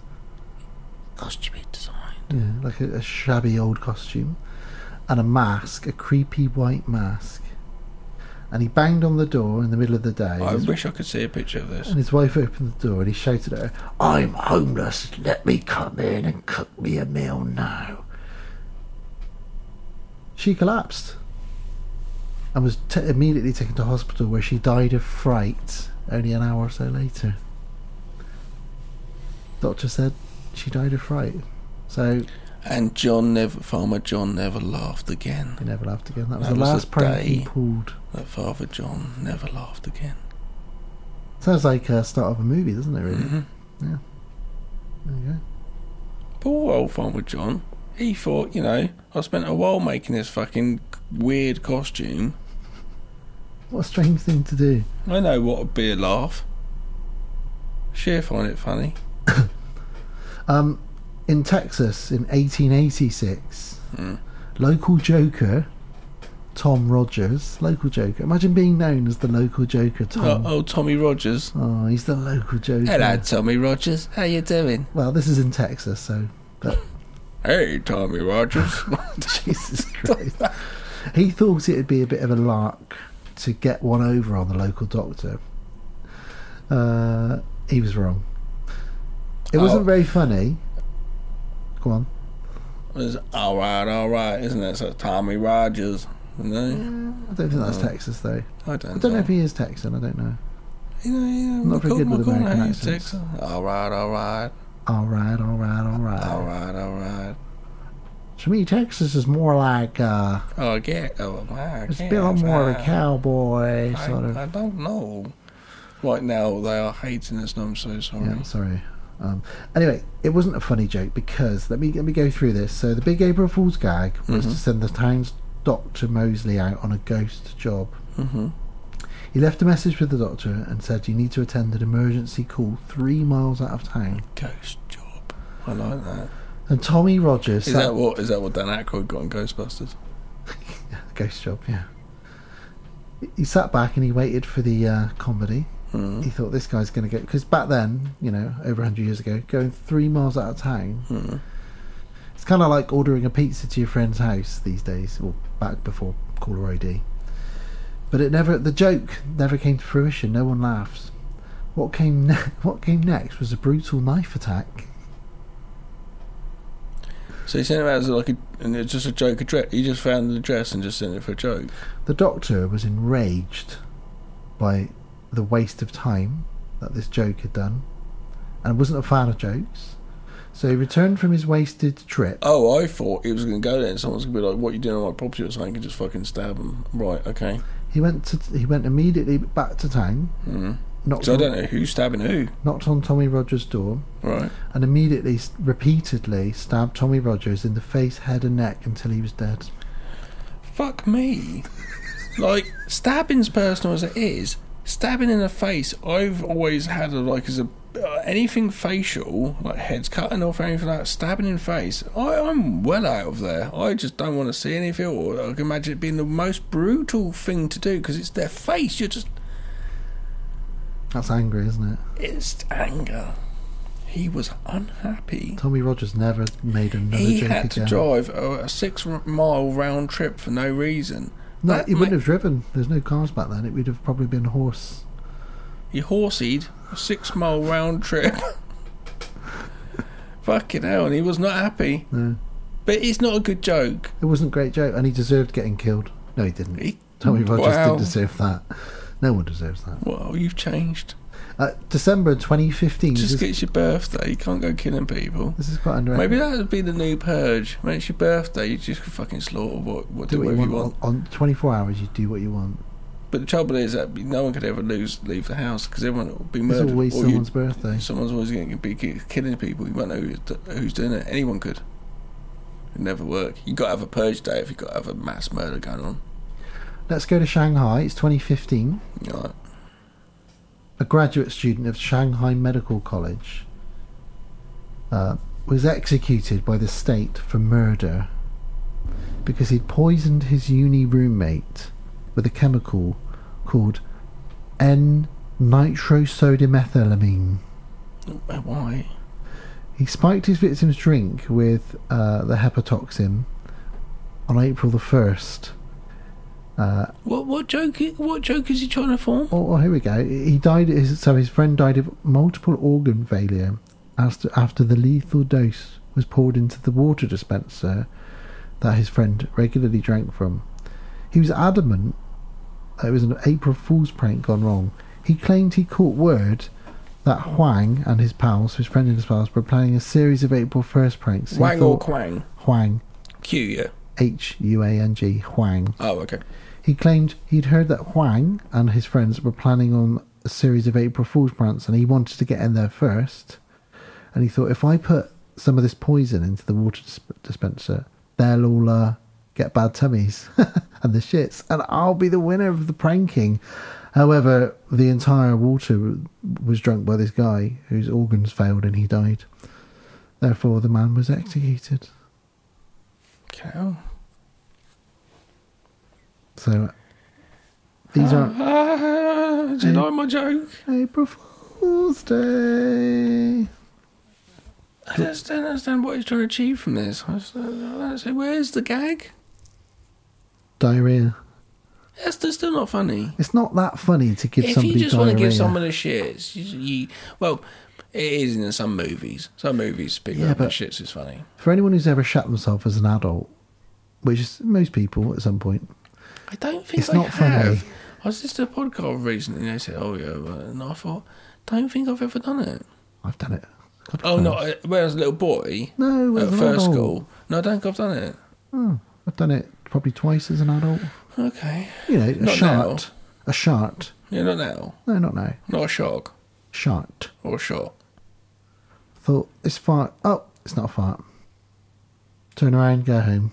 S1: Costume design.
S7: Yeah, like a, a shabby old costume, and a mask, a creepy white mask. And he banged on the door in the middle of the day.
S1: I
S7: His-
S1: wish I could see a picture of this.
S7: And his wife opened the door and he shouted at her, I'm homeless, let me come in and cook me a meal now. She collapsed and was t- immediately taken to hospital where she died of fright only an hour or so later. Doctor said she died of fright. So
S1: And John never, Farmer John never laughed again.
S7: he never laughed again. That was
S1: That
S7: the
S1: was a
S7: last prank he
S1: day.
S7: pulled.
S1: That Father John never laughed again.
S7: Sounds like a start of a movie, doesn't it, really?
S1: Mm-hmm.
S7: Yeah. There you go.
S1: Poor old Farmer John. He thought, you know, I spent a while making this fucking weird costume.
S7: What a strange thing to do.
S1: I know what would be a laugh. She'll find it funny.
S7: in Texas in 1886, local joker Tom Rogers, local joker. Imagine being known as the local joker,
S1: Oh,
S7: Tom. Oh,
S1: oh Tommy Rogers.
S7: he's the local joker.
S1: Hello, Tommy Rogers. How you doing?
S7: Well, this is in Texas, so but
S1: Hey, Tommy Rogers. [LAUGHS]
S7: [LAUGHS] Oh, Jesus Christ. He thought it'd be a bit of a lark to get one over on the local doctor. Uh, he was wrong. It wasn't
S1: Oh.
S7: very funny. Go on.
S1: It's all right, all right, isn't it? So Tommy Rogers. You know?
S7: I don't think
S1: Oh.
S7: that's Texas though.
S1: I don't.
S7: I don't know if he is Texan. I don't know.
S1: You know, you know,
S7: not very
S1: McCall-
S7: good with
S1: McCall
S7: American
S1: hates
S7: accents.
S1: Texas. All right, all right,
S7: All right, all right, all right.
S1: all right, all right.
S7: To me, Texas is more like uh,
S1: Oh, get oh, my
S7: it's a bit more of a cowboy
S1: I,
S7: sort of.
S1: I don't know. Right now they are hating us. and I'm so sorry.
S7: Yeah, I'm sorry. Um, anyway, it wasn't a funny joke because let me let me go through this. So the big April Fool's gag was
S1: Mm-hmm.
S7: to send the town's doctor Mosley out on a ghost job. Mm-hmm. He left a message with the doctor and said, "You need to attend an emergency call three miles out of town."
S1: Ghost job. I like that.
S7: And Tommy Rogers
S1: Is
S7: sat-
S1: that what? Is that what Dan Aykroyd got in Ghostbusters?
S7: ghost job, yeah. He sat back and he waited for the uh, comedy. He thought this guy's going to go because back then, you know, over hundred years ago, going three miles out of town, it's kind of like ordering a pizza to your friend's house these days, or back before caller ID. But it never, the joke never came to fruition. No one laughs. What came, ne- [LAUGHS] what came next was a brutal knife attack.
S1: So he sent him out as like a, and it's just a joke address. He just found the address and just sent it for a joke.
S7: The doctor was enraged by the waste of time that this joke had done and wasn't a fan of jokes. So he returned from his wasted trip.
S1: Oh, I thought he was going to go there and someone's going to be like, "What you doing on my property?" or something, and just fucking stab him. Right? Okay.
S7: He went to he went immediately back to town. Knocked,
S1: Mm-hmm. So I
S7: on,
S1: don't know who's stabbing who.
S7: knocked on Tommy Rogers' door
S1: Right.
S7: and immediately s- repeatedly stabbed Tommy Rogers in the face, head and neck until he was dead.
S1: Fuck me. like stabbing's personal as it is. Stabbing in the face, I've always had a, like as a uh, anything facial, like heads cutting off or anything like that. Stabbing in face, I, I'm well out of there. I just don't want to see anything. Or I can imagine it being the most brutal thing to do because it's their face. You're just
S7: That's angry, isn't it?
S1: it's anger. He was unhappy.
S7: Tommy Rogers never made another
S1: He
S7: joke
S1: had to
S7: again.
S1: drive a, a six r- mile round trip for no reason.
S7: No,
S1: That
S7: he
S1: ma-
S7: wouldn't have driven. There's no cars back then. It would have probably been horse.
S1: You horseyed a six mile round trip.
S7: [LAUGHS]
S1: Fucking hell, and he was not happy.
S7: No.
S1: But it's not a good joke.
S7: It wasn't a great joke, and he deserved getting killed. No, he didn't.
S1: He-
S7: Tommy Rogers
S1: Wow.
S7: didn't deserve that. No one deserves that.
S1: Well, you've changed.
S7: Uh, December 2015.
S1: Just
S7: this,
S1: get your birthday. You can't go killing people.
S7: this is quite underrated.
S1: Maybe that would be the new purge. When it's your birthday, you just fucking slaughter what, what do
S7: do what
S1: whatever
S7: you want.
S1: you want.
S7: On, on 24 hours, you do what you want.
S1: But the trouble is that no one could ever lose leave the house because everyone will be
S7: It's
S1: murdered.
S7: always
S1: or you-
S7: someone's birthday.
S1: Someone's always going to be ki- killing people. You won't know who's, d- who's doing it. Anyone could. It'd never work. You got to have a purge day if you got to have a mass murder going on.
S7: Let's go to Shanghai. It's 2015.
S1: Right.
S7: A graduate student of Shanghai Medical College uh, was executed by the state for murder because he'd poisoned his uni roommate with a chemical called N nitrosodimethylamine.
S1: Uh, Why?
S7: He spiked his victim's drink with uh, the hepatotoxin on April the 1st.
S1: What what joke? i- What joke is he trying to form?
S7: Oh, oh, here we go. He died. His, so his friend died of multiple organ failure after after the lethal dose was poured into the water dispenser that his friend regularly drank from. He was adamant that it was an April Fool's prank gone wrong. He claimed he caught word that Huang and his pals, his friend and his pals, were planning a series of April 1st pranks. He
S1: Wang or
S7: thought-
S1: Quang?
S7: Huang,
S1: Q, yeah.
S7: H U A N G, Huang.
S1: Oh, okay.
S7: He claimed he'd heard that Huang and his friends were planning on a series of April Fool's pranks and he wanted to get in there first. And he thought, if I put some of this poison into the water dis- dispenser, they'll all uh, get bad tummies [LAUGHS] and the shits, and I'll be the winner of the pranking. However, the entire water was drunk by this guy whose organs failed and he died. Therefore, the man was executed.
S1: Cow.
S7: So, these aren't.
S1: Ah, did
S7: Hey.
S1: I my joke?
S7: April Fool's Day.
S1: I just don't understand what he's trying to achieve from this. I just don't, I don't see- where's the gag?
S7: diarrhea.
S1: That's, that's still not funny.
S7: It's not that funny to give
S1: if
S7: somebody
S1: you just
S7: diarrhea.
S1: want to give someone a shit, it's, you, you- well, it is in some movies. Some movies pick
S7: Yeah,
S1: up
S7: but-
S1: but shits is funny.
S7: For anyone who's ever shat themselves as an adult, which is most people at some point,
S1: I don't think
S7: It's
S1: I
S7: not
S1: have.
S7: funny.
S1: I was just at a podcast recently and they said, "Oh yeah," but- and I thought, "Don't think I've ever done it."
S7: I've done it. God,
S1: Oh
S7: no.
S1: no, I, when I was a little boy
S7: No, as
S1: at
S7: an
S1: first
S7: adult.
S1: school, no, I don't think I've done it.
S7: Oh, I've done it probably twice as an adult.
S1: Okay,
S7: You know, a
S1: Not now.
S7: shart. A shart.
S1: yeah, not now,
S7: No, not now.
S1: not a shock
S7: Shart.
S1: or a shot.
S7: Thought, it's fart. Oh, it's not a fart. Turn around, go home.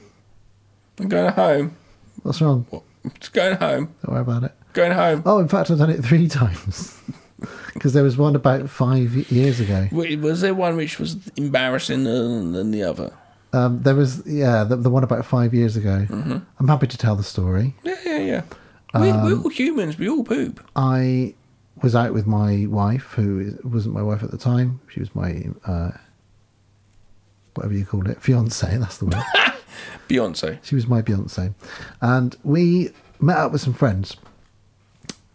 S1: I'm going home.
S7: What's wrong?
S1: What? Just going home.
S7: Don't worry about it.
S1: Going home.
S7: Oh, in fact, I've done it three [LAUGHS] times. Because there was one about five years ago.
S1: Wait, Was there one which was embarrassing than than the other?
S7: Um, there was, yeah, the, the one about five years ago. I'm happy to tell the story.
S1: Yeah, yeah, yeah. We, we're
S7: Um,
S1: all humans. We all poop.
S7: I was out with my wife, who is- wasn't my wife at the time. She was my, uh, whatever you call it, fiance. [LAUGHS] That's the word.
S1: Beyonce.
S7: she was my Beyonce. And we met up with some friends.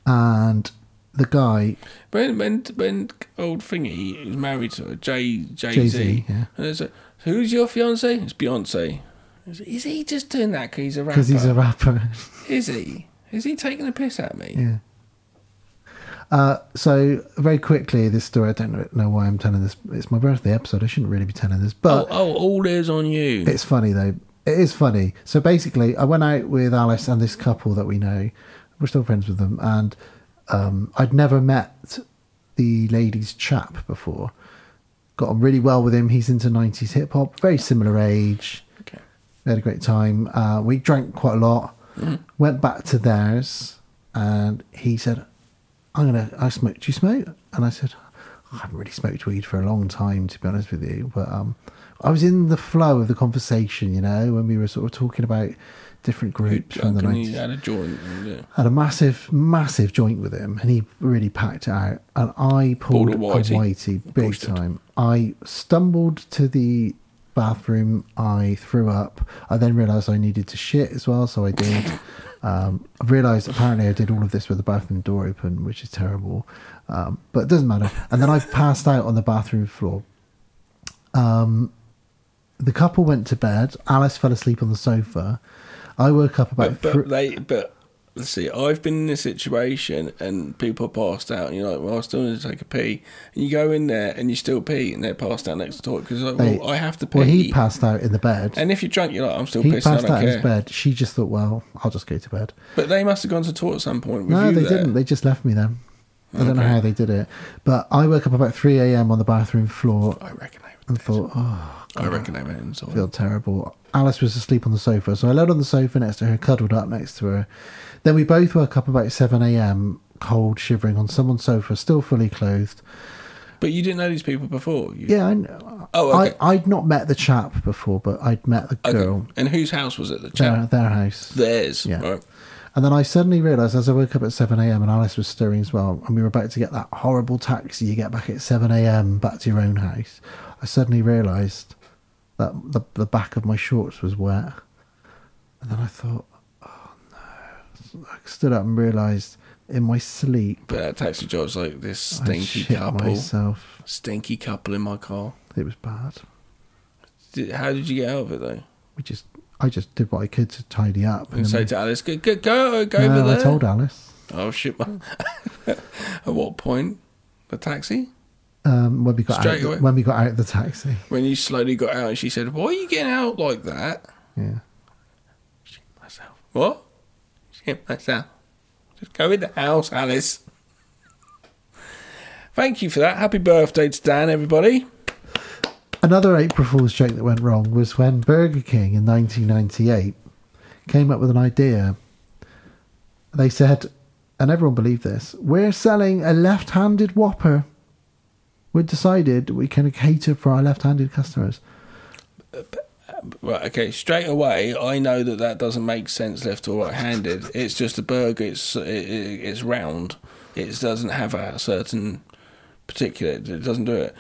S7: And the guy,
S1: When when when old thingy was married to her, Jay Jay
S7: Jay-Z,
S1: Z,
S7: yeah.
S1: and it's like, who's your fiance? It's Beyonce. Is, is he just doing that because he's a rapper?
S7: because he's a rapper,
S1: Is he? Is he taking a piss at me?
S7: Yeah. Uh, so very quickly, this story. I don't know- know why I'm telling this. It's my birthday episode. I shouldn't really be telling this,
S1: Oh,
S7: but
S1: oh, all is on you.
S7: it's funny though. It is funny. So basically, I went out with Alice and this couple that we know. We're still friends with them, and um, I'd never met the lady's chap before. Got on really well with him. He's into '90s hip hop. Very similar age.
S1: Okay.
S7: We had a great time. Uh, we drank quite a lot. Went back to theirs, and he said, "I'm gonna. I smoke. Do you smoke?" And I said, "I haven't really smoked weed for a long time, to be honest with you." But um, I was in the flow of the conversation, you know, when we were sort of talking about different groups
S1: Who-
S7: from the
S1: uh, can
S7: nineties
S1: you add a joint? and, uh,
S7: had a massive, massive joint with him, and he really packed it out. And I pulled
S1: Pulled a
S7: a
S1: whitey.
S7: whitey big
S1: course you did.
S7: time. I stumbled to the bathroom. I threw up. I then realised I needed to shit as well, so
S1: [LAUGHS]
S7: I did. um, I realised apparently I did all of this with the bathroom door open, which is terrible, um, but it doesn't matter. And then I passed out on the bathroom floor. Um, the couple went to bed. Alice fell asleep on the sofa. I woke up
S1: But,
S7: about
S1: but
S7: thr-
S1: they but let's see. I've been in this situation and people are passed out, and you're like, well, I still need to take a pee, and you go in there and you still pee, and they're passed out next to the toilet because like,
S7: They-
S1: well, I have to pee.
S7: Well, he passed out in the bed.
S1: and if you're drunk, you're like, I'm still
S7: he
S1: pissing. I
S7: passed
S1: don't
S7: out in
S1: care.
S7: his bed. She just thought, well, I'll just go to bed.
S1: But they must have gone to talk at some point. With
S7: no,
S1: you
S7: they
S1: there.
S7: didn't. They just left me then. I don't know
S1: Okay.
S7: how they did it. But I woke up about 3 a.m. on the bathroom floor
S1: I reckon they.
S7: and thought, oh,
S1: I reckon they went and
S7: I
S1: saw.
S7: feel terrible. Alice was asleep on the sofa. So I laid on the sofa next to her, cuddled up next to her. Then we both woke up about 7 a.m., cold, shivering on someone's sofa, still fully clothed.
S1: But you didn't know these people before. You,
S7: Yeah, I know.
S1: Oh, okay.
S7: I, I'd not met the chap before, but I'd met the
S1: Okay.
S7: girl.
S1: And whose house was it? The
S7: Their,
S1: chap.
S7: their house.
S1: Theirs.
S7: Yeah.
S1: Right.
S7: And then I suddenly realised as I woke up at 7 a.m. and Alice was stirring as well, and we were about to get that horrible taxi you get back at 7 a.m. back to your own house. I suddenly realised that the, the back of my shorts was wet. And then I thought, oh no. I stood up and realised in my sleep,
S1: But that taxi driver's like this
S7: I
S1: stinky
S7: Oh, shit
S1: couple,
S7: myself.
S1: stinky couple in my car.
S7: It was bad.
S1: Did, how did you get out of it though?
S7: We just, I just did what I could to tidy up.
S1: And say
S7: then-
S1: to Alice, go go go, go
S7: no,
S1: over there.
S7: I told Alice.
S1: Oh shit! man. [LAUGHS] At what point? The taxi?
S7: Um, when we got
S1: Straight
S7: out, the-
S1: away.
S7: when we got out of the taxi,
S1: When you slowly got out, and she said, "Why are you getting out like that?"
S7: yeah.
S1: Myself. What? Shit myself. Just go in the house, Alice. [LAUGHS] Thank you for that. Happy birthday to Dan, everybody.
S7: Another April Fool's joke that went wrong was when Burger King in 1998 came up with an idea. They said, and everyone believed this, we're selling a left handed Whopper. We decided we can cater for our left handed customers.
S1: Right, okay. Straight away, I know that that doesn't make sense left or right-handed. it's just a burger. It's it, it- it's round. It doesn't have a certain particular. It doesn't do it.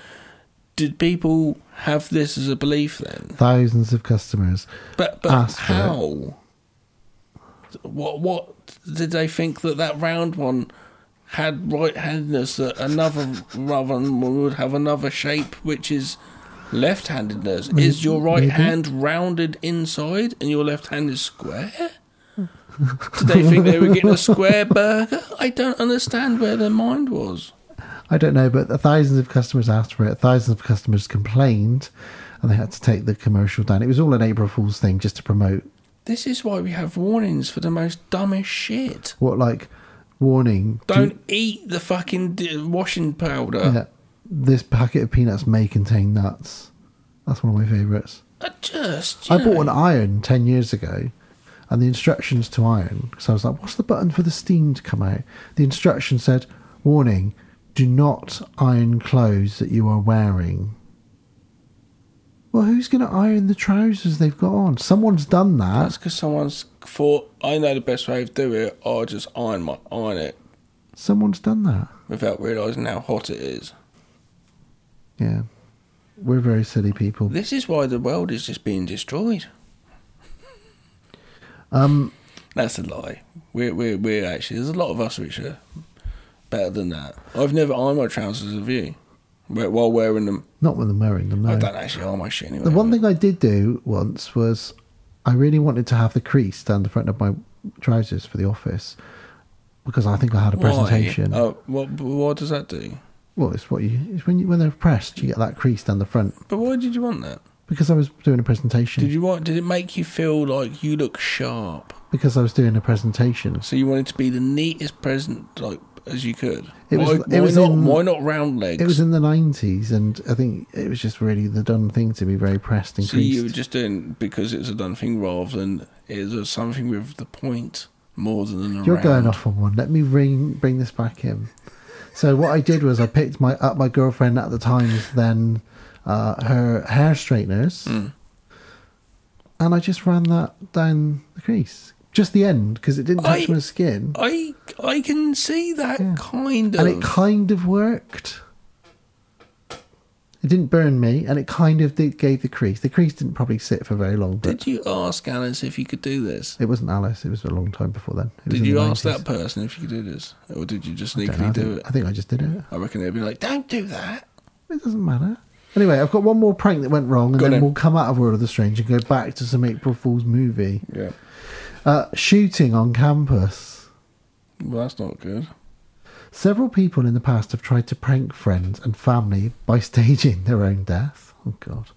S1: Did people have this as a belief then?
S7: Thousands of customers.
S1: But but
S7: Ask for it.
S1: how? What what did they think that that round one had right-handedness that another one would have another shape which is left-handedness? Is your right
S7: maybe.
S1: hand rounded inside and your left hand is square? Did they think they were getting a square burger? I don't understand where their mind was.
S7: I don't know, but thousands of customers asked for it. Thousands of customers complained, and they had to take the commercial down. It was all an April Fool's thing just to promote
S1: This is why we have warnings for the most dumbest shit.
S7: what, like, warning. do-
S1: Don't eat the fucking d- washing powder.
S7: yeah, Uh, this packet of peanuts may contain nuts. That's one of my favourites.
S1: I just.
S7: I
S1: you
S7: bought an
S1: know,
S7: iron 10 years ago, and the instructions to iron, because I was like, what's the button for the steam to come out? The instruction said, warning, do not iron clothes that you are wearing. Well, who's going to iron the trousers they've got on? Someone's done that.
S1: That's because someone's thought. I know the best way to do it. I'll just iron my iron it
S7: Someone's done that.
S1: without realizing how hot it is.
S7: Yeah. We're very silly people.
S1: This is why the world is just being destroyed.
S7: Um,
S1: That's a lie. We're we're, we're actually there's a lot of us which are better than that. I've never ironed my trousers. Have you? Wh- While wearing them,
S7: not when I'm wearing them, no.
S1: I don't actually iron my shit anyway.
S7: The one thing I did do once was I really wanted to have the crease down the front of my trousers for the office because I think I had a presentation.
S1: Why? Oh, what what does that do?
S7: Well, it's what you it's when you when they're pressed, you get that crease down the front
S1: But why did you want that?
S7: because I was doing a presentation.
S1: Did you want? Did it make you feel like you look sharp?
S7: Because I was doing a presentation.
S1: So you wanted to be the neatest present like as you could.
S7: It was-
S1: why,
S7: it
S1: why
S7: was
S1: not?
S7: in-
S1: why not round legs?
S7: It was in the nineties, and I think it was just really the done thing to be very pressed and
S1: so
S7: creased.
S1: you were just doing because it's a done thing rather than it was something with the point more than an
S7: You're
S1: round.
S7: going off on one. Let me bring bring this back in. So what I did was I picked my up my girlfriend at the time's then uh, her hair straighteners,
S1: Hmm.
S7: and I just ran that down the crease, just the end because it didn't touch
S1: I-
S7: my skin,
S1: I I can see that
S7: Yeah.
S1: kind of.
S7: and it kind of worked. It didn't burn me, and it kind of did, gave the crease. The crease didn't probably sit for very long, but
S1: did you ask Alice if you could do this?
S7: it wasn't Alice. It was a long time before then. It was
S1: Did
S7: in
S1: you
S7: the
S1: ask
S7: 90s.
S1: that person if you could do this, or did you just
S7: I don't know,
S1: sneakily
S7: I
S1: do
S7: think-
S1: it?
S7: I think I just did it.
S1: I reckon they'd be like, "Don't do that."
S7: It doesn't matter. Anyway, I've got one more prank that went wrong, and
S1: Go on
S7: then
S1: then.
S7: we'll come out of World of the Strange and go back to some April Fool's movie.
S1: Yeah.
S7: Uh, shooting on campus.
S1: Well, that's not good.
S7: Several people in the past have tried to prank friends and family by [LAUGHS] staging their own death. Oh, God.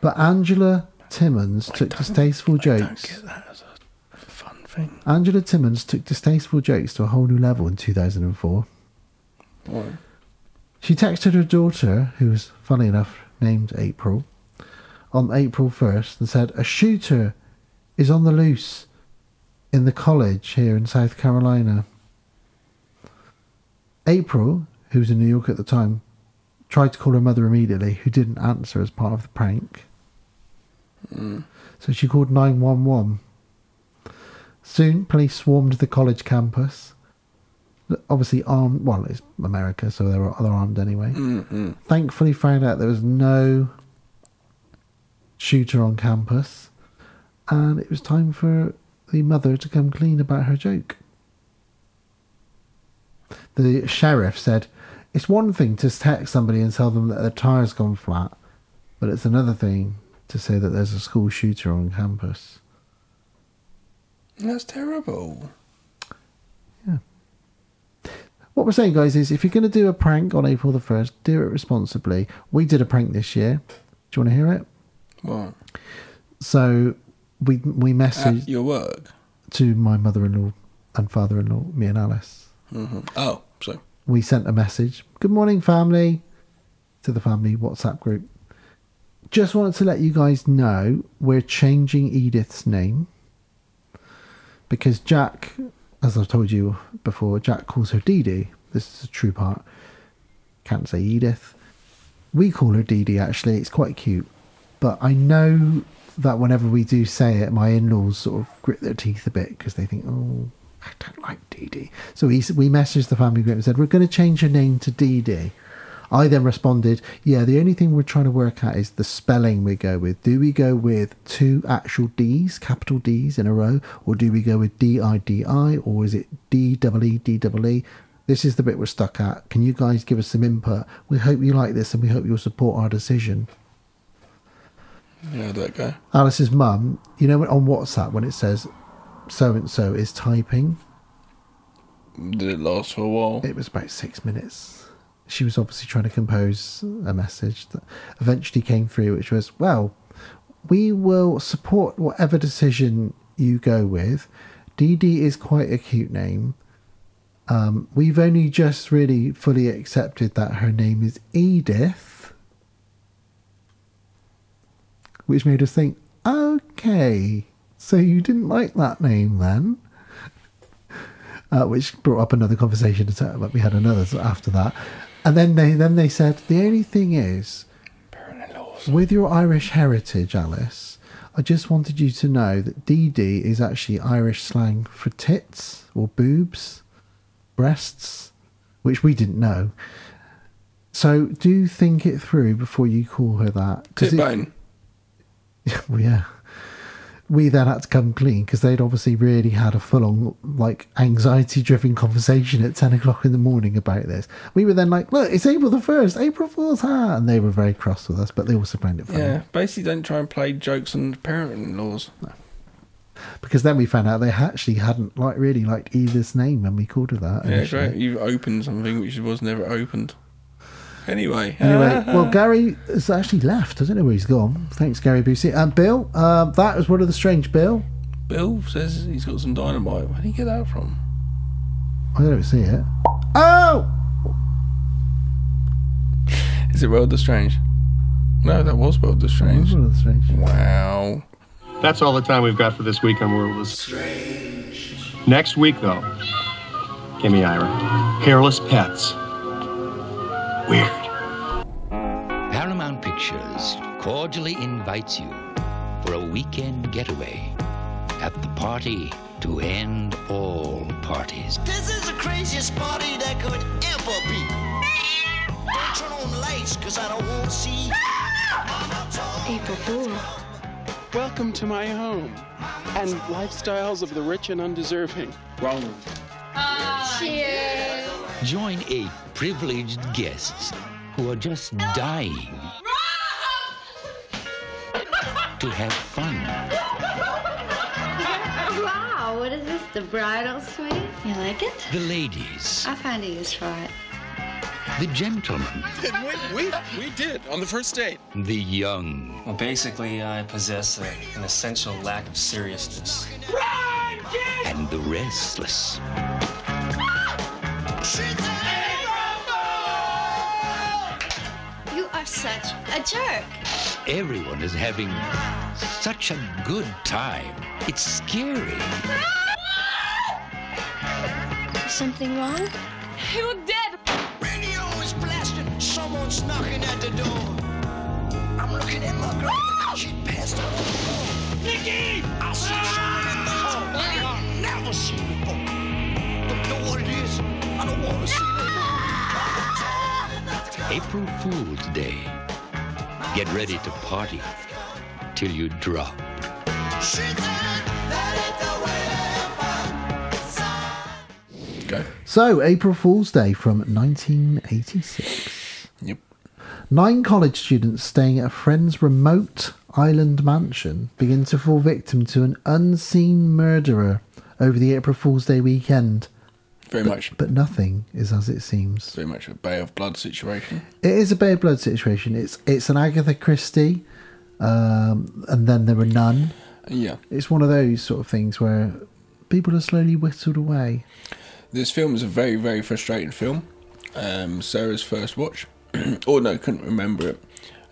S7: But Angela Timmons took distasteful
S1: Don't
S7: jokes.
S1: get that as a fun thing.
S7: Angela Timmons took distasteful jokes to a whole new level in 2004.
S1: Why?
S7: She texted her daughter, who was, funny enough, named April, on April 1st and said, A shooter is on the loose in the college here in South Carolina. April, who was in New York at the time, tried to call her mother immediately, who didn't answer as part of the prank. So she called 911. Soon, police swarmed the college campus. Obviously, armed. Well, it's America, so they were they're armed anyway. Thankfully, found out there was no shooter on campus, and it was time for the mother to come clean about her joke. The sheriff said, "It's one thing to text somebody and tell them that their tire's gone flat, but it's another thing to say that there's a school shooter on campus."
S1: That's terrible.
S7: What we're saying, guys, is if you're going to do a prank on April the 1st, do it responsibly. We did a prank this year. Do you want to hear it?
S1: What?
S7: So we we
S1: At
S7: messaged
S1: your work?
S7: to my mother-in-law and father-in-law, me and Alice.
S1: Oh, so
S7: We sent a message, "Good morning, family," to the family WhatsApp group. Just wanted to let you guys know we're changing Edith's name because Jack, as I've told you before, Jack calls her Dee Dee. This is the true part. Can't say Edith. We call her Dee Dee, actually. It's quite cute. But I know that whenever we do say it, my in laws sort of grit their teeth a bit because they think, oh, I don't like Dee Dee. So we, we messaged the family group and said, we're going to change her name to Dee Dee. I then responded, yeah, the only thing we're trying to work out is the spelling we go with. Do we go with two actual D's, capital D's in a row, or do we go with D I D I, or is it D double E D double E? This is the bit we're stuck at. Can you guys give us some input? We hope you like this and we hope you'll support our decision.
S1: Yeah, how'd that go?
S7: Alice's mum, you know, on WhatsApp when it says so and so is typing,
S1: Did it last for a while?
S7: it was about six minutes. She was obviously trying to compose a message that eventually came through, which was, well, we will support whatever decision you go with. DD is quite a cute name. Um, we've only just really fully accepted that her name is Edith, which made us think, okay, so you didn't like that name then? uh, which brought up another conversation so that we had another so after that. And then they then they said the only thing is with your Irish heritage, Alice. I just wanted you to know that DD is actually Irish slang for tits or boobs, breasts, which we didn't know. So do think it through before you call her that. 'Cause
S1: Tit
S7: it-
S1: bone.
S7: well, yeah. We then had to come clean because they'd obviously really had a full on, like, anxiety driven conversation at 10 o'clock in the morning about this. We were then like, look, it's April the 1st, April Fool's, ha! And they were very cross with us, but they also found it funny.
S1: Yeah, basically don't try and play jokes on parent-in-laws.
S7: Because then we found out they actually hadn't, like, really liked Edith's name when we called her that.
S1: Yeah,
S7: initially.
S1: great. You've opened something which was never opened. Anyway, uh, [LAUGHS]
S7: Anyway, well, Gary has actually left. I don't know where he's gone. Thanks, Gary Busey. And Bill, um, that was one of the strange Bill.
S1: Bill says he's got some dynamite. Where did he get that from?
S7: I don't see it. Oh!
S1: Is it World of Strange? No, that was World of
S7: That was
S1: Strange.
S7: one of the strange.
S1: Wow.
S9: That's all the time we've got for this week on World of Strange. Next week, though, give me Ira. Careless Pets. Weird.
S10: Paramount Pictures cordially invites you for a weekend getaway at the party to end all parties.
S11: This is the craziest party that could ever be. Turn on the lights, cause I don't wanna see.
S5: April Fool.
S4: Welcome to my home and lifestyles of the rich and undeserving.
S10: Join eight privileged guests who are just dying to have fun.
S5: Wow, what is this? The bridal suite? You like it?
S10: The ladies,
S5: I find a use for it.
S10: the gentlemen,
S4: We, we did on the first date.
S10: the young.
S11: Well, basically, I possess an essential lack of seriousness.
S10: and the restless.
S5: You are such a jerk.
S10: Everyone is having such a good time. It's scary.
S5: Something wrong? You're dead.
S11: Radio is blasting, someone's knocking at the door. I'm looking at my girl, she passed out on the floor. Nikki! I see something that I've never seen before. Don't know what it is, I don't wanna see it.
S10: April Fool's Day. Get ready to party till you drop.
S11: She said that it's the way I am.
S1: Go.
S7: So, April Fool's Day from 1986.
S1: Yep.
S7: Nine college students staying at a friend's remote island mansion begin to fall victim to an unseen murderer over the April Fool's Day weekend,
S1: Very much,
S7: but nothing is as it seems.
S1: very much a Bay of Blood situation.
S7: It is a Bay of Blood situation. It's it's an Agatha Christie, um, and then there were none.
S1: Uh, Yeah.
S7: It's one of those sort of things where people are slowly whittled away.
S1: This film is a very, very frustrating film. Um, Sarah's first watch. [CLEARS THROAT] or no, couldn't remember it.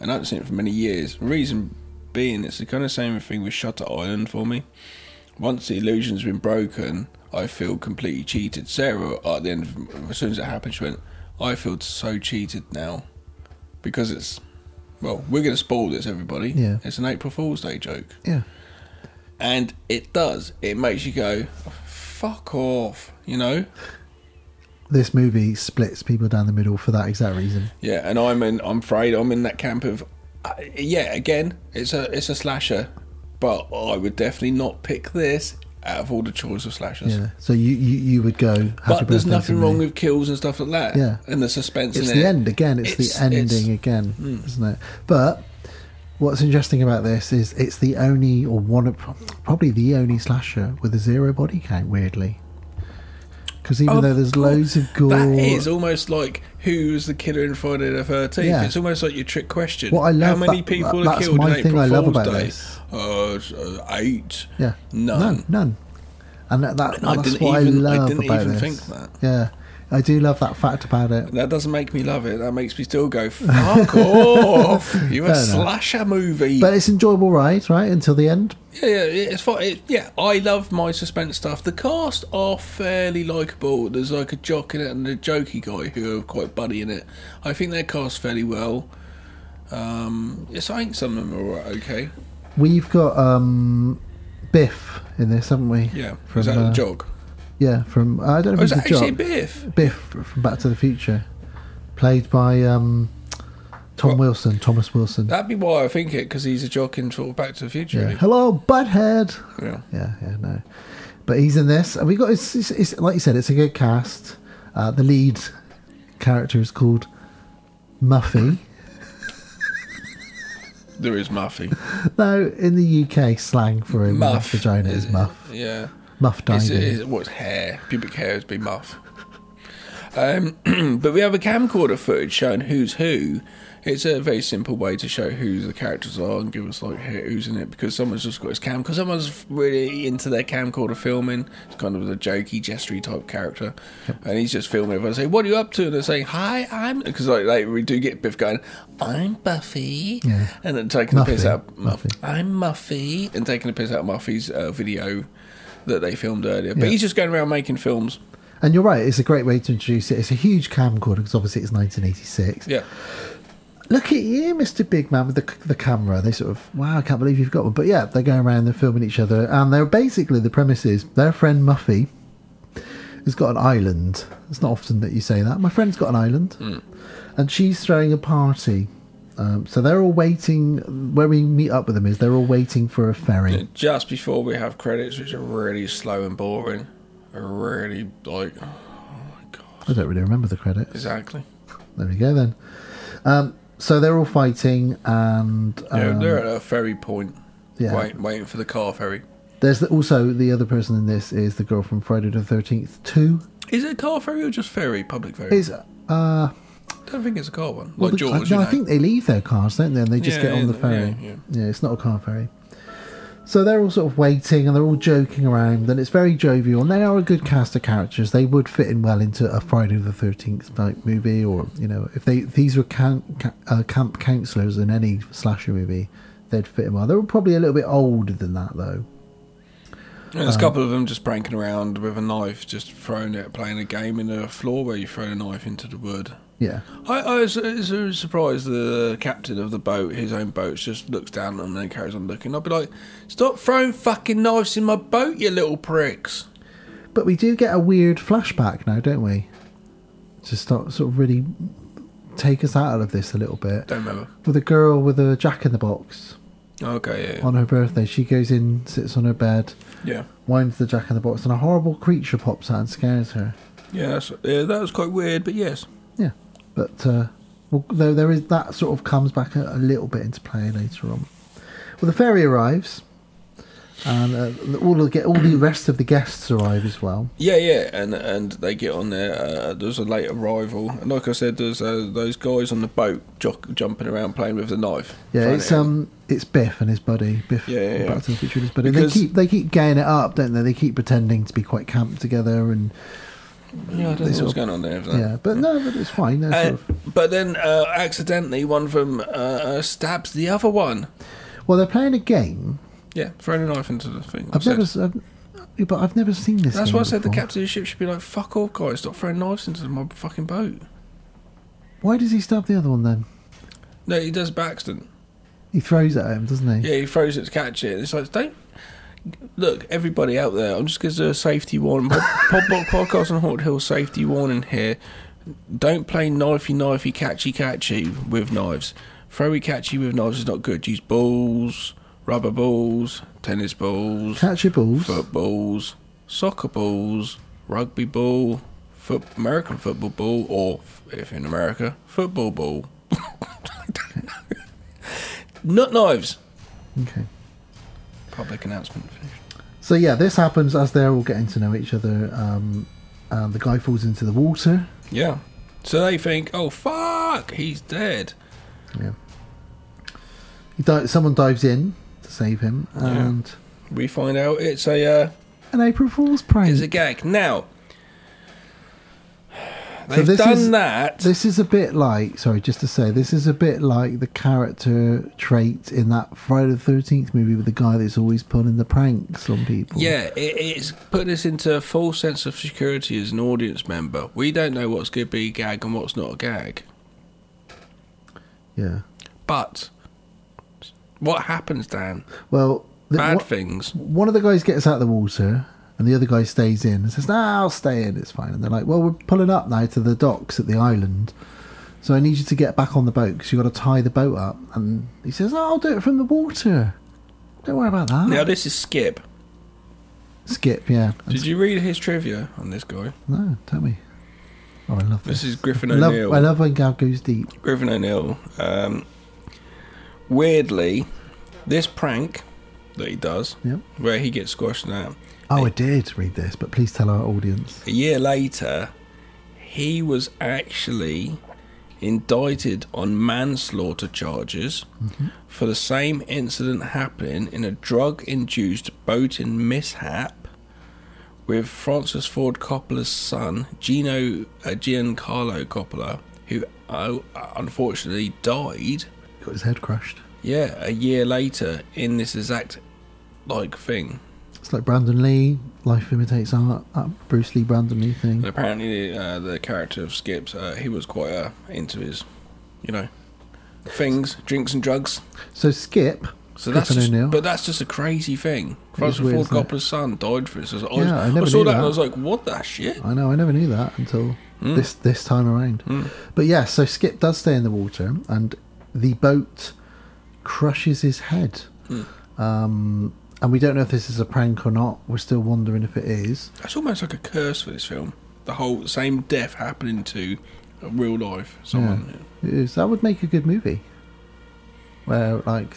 S1: And I haven't seen it for many years. Reason being, it's the kind of same thing with Shutter Island for me. Once the illusion's been broken, I feel completely cheated. Sarah, at the end, of, as soon as it happened, she went, I feel so cheated now. Because it's. Well, we're going to spoil this, everybody.
S7: Yeah.
S1: It's an April Fool's Day joke.
S7: Yeah,
S1: and it does. It makes you go, fuck off, you know?
S7: this movie splits people down the middle for that exact reason.
S1: Yeah, and I'm in. I'm afraid I'm in that camp of. Uh, yeah, again, it's a it's a slasher, but I would definitely not pick this out of all the choice of slashers.
S7: Yeah. So you you, you would go. Happy
S1: But there's
S7: Birthday
S1: nothing
S7: to
S1: wrong
S7: Me.
S1: with kills and stuff like that.
S7: Yeah.
S1: And the suspense.
S7: It's
S1: in it. Hmm.
S7: the end again. It's, the ending again, isn't it? But what's interesting about this is it's the only or one of probably the only slasher with a zero body count. Weirdly, because even
S1: Of
S7: though there's loads of gore,
S1: That is almost like who's the killer in Friday the Thirteenth.
S7: Yeah.
S1: It's almost like your trick question.
S7: What I
S1: How
S7: love
S1: many
S7: that-
S1: people
S7: that-
S1: are
S7: that's
S1: killed
S7: my
S1: in
S7: thing
S1: April
S7: I love
S1: Fool's
S7: about
S1: Day?
S7: this.
S1: Uh, s- uh, eight.
S7: yeah,
S1: None.
S7: none, none. and that, that
S1: And I
S7: that's
S1: didn't
S7: what
S1: even- I
S7: I love
S1: didn't
S7: about
S1: even
S7: this.
S1: think that.
S7: Yeah, I do love that fact about it.
S1: That doesn't make me love it. That makes me still go fuck [LAUGHS] off. You a
S7: Fair enough.
S1: slasher movie?
S7: But it's enjoyable ride, right? Until the end.
S1: Yeah, yeah, it's fine. It, yeah, I love my suspense stuff. The cast are fairly likable. There's like a jock in it and a jokey guy who are quite buddy in it. I think they're cast fairly well. Um, yes, I think some of them are all right, okay.
S7: We've got um, Biff in this, haven't we?
S1: Yeah, is that
S7: uh,
S1: a jog?
S7: Yeah, from I don't know.
S1: Oh, is
S7: if it's
S1: that
S7: a
S1: actually
S7: job.
S1: Biff?
S7: Biff from Back to the Future, played by um, Tom Wilson, Thomas Wilson.
S1: That'd be why I think it because he's a jock in sort of Back to the Future.
S7: Yeah.
S1: really.
S7: Hello, butthead.
S1: Yeah.
S7: yeah, yeah, no. But he's in this, and we got. It's, it's, it's like you said, it's a good cast. Uh, the lead character is called Muffy. [LAUGHS]
S1: There is Muffy.
S7: no, in the UK slang for a
S1: Muff.
S7: vagina is [LAUGHS] muff.
S1: Yeah.
S7: Muff
S1: It's,
S7: diving.
S1: it's, what's hair? Pubic hair has been muff. Um, [CLEARS THROAT] but we have a camcorder footage showing who's who. It's a very simple way to show who the characters are and give us like who- who's in it because someone's just got his cam because someone's really into their camcorder filming. It's kind of a jokey, gestury type character, and he's just filming. Everyone say, "What are you up to?" And they're saying, "Hi, I'm," because like, like we do get Biff going, "I'm Buffy,"
S7: Yeah.
S1: and then taking the piss
S7: Muffy.
S1: out. Muff, I'm Muffy, and taking the piss out of Muffy's uh, video that they filmed earlier. But
S7: Yeah.
S1: he's just going around making films.
S7: And you're right, it's a great way to introduce it. It's a huge camcorder because obviously it's 1986.
S1: Yeah.
S7: Look at you, Mr. Big Man, with the, the camera. They sort of, wow, I can't believe you've got one. But yeah, they're going around, they're filming each other. And they're basically the premise is their friend Muffy has got an island. It's not often that you say that. My friend's got an island. And she's throwing a party. Um, so they're all waiting. Where we meet up with them is they're all waiting for a ferry.
S1: Just before we have credits, which are really slow and boring, are really like
S7: I don't really remember the credits.
S1: exactly.
S7: There we go then. Um, so they're all fighting, and
S1: They're,
S7: um,
S1: they're at a ferry point,
S7: yeah.
S1: wait, waiting for the car ferry.
S7: there's the, also the other person in this is the girl from Friday the Thirteenth Two.
S1: Is it a car ferry or just ferry? Public ferry?
S7: Is uh, well,
S1: I don't think it's a car one. Like
S7: the-
S1: George,
S7: no,
S1: you
S7: I
S1: know.
S7: think they leave their cars, don't they? And they just
S1: Yeah,
S7: get on
S1: yeah,
S7: the ferry.
S1: yeah,
S7: it's not a car ferry. So they're all sort of waiting, and they're all joking around, and it's very jovial. And they are a good cast of characters. They would fit in well into a Friday the Thirteenth type movie, or you know, if they these were camp, ca- uh, camp counselors in any slasher movie, they'd fit in well. They were probably a little bit older than that though.
S1: And there's a
S7: um,
S1: couple of them just pranking around with a knife, just throwing it, playing a game in the floor where you throw a knife into the wood.
S7: Yeah,
S1: I, I was, I was surprised the captain of the boat, his own boat, just looks down at them and then carries on looking. I'd be like, stop throwing fucking knives in my boat, you little pricks.
S7: but we do get a weird flashback now, don't we? To start sort of really take us out of this a little bit.
S1: Don't remember.
S7: With a girl with a jack in the box
S1: Okay, yeah.
S7: on her birthday, she goes in, sits on her bed,
S1: Yeah,
S7: winds the jack in the box, and a horrible creature pops out and scares her.
S1: yeah, that's, yeah that was quite weird, but yes.
S7: Yeah, but uh, well, though there is that sort of comes back a, a little bit into play later on. Well, the ferry arrives, and uh, all the all the rest of the guests arrive as well.
S1: Yeah, yeah, and and they get on there. Uh, there's a late arrival, and like I said, there's uh, those guys on the boat jock- jumping around playing with the knife.
S7: Yeah,
S1: Throwing
S7: it's
S1: it at
S7: um, it's Biff and his buddy Biff.
S1: Yeah, yeah, yeah.
S7: Back to the Future and his buddy.
S1: Because-
S7: they keep they keep gaying it up, don't they? They keep pretending to be quite camp together, and
S1: them. Yeah, I don't know
S7: sort
S1: what's
S7: of-
S1: going on there. with that.
S7: yeah, but no, but it's fine. they're
S1: Uh,
S7: sort of-
S1: but then, uh, accidentally, one of them uh, uh, stabs the other one.
S7: well, they're playing a game.
S1: Yeah, throwing a knife into the thing.
S7: I've
S1: said.
S7: never, s- I've, yeah, but I've never seen this.
S1: That's
S7: game
S1: why I said the
S7: before.
S1: captain of the ship should be like, "Fuck off, guys! Stop throwing knives into my fucking boat."
S7: Why does he stab the other one then?
S1: No, he does it by accident.
S7: He throws it at him, doesn't he?
S1: Yeah, he throws it to catch it. It's like, don't look, everybody out there, I'm just going to do a safety warning.
S7: [LAUGHS]
S1: Pod, Pod, podcast on Haunted Hill safety warning here. Don't play knifey, knifey, catchy, catchy with knives. Throwy, catchy with knives is not good. Use balls, rubber balls, tennis balls,
S7: catchy balls,
S1: footballs, soccer balls, rugby ball, foot, American football ball, or if in America, football ball. [LAUGHS] Nut knives.
S7: Okay.
S1: Public announcement finished.
S7: So yeah, this happens as they're all getting to know each other. Um, and the guy falls into the water.
S1: Yeah. So they think, oh fuck, he's dead.
S7: Yeah. He di- someone dives in to save him, and
S1: We find out it's a uh,
S7: an April Fool's prank.
S1: it's a gag. Now
S7: So
S1: they've
S7: this
S1: done
S7: is-
S1: that.
S7: This is a bit like, sorry, just to say, this is a bit like the character trait in that Friday the Thirteenth movie with the guy that's always pulling the pranks on people.
S1: Yeah, it, it's put us into a full sense of security as an audience member. We don't know what's going to be a gag and what's not a gag.
S7: Yeah.
S1: But what happens, Dan?
S7: Well, the-
S1: Bad
S7: wha-
S1: things.
S7: One of the guys gets out of the water, and the other guy stays in and says, "No, I'll stay in. It's fine." And they're like, "Well, we're pulling up now to the docks at the island, so I need you to get back on the boat because you got to tie the boat up." And he says, "No, I'll do it from the water. Don't worry about that."
S1: Now this is Skip.
S7: Skip, yeah.
S1: Did you read his trivia on this guy?
S7: No, tell me. Oh, I love this.
S1: This is Griffin
S7: I love,
S1: O'Neill.
S7: I love when Gav goes deep.
S1: Griffin O'Neill. Um, weirdly, this prank that he does,
S7: Yep.
S1: where he gets squashed now,
S7: Oh, I did read this, but please tell our audience.
S1: a year later, he was actually indicted on manslaughter charges for the same incident happening in a drug induced boating mishap with Francis Ford Coppola's son, Gino uh, Giancarlo Coppola, who uh, unfortunately died.
S7: Got his head crushed.
S1: Yeah, a year later in this exact like thing.
S7: It's like Brandon Lee, Life Imitates Art, that Bruce Lee Brandon Lee
S1: And
S7: thing.
S1: apparently, uh, the character of Skips, uh, he was quite uh, into his, you know, things, drinks and drugs.
S7: So Skip,
S1: So that's
S7: Griffin
S1: just,
S7: O'Neill.
S1: but that's just a crazy thing. Francis
S7: weird,
S1: Ford
S7: isn't it?
S1: Coppola's son died for this. I, was, I,
S7: Yeah, I
S1: was- I
S7: never
S1: saw
S7: knew
S1: that, and
S7: that.
S1: I was like, "What the shit?"
S7: I know, I never knew that until
S1: Mm.
S7: this this time around. But yeah, so Skip does stay in the water, and the boat crushes his head.
S1: Mm.
S7: Um, and we don't know if this is a prank or not. We're still wondering if it is.
S1: That's almost like a curse for this film. The whole same death happening to a real life someone.
S7: It is. That would make a good movie. Where like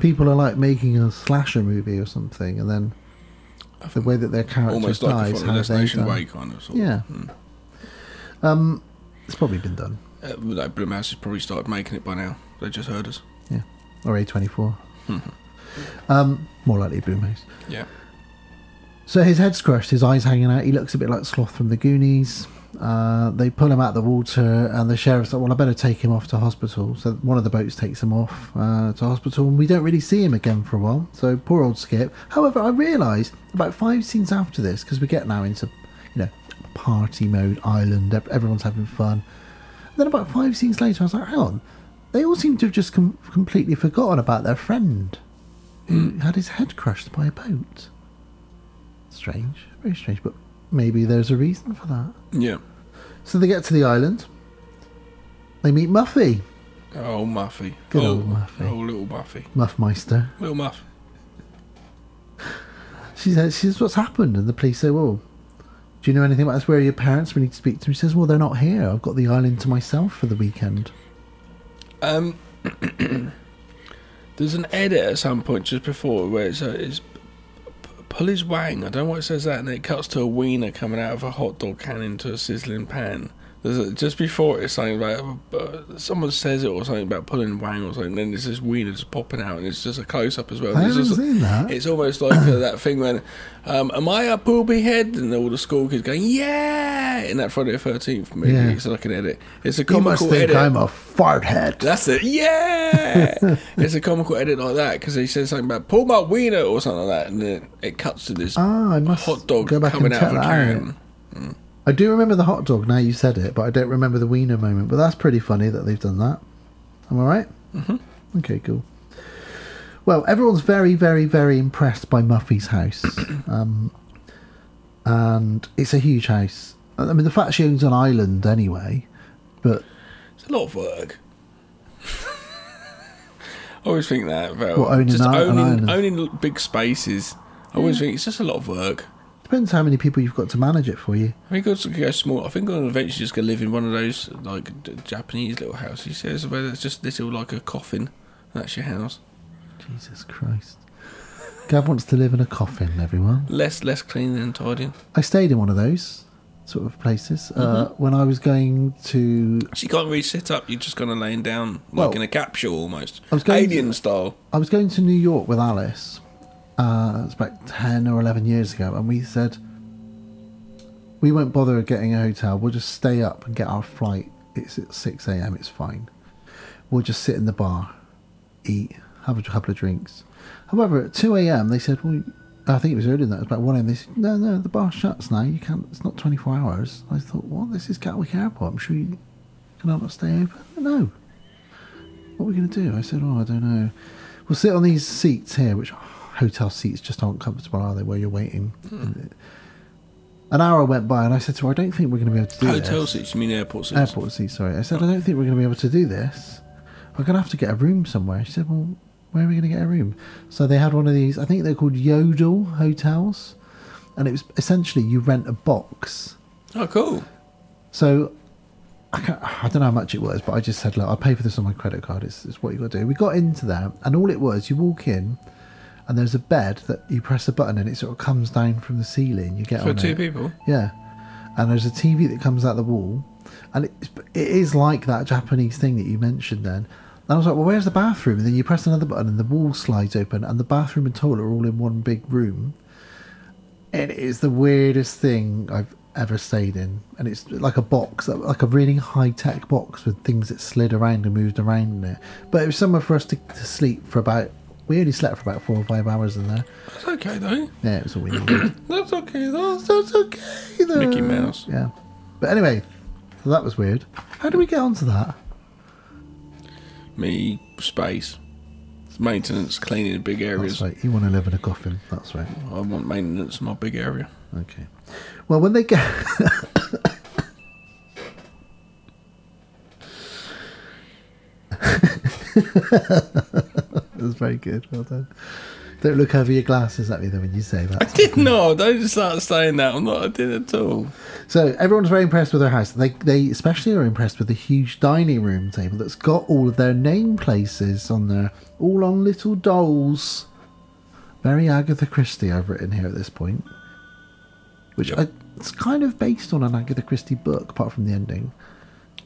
S7: people are like making a slasher movie or something, and then the way that their character
S1: Almost like a
S7: dies,
S1: Final
S7: how they
S1: Destination
S7: done.
S1: way kind of sort.
S7: Yeah.
S1: Of. Mm.
S7: Um, it's probably been done.
S1: Uh, like Blumhouse has probably started making it by now. They just heard us.
S7: Yeah, or A twenty four.
S1: Hmm.
S7: Um, more likely Bloomhouse.
S1: Yeah.
S7: So his head's crushed, his eyes hanging out. He looks a bit like Sloth from the Goonies. Uh, they pull him out of the water, and the sheriff's like, "Well, I better take him off to hospital." So one of the boats takes him off uh, to hospital, and we don't really see him again for a while. So poor old Skip. However, I realised about five scenes after this because we get now into, you know, party mode, island. ev- Everyone's having fun. And then about five scenes later, I was like, "Hang on, they all seem to have just com- completely forgotten about their friend who had his head crushed by a boat." Strange, very strange, but maybe there's a reason for that.
S1: Yeah.
S7: So they get to the island. They meet Muffy,
S1: Oh, Muffy.
S7: Good
S1: oh,
S7: old Muffy.
S1: Oh, little Muffy.
S7: Muffmeister.
S1: Little Muff.
S7: She says, she says, what's happened? And the police say, well, do you know anything about this? Where are your parents? We need to speak to them. She says, well, they're not here. I've got the island to myself for the weekend.
S1: Um, [COUGHS] there's an edit at some point just before where it's, uh, it's p- pull his wang. I don't know what it says that, and it cuts to a wiener coming out of a hot dog can into a sizzling pan. There's a, just before it's something about uh, someone says it or something about pulling wang or something. Then there's this wiener just popping out, and it's just a close up as well.
S7: I
S1: It's
S7: haven't
S1: just-
S7: seen that.
S1: It's almost like uh, that thing when, um, am I a booby head? And all the school kids going, yeah, in that Friday the Thirteenth movie.
S7: Yeah.
S1: It's like an edit. It's a
S7: You must
S1: comical
S7: think
S1: edit.
S7: I'm a fart head.
S1: That's it. Yeah, it's a comical edit like that because he says something about pull my wiener or something like that, and then it cuts to this
S7: Ah, I must
S1: hot dog
S7: go back
S1: coming
S7: and
S1: out of
S7: check
S1: a
S7: that
S1: can.
S7: out. I do remember the hot dog now you said it, but I don't remember the wiener moment. But that's pretty funny that they've done that. Am I right? Mm-hmm. Okay, cool. Well, everyone's very, very, very impressed by Muffy's house. um, and it's a huge house. I mean, the fact she owns an island anyway, but.
S1: It's a lot of work. [LAUGHS] I always think that about
S7: What, owning
S1: just
S7: an i- an
S1: owning,
S7: island?
S1: owning big spaces. I always think it's just a lot of work.
S7: Depends how many people you've got to manage it for you.
S1: I think I'll just go small. I think I'm eventually just gonna live in one of those like d- Japanese little houses. You see, where it's just little like a coffin. That's your house.
S7: Jesus Christ. Gav wants to live in a coffin, everyone.
S1: Less less clean and tidying.
S7: I stayed in one of those sort of places uh, when I was going to.
S1: So you can't really sit up. You're just kind of laying down like
S7: Well,
S1: in a capsule almost.
S7: I was going to-
S1: Alien style.
S7: I was going to New York with Alice. Uh, it was about ten or eleven years ago, and we said we won't bother getting a hotel. We'll just stay up and get our flight. It's at six a.m. It's fine. We'll just sit in the bar, eat, have a couple of drinks. However, at two a.m. they said, "Well, I think it was earlier than that. It was about one a.m." They said, "No, no, the bar shuts now. You can't. It's not twenty-four hours." I thought, "What? This is Gatwick Airport. I'm sure you can I not stay open." No. What are we going to do? I said, "Oh, I don't know." We'll sit on these seats here, which oh, hotel seats just aren't comfortable, are they? Where you're waiting. An hour went by, and I said to her, "I don't think we're going to be able to do
S1: Hotel
S7: this."
S1: seats. You mean airport seats?
S7: Airport seats, sorry. I said, I don't think we're going to be able to do this. We're going to have to get a room somewhere. She said, Well, where are we going to get a room? So they had one of these, I think they're called Yodel hotels. And it was essentially you rent a box.
S1: Oh, cool.
S7: So I, can't, I don't know how much it was, but I just said, Look, I'll pay for this on my credit card. It's, it's what you got to do. We got into there, and all it was, you walk in. And there's a bed that you press a button and it sort of comes down from the ceiling. You get
S1: For
S7: on
S1: two
S7: it.
S1: people?
S7: Yeah, and there's a TV that comes out the wall, and it, it is like that Japanese thing that you mentioned then. And I was like, well, where's the bathroom? And then you press another button, and the wall slides open, and the bathroom and toilet are all in one big room. It is the weirdest thing I've ever stayed in, and it's like a box, like a really high tech box with things that slid around and moved around in it. But it was somewhere for us to, to sleep for about. We only slept for about four or five hours in there.
S1: That's okay though.
S7: Yeah, it was all we needed.
S1: That's okay though. That's okay
S7: though.
S1: Mickey Mouse.
S7: Yeah. But anyway, so that was weird. How do we get onto that?
S1: Me space. Maintenance, cleaning big
S7: That's
S1: areas.
S7: right. You want to live in a coffin. That's right.
S1: I want maintenance in my big area. [LAUGHS]
S7: Okay. Well, when they get. [LAUGHS] That's very good. Well done. Don't look over your glasses at me though when you say that.
S1: I did not. Don't start saying that. I'm not. I did at all.
S7: So everyone's very impressed with their house. They they especially are impressed with the huge dining room table that's got all of their name places on there, all on little dolls. Very Agatha Christie, I've written here at this point, which I, it's kind of based on an Agatha Christie book, apart from the ending.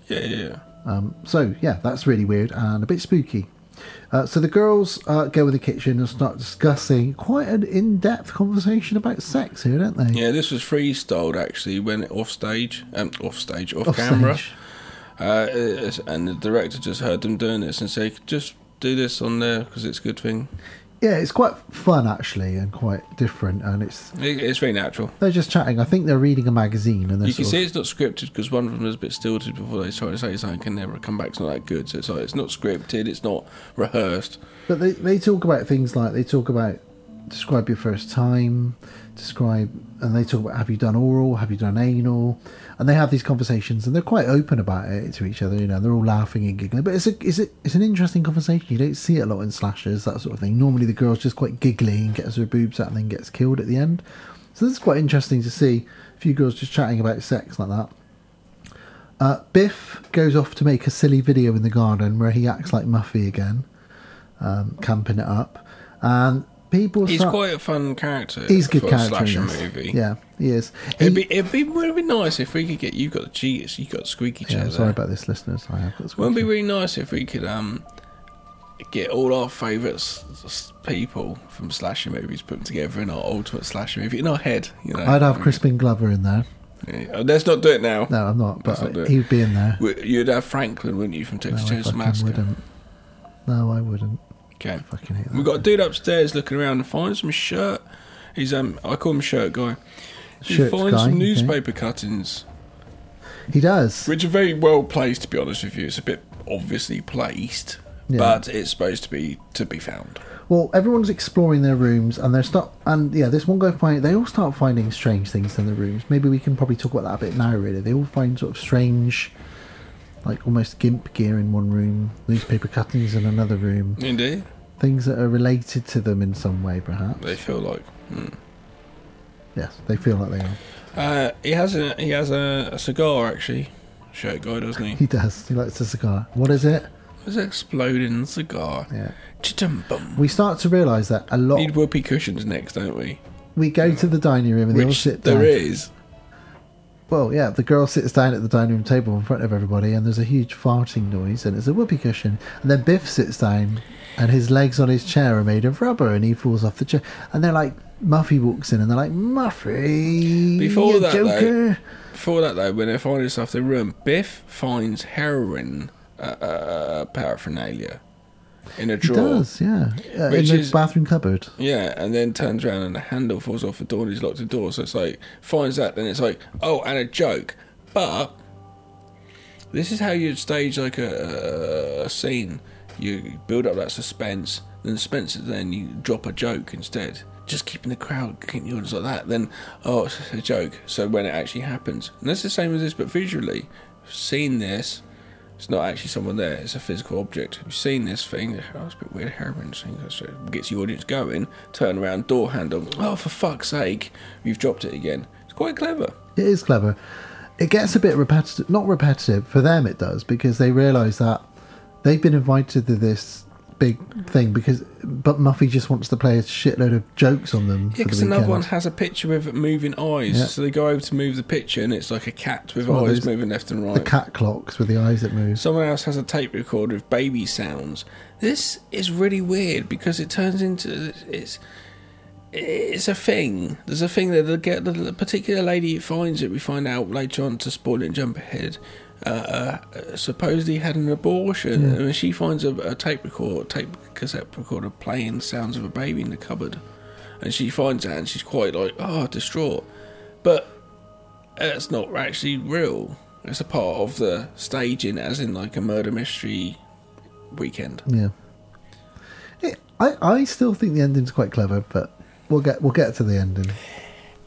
S1: Yeah, yeah.
S7: Um, so yeah, that's really weird and a bit spooky. Uh, so the girls uh, go in the kitchen and start discussing quite an in-depth conversation about sex here, don't they?
S1: Yeah, this was freestyled actually when off stage, um, off stage, off,
S7: Off
S1: camera.
S7: stage.
S1: Uh, it's- and the director just heard them doing this and said, "Just do this on there because it's a good thing.
S7: Yeah, it's quite fun actually, and quite different, and it's
S1: It, it's very natural."
S7: They're just chatting. I think they're reading a magazine, and they're
S1: You can
S7: sort
S1: see
S7: of,
S1: it's not scripted because one of them was a bit stilted before they tried to say something, and their comeback's not that good. So it's like it's not scripted, it's not rehearsed.
S7: but they they talk about things like they talk about describe your first time, describe, and they talk about have you done oral, have you done anal, and they have these conversations, and they're quite open about it to each other. You know, they're all laughing and giggling, but it's a it's a, it's an interesting conversation. You don't see it a lot in slashers that sort of thing. Normally, the girl's just quite giggly and gets her boobs out and then gets killed at the end. So this is quite interesting to see a few girls just chatting about sex like that. Uh, Biff goes off to make a silly video in the garden where he acts like Muffy again, um, camping it up, and people.
S1: He's
S7: start-
S1: quite a fun character.
S7: He's a good
S1: for
S7: character.
S1: a slasher
S7: in this.
S1: movie.
S7: Yeah, he is.
S1: It'd
S7: He-
S1: be, it'd be would be nice if we could get you got the cheaters, you got the squeaky
S7: yeah,
S1: chair.
S7: I'm
S1: there.
S7: sorry about this, listeners. I have got
S1: Wouldn't it be really nice if we could um get all our favourite s- s- people from slasher movies put together in our ultimate slasher movie in our head? You know,
S7: I'd have Crispin Glover in there.
S1: Yeah, Uh, Let's not do it now.
S7: No, I'm not.
S1: Let's
S7: But
S1: do it.
S7: he'd be in there.
S1: We- You'd have Franklin, wouldn't you, from
S7: No, I
S1: Texas Chainsaw
S7: fucking
S1: Massacre?
S7: wouldn't. No, I wouldn't.
S1: Okay.
S7: Fucking hate that.
S1: We've got a dude upstairs looking around and finds some shirt. He's um, I call him shirt guy. He
S7: Shirt
S1: finds
S7: guy,
S1: some
S7: okay.
S1: newspaper cuttings,
S7: He does.
S1: which are very well placed. To be honest with you, it's a bit obviously placed,
S7: Yeah.
S1: but it's supposed to be to be found.
S7: Well, everyone's exploring their rooms, and they're start and yeah, this one guy find they all start finding strange things in their rooms. Maybe we can probably talk about that a bit now. Really, they all find sort of strange, like almost gimp gear in one room, newspaper cuttings in another room.
S1: Indeed.
S7: Things that are related to them in some way, perhaps.
S1: They feel like. Hmm.
S7: Yes, they feel like they are.
S1: Uh, he has a he has a, a cigar actually. Shirt guy, doesn't he?
S7: He does. He likes a cigar. What is it?
S1: It's an exploding cigar.
S7: Yeah.
S1: Chittum-bum.
S7: We start to realise that a lot.
S1: Need whoopee cushions next, don't we?
S7: We go to the dining room and they all
S1: Which
S7: sit down.
S1: there is.
S7: Well, yeah, the girl sits down at the dining room table in front of everybody, and there's a huge farting noise, and it's a whoopee cushion. And then Biff sits down, and his legs on his chair are made of rubber, and he falls off the chair. And they're like, Muffy walks in, and they're like, Muffy,
S1: Before
S7: you
S1: that,
S7: Joker.
S1: though, before that though, when they find themselves in the room, Biff finds heroin uh, uh, paraphernalia in a
S7: He
S1: drawer.
S7: does, yeah, Uh, in
S1: Which
S7: the
S1: is-
S7: bathroom cupboard.
S1: Yeah, and then turns around and the handle falls off the door and he's locked the door. So it's like, finds that, then it's like, oh, and a joke. But this is how you'd stage like a, a scene. You build up that suspense, then suspense, then you drop a joke instead. Just keeping the crowd, keeping the audience like that. Then, oh, it's a joke. So when it actually happens, and that's the same as this, but visually, seeing this, it's not actually someone there, it's a physical object. You've seen this thing, oh, it's a bit weird, heroin thing, so it gets the audience going, turn around, door handle, oh, for fuck's sake, you've dropped it again. It's quite clever.
S7: It is clever. It gets a bit repetitive, not repetitive for them. It does because they realise that they've been invited to this big thing because, but Muffy just wants to play a shitload of jokes on them.
S1: Yeah,
S7: for
S1: because
S7: the
S1: another
S7: weekend.
S1: one has a picture with moving eyes,
S7: Yeah.
S1: so they go over to move the picture and it's like a cat with
S7: one of
S1: eyes
S7: those-
S1: moving left and
S7: the
S1: right.
S7: cat clocks with the eyes that move.
S1: Someone else has a tape recorder with baby sounds. This is really weird because it turns into it's it's a thing. There's a thing that they'll get the, the particular lady who finds it. We find out later on to spoil it and jump ahead. Uh, uh, supposedly had an abortion,
S7: Yeah.
S1: and when she finds a, a tape record, tape cassette recorder playing sounds of a baby in the cupboard, and she finds that, and she's quite like, oh, distraught. But it's not actually real. It's a part of the staging, as in like a murder mystery weekend.
S7: Yeah, it, I I still think the ending's quite clever, but we'll get we'll get to the ending.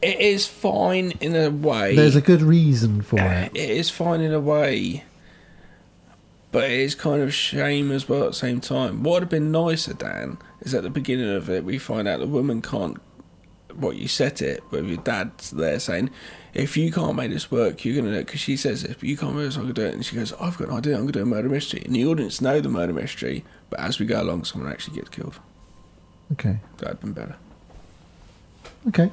S1: It is fine in a way.
S7: There's a good reason for it.
S1: it is fine in a way, but it is kind of shame as well at the same time. What would have been nicer, Dan, is at the beginning of it, we find out the woman can't. What you set it with your dad's there saying, if you can't make this work, you're gonna because she says if you can't make this, I'm gonna do it, and she goes, I've got an idea, I'm gonna do a murder mystery, and the audience know the murder mystery, but as we go along, someone actually gets killed.
S7: Okay,
S1: That'd been better.
S7: okay.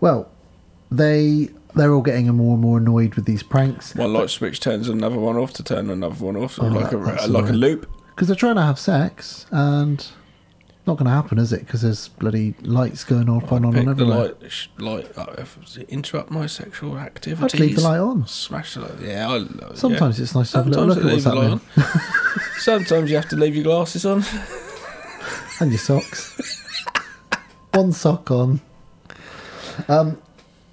S7: Well, they they're all getting more and more annoyed with these pranks.
S1: One light switch turns another one off to turn another one off, so
S7: Oh,
S1: like
S7: that-
S1: a
S7: that's
S1: like a
S7: annoying.
S1: loop.
S7: because they're trying to have sex and not going to happen, is it? Because there's bloody lights going off and on
S1: Pick
S7: and
S1: the
S7: everywhere.
S1: light, sh- light up if it interrupt my sexual
S7: I'd
S1: activities.
S7: leave the light on.
S1: Smash the light. Yeah, I love it.
S7: Sometimes
S1: yeah.
S7: it's nice to have a little
S1: Sometimes
S7: look at
S1: I leave
S7: what's happening.
S1: the light on. [LAUGHS] Sometimes you have to leave your glasses on. [LAUGHS]
S7: and your socks. [LAUGHS] One sock on. Um,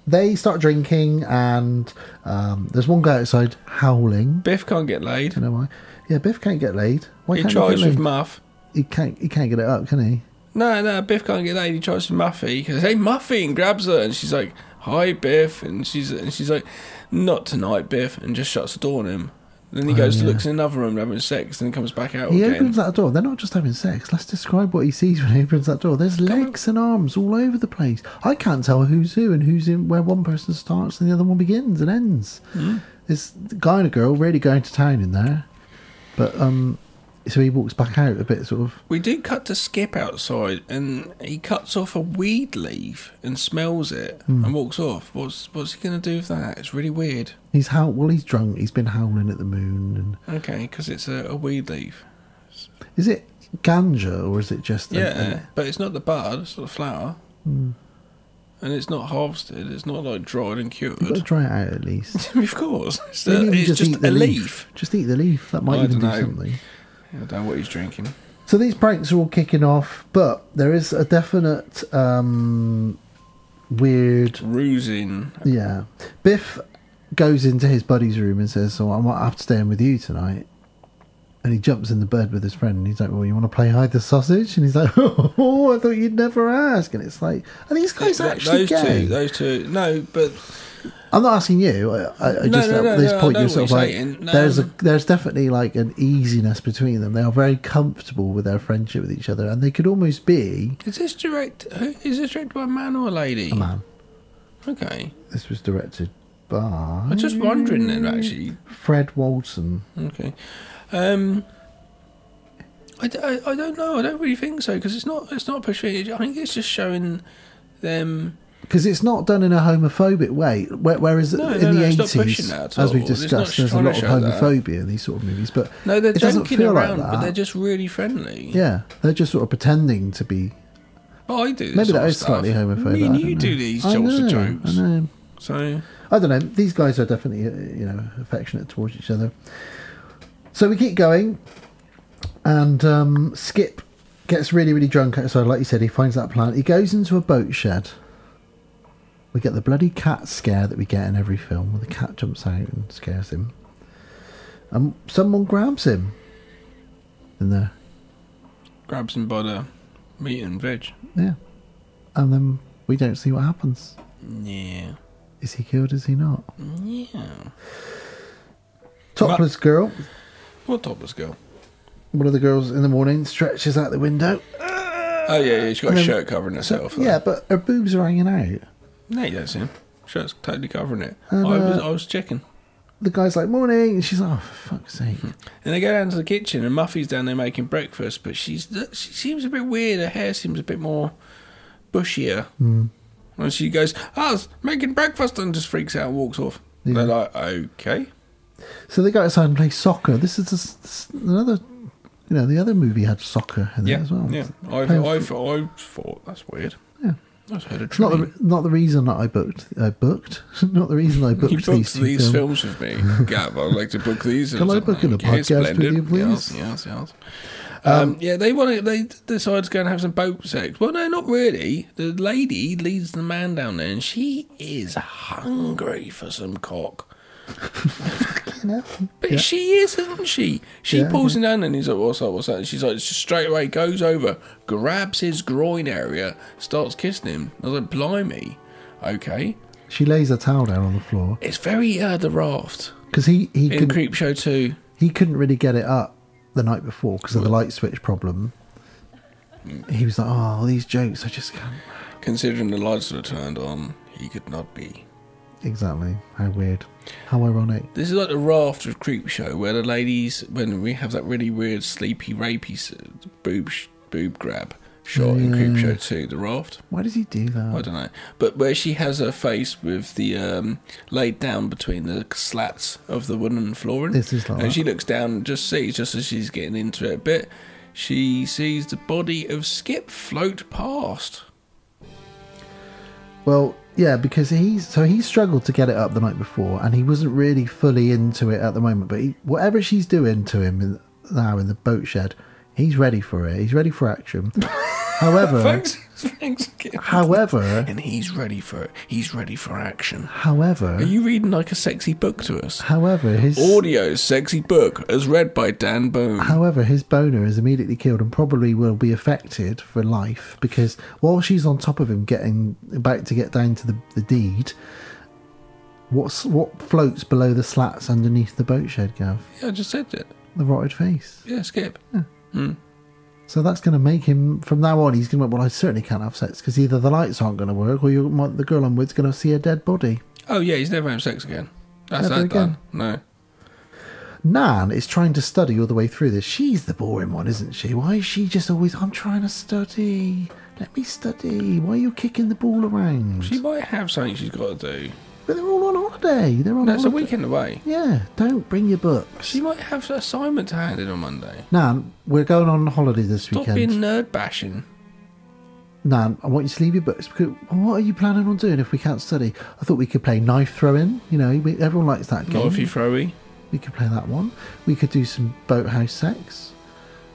S7: they start drinking, and um, there's one guy outside howling.
S1: Biff can't get laid.
S7: I don't know why. Yeah, Biff can't get laid. Why
S1: He
S7: can't he
S1: tries
S7: get
S1: with
S7: laid?
S1: Muff.
S7: he can't. He can't get it up, can he?
S1: No, no, Biff can't get laid. He tries with Muffy. He goes, "Hey, Muffy," and grabs her, and she's like, "Hi, Biff," and she's and she's like, "Not tonight, Biff," and just shuts the door on him. Then he goes to
S7: Oh, yeah.
S1: looks in another room having sex, then comes back out
S7: He
S1: again.
S7: opens that door. They're not just having sex. Let's describe what he sees when he opens that door. There's legs and arms all over the place. I can't tell who's who and who's in where one person starts and the other one begins and ends.
S1: Hmm.
S7: This guy and a girl really going to town in there. But um, so he walks back out a bit, sort of.
S1: We do cut to Skip outside, and he cuts off a weed leaf and smells it
S7: Hmm.
S1: and walks off. What's what's he going to do with that? It's really weird.
S7: He's howl. Well, he's drunk. He's been howling at the moon.
S1: Okay, because it's a, a weed leaf.
S7: And is it ganja or is it just? a-
S1: Yeah, but it's not the bud; it's not the flower,
S7: Hmm.
S1: and it's not harvested. It's not like dried and
S7: you've got to
S1: cured.
S7: try it out
S1: [LAUGHS]
S7: at least.
S1: of course, it's, the-
S7: Maybe we
S1: it's just, a leaf.
S7: Just eat the leaf. That might
S1: I
S7: even do
S1: dunno.
S7: something.
S1: I don't know what he's drinking.
S7: So these pranks are all kicking off, but there is a definite um, weird.
S1: Rusing.
S7: Yeah, Biff goes into his buddy's room and says, "So I might have to stay in with you tonight." And he jumps in the bed with his friend, and he's like, "Well, you want to play hide the sausage?" And he's like, [LAUGHS] "Oh, I thought you'd never ask." And it's like, "Are these guys
S1: Th-
S7: actually
S1: those
S7: gay?"
S1: two, those two. No, but
S7: I'm not asking you. I, I, I
S1: No,
S7: just
S1: no, no,
S7: at this
S1: no, I
S7: point
S1: know
S7: you're
S1: what
S7: sort of
S1: you're
S7: like
S1: saying. No,
S7: there's a
S1: no.
S7: there's definitely like an easiness between them. They are very comfortable with their friendship with each other, and they could almost be.
S1: is this direct? Who, is this directed by a man or a lady? A
S7: man.
S1: Okay.
S7: This was directed by.
S1: I'm just wondering then, actually.
S7: Fred Walton.
S1: Okay. Um, I, d- I- I don't know. I don't really think so because it's not it's not pushing. I think it's just showing them.
S7: Because it's not done in a homophobic way. where- Whereas
S1: No,
S7: in
S1: no, no,
S7: the
S1: it's not pushing
S7: eighties,
S1: that at
S7: as we've
S1: all. It's not
S7: discussed, there's a
S1: trying to
S7: lot of
S1: show that.
S7: homophobia in these sort of movies. But
S1: No, they're
S7: it doesn't
S1: joking
S7: feel
S1: around,
S7: like that.
S1: but they're just really friendly.
S7: yeah, they're just sort of pretending to be.
S1: But I do. This
S7: Maybe
S1: sort
S7: that
S1: of
S7: is slightly
S1: stuff.
S7: homophobic,
S1: Me
S7: I
S1: and
S7: don't
S1: you
S7: know.
S1: do these
S7: I
S1: sorts of
S7: know,
S1: jokes.
S7: I know.
S1: So
S7: I don't know. These guys are definitely, uh, you know, affectionate towards each other. So we keep going, and um, Skip gets really, really drunk outside. Like you said, he finds that plant. He goes into a boat shed. We get the bloody cat scare that we get in every film, where the cat jumps out and scares him, and someone grabs him. In there,
S1: grabs him by the meat and veg.
S7: yeah, and then we don't see what happens.
S1: Yeah.
S7: Is he killed? Is he not?
S1: Yeah.
S7: Topless girl.
S1: What topless girl?
S7: One of the girls in the morning stretches out the window.
S1: Oh yeah, yeah she's got
S7: And
S1: a
S7: then-
S1: shirt covering herself. though.
S7: Um, Yeah, but her boobs are hanging out.
S1: No, you don't see him. Shirt's totally covering it.
S7: And,
S1: I was
S7: uh,
S1: I was checking.
S7: The guy's like, morning. And she's like, oh, for fuck's sake.
S1: And they go down to the kitchen, and Muffy's down there making breakfast, but she's she seems a bit weird. Her hair seems a bit more bushier.
S7: Mm.
S1: And she goes, "I was making breakfast," and just freaks out and walks off.
S7: Yeah.
S1: They're like, "Okay."
S7: So they go outside and play soccer. This is just, this- another, you know, the other movie had soccer in
S1: Yeah,
S7: it as well.
S1: yeah.
S7: It's
S1: I
S7: playing-
S1: I thought- I thought that's weird.
S7: Yeah.
S1: I've heard a
S7: it's not
S1: tree.
S7: the, not the reason that I booked. I booked. [LAUGHS] not the reason I
S1: [LAUGHS]
S7: booked,
S1: You booked
S7: two
S1: these
S7: films.
S1: films with
S7: [LAUGHS]
S1: me, Gav. I'd like to book these.
S7: Can I book in a podcast with you, please?
S1: Yes, yes, yes. Um, yeah, they want to. They decide to go and have some boat sex. Well, no, not really. The lady leads the man down there, and she is hungry for some cock. But she is, isn't she? She
S7: Yeah,
S1: pulls him down, and he's like, "What's up? What's that?" And she's like, just straight away goes over, grabs his groin area, starts kissing him. I was like, "Blimey, okay."
S7: She lays her towel down on the floor
S1: It's very uh, the raft
S7: because he he
S1: in
S7: couldn't,
S1: Creep Show Two.
S7: he couldn't really get it up the night before because of the light switch problem. He was like, oh, these jokes, I just can't.
S1: Considering the lights were turned on, he could not be.
S7: Exactly. How weird. How ironic.
S1: This is like the raft of Creep Show, where the ladies, when we have that really weird sleepy rapey s- boob sh- boob grab shot in Creep Show
S7: Mm.
S1: Two, the raft.
S7: Why does he do that?
S1: I don't know, but where she has her face with the um, laid down between the slats of the wooden flooring,
S7: This is like
S1: and
S7: that.
S1: she looks down and just sees, just as she's getting into it a bit, she sees the body of Skip float past.
S7: Well, yeah, because he's so he struggled to get it up the night before, and he wasn't really fully into it at the moment. But he, whatever she's doing to him in, now in the boat shed, he's ready for it. He's ready for
S1: [LAUGHS]
S7: action. however,
S1: Thanks, [LAUGHS] thanks, Skip.
S7: however,
S1: and he's ready for it. He's ready for action. Mm. Are
S7: however,
S1: you reading like a sexy book to us?
S7: however, his
S1: Audio sexy book, as read by Dan Boone.
S7: However, his boner is immediately killed and probably will be affected for life because while she's on top of him, getting about to get down to the, the deed, what's what floats below the slats underneath the boat shed, Gav?
S1: yeah, I just said it.
S7: The rotted face.
S1: Yeah, Skip.
S7: So that's going to make him from now on. He's going to well, I certainly can't have sex because either the lights aren't going to work or you, my, the girl I'm with's going to see a dead body.
S1: Oh yeah, he's never having sex again. That's
S7: Never
S1: that
S7: again.
S1: done. No.
S7: Nan is trying to study all the way through this. She's the boring one, isn't she? Why is she just always, I'm trying to study. Let me study. Why are you kicking the ball around?
S1: She might have something she's got to do.
S7: But they're all on holiday. They're on
S1: No, it's a
S7: holiday.
S1: weekend away.
S7: Yeah, don't bring your books.
S1: She might have an assignment to hand in on Monday.
S7: Nan, we're going on holiday this
S1: Stop
S7: weekend.
S1: being nerd bashing.
S7: Nan, I want you to leave your books because what are you planning on doing if we can't study? I thought we could play knife throwing. You know, we, everyone likes that game.
S1: Not if you throwy.
S7: We could play that one. We could do some boathouse sex.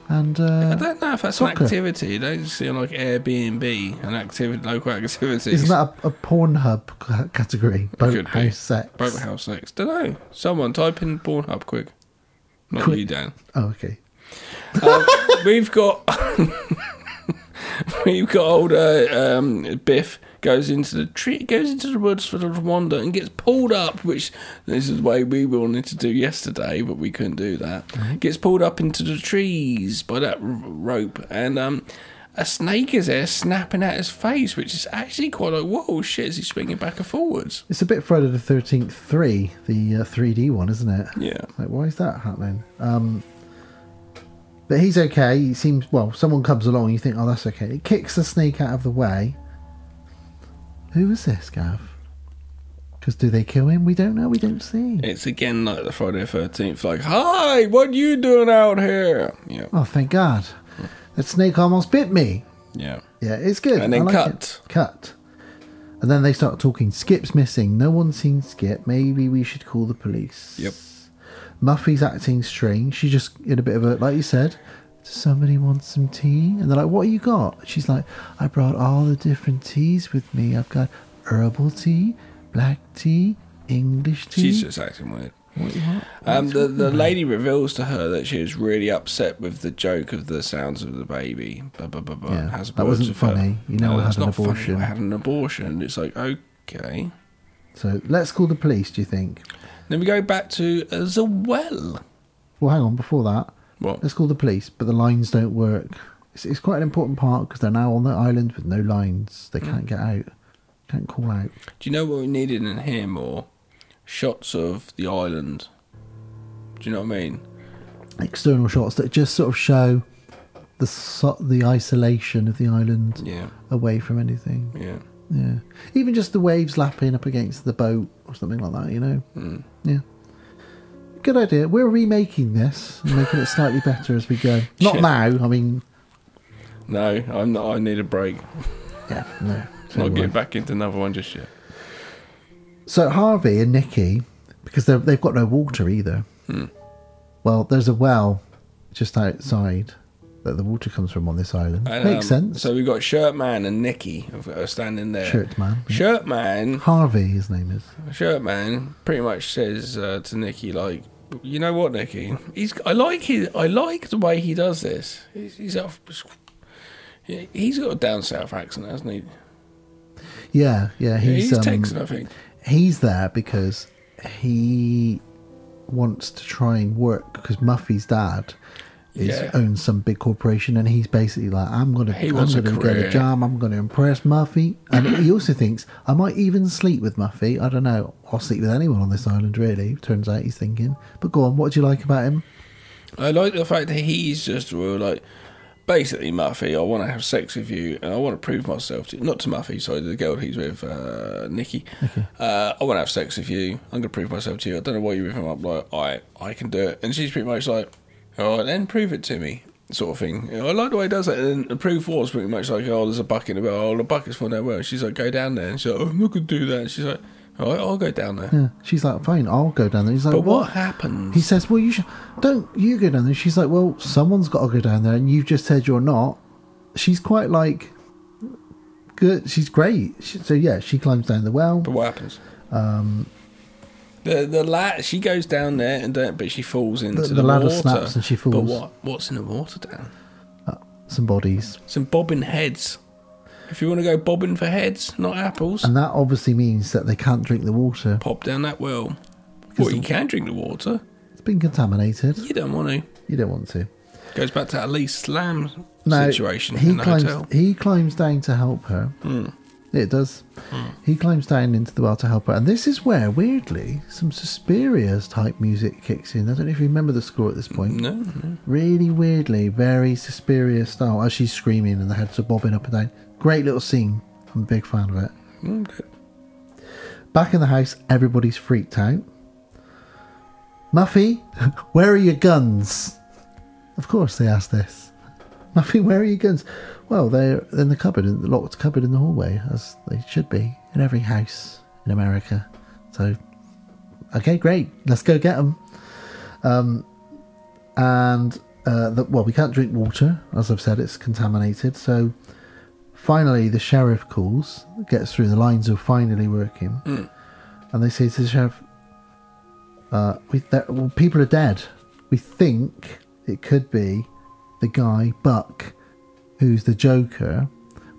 S7: And
S1: I
S7: uh,
S1: don't know if that's
S7: Soccer.
S1: an activity. Don't seem like Airbnb, an activity, local activity.
S7: isn't that a, a Pornhub c- category?
S1: Could be.
S7: Boathouse sex.
S1: Boathouse sex. Don't know. Someone type in Pornhub quick. Not
S7: Quick.
S1: you, Dan.
S7: Oh, okay.
S1: Um, we've got [LAUGHS] we've got old uh, um, Biff goes into the tree, goes into the woods for a little wander, and gets pulled up. Which this is the way we wanted to do yesterday, but we couldn't do that. Gets pulled up into the trees by that r- rope, and um, a snake is there snapping at his face, which is actually quite like whoa shit. Is he swinging back and forwards?
S7: It's a bit Friday the Thirteenth Three, the uh, 3D one, isn't it?
S1: Yeah.
S7: Like, why is that happening? Um, but he's okay. He seems well. Someone comes along. You think, oh, that's okay. It kicks the snake out of the way. Who is this, Gav? Because do they kill him? We don't know. We don't see.
S1: It's again like the Friday the Thirteenth, like hi, what you doing out here? Yeah,
S7: Oh, thank God! That snake almost bit me.
S1: yeah.
S7: Yeah, it's good.
S1: And then
S7: I like
S1: cut.
S7: it. Cut. And then they start talking. Skip's missing. No one's seen Skip. Maybe we should call the police.
S1: Yep.
S7: Muffy's acting strange. She's just in a bit of a, like you said, does somebody want some tea? And they're like, what you got? She's like, I brought all the different teas with me. I've got herbal tea, black tea, English tea.
S1: She's just acting weird.
S7: What do you want?
S1: Um, the the lady reveals to her that she was really upset with the joke of the sounds of the baby. Blah, blah, blah, blah,
S7: Yeah,
S1: has
S7: that
S1: words
S7: wasn't
S1: with her.
S7: funny. You know I had
S1: that's
S7: an
S1: not funny.
S7: abortion.
S1: I had an abortion. It's like okay.
S7: So let's call the police, do you think?
S1: Then we go back to uh, the well.
S7: Well, hang on, before that,
S1: What?
S7: let's call the police, but the lines don't work. It's, it's quite an important part because they're now on the island with no lines. They
S1: Mm.
S7: can't get out, can't call out.
S1: Do you know what we needed in here more? Shots of the island. Do you know what I mean?
S7: External shots that just sort of show the so- the isolation of the island
S1: Yeah,
S7: away from anything.
S1: yeah.
S7: Yeah, even just the waves lapping up against the boat or something like that. You know.
S1: Mm.
S7: Yeah. Good idea. We're remaking this and making it slightly better as we go. Not
S1: Yeah.
S7: now. I mean,
S1: No, I'm not. I need a break.
S7: yeah, no.
S1: I'm not getting back into another one just yet.
S7: So Harvey and Nikki, because they're- they've got no water either.
S1: Hmm.
S7: Well, there's a well just outside that the water comes from on this island.
S1: And,
S7: Makes
S1: um,
S7: sense.
S1: So we've got Shirt Man and Nicky are standing there.
S7: Shirt man, yeah.
S1: Shirt Man.
S7: Harvey, his name is.
S1: Shirt Man pretty much says uh, to Nicky, like, you know what, Nicky? He's I like his I like the way he does this. He's he's, off, he's got a down south accent, hasn't he?
S7: Yeah, yeah,
S1: He's,
S7: he's um,
S1: Texan, I think.
S7: he's there because he wants to try and work because Muffy's dad is
S1: Yeah.
S7: owns some big corporation and he's basically like I'm gonna
S1: He
S7: I'm
S1: wants a
S7: gonna get
S1: career.
S7: a job I'm gonna impress Muffy and
S1: [COUGHS]
S7: he also thinks I might even sleep with Muffy I don't know I'll sleep with anyone on this island really turns out he's thinking but go on what do you like about him
S1: I like the fact that he's just real, like, basically, Muffy, I want to have sex with you and I want to prove myself to Not to Muffy, sorry, the girl he's with, uh, Nikki. Uh, I want to have sex with you. I'm going to prove myself to you. I don't know why you're with him. I'm like, all right, I can do it. And she's pretty much like, all right, then prove it to me. Sort of thing. You know, I like the way he does that. And the proof was pretty much like, oh, there's a bucket in the well. Oh, the bucket's full of well. She's like, go down there. And she's like, oh, I'm not going to do that. And she's like, all right, I'll go down there.
S7: yeah she's like fine I'll go down there he's like
S1: But Mm. what
S7: what
S1: happens?
S7: he says well you should don't you go down there she's like well someone's got to go down there and you've just said you're not she's quite like good she's great she, so yeah she climbs down the well
S1: But what happens?
S7: Um,
S1: the the ladder. She goes down there and don't, but she falls into the,
S7: the ladder
S1: water.
S7: snaps and she
S1: But
S7: falls.
S1: what what's in the water down?
S7: some bodies
S1: Some bobbing heads. If you want to go bobbing for heads, not apples,
S7: And that obviously means that they can't drink the water.
S1: pop down that well. Well, you can drink the water.
S7: It's been contaminated.
S1: You don't want to.
S7: You don't want to.
S1: Goes back to that Lee Slam
S7: Now,
S1: situation
S7: He
S1: in the
S7: climbs.
S1: hotel. Hmm.
S7: He climbs down to help her. It does. He climbs down into the well to help her, and this is where, weirdly, some Suspiria's type music kicks in. I don't know if you remember the score at this point.
S1: No, no.
S7: Really weirdly, very Suspiria style. As she's screaming and the heads are bobbing up and down. Great little scene. I'm a big fan of it.
S1: Okay.
S7: Back in the house, everybody's freaked out. Muffy, [LAUGHS] where are your guns? Of course they asked this. Muffy, where are your guns? Well, they're in the cupboard, in the locked cupboard in the hallway, as they should be in every house in America. So, okay, great, let's go get them. Um, and uh, the, well, we can't drink water, as I've said, it's contaminated. So, finally, the sheriff calls, gets through. The lines are finally working, and they say to the sheriff, uh, we, that, well, "People are dead. We think it could be the guy, Buck, who's the Joker.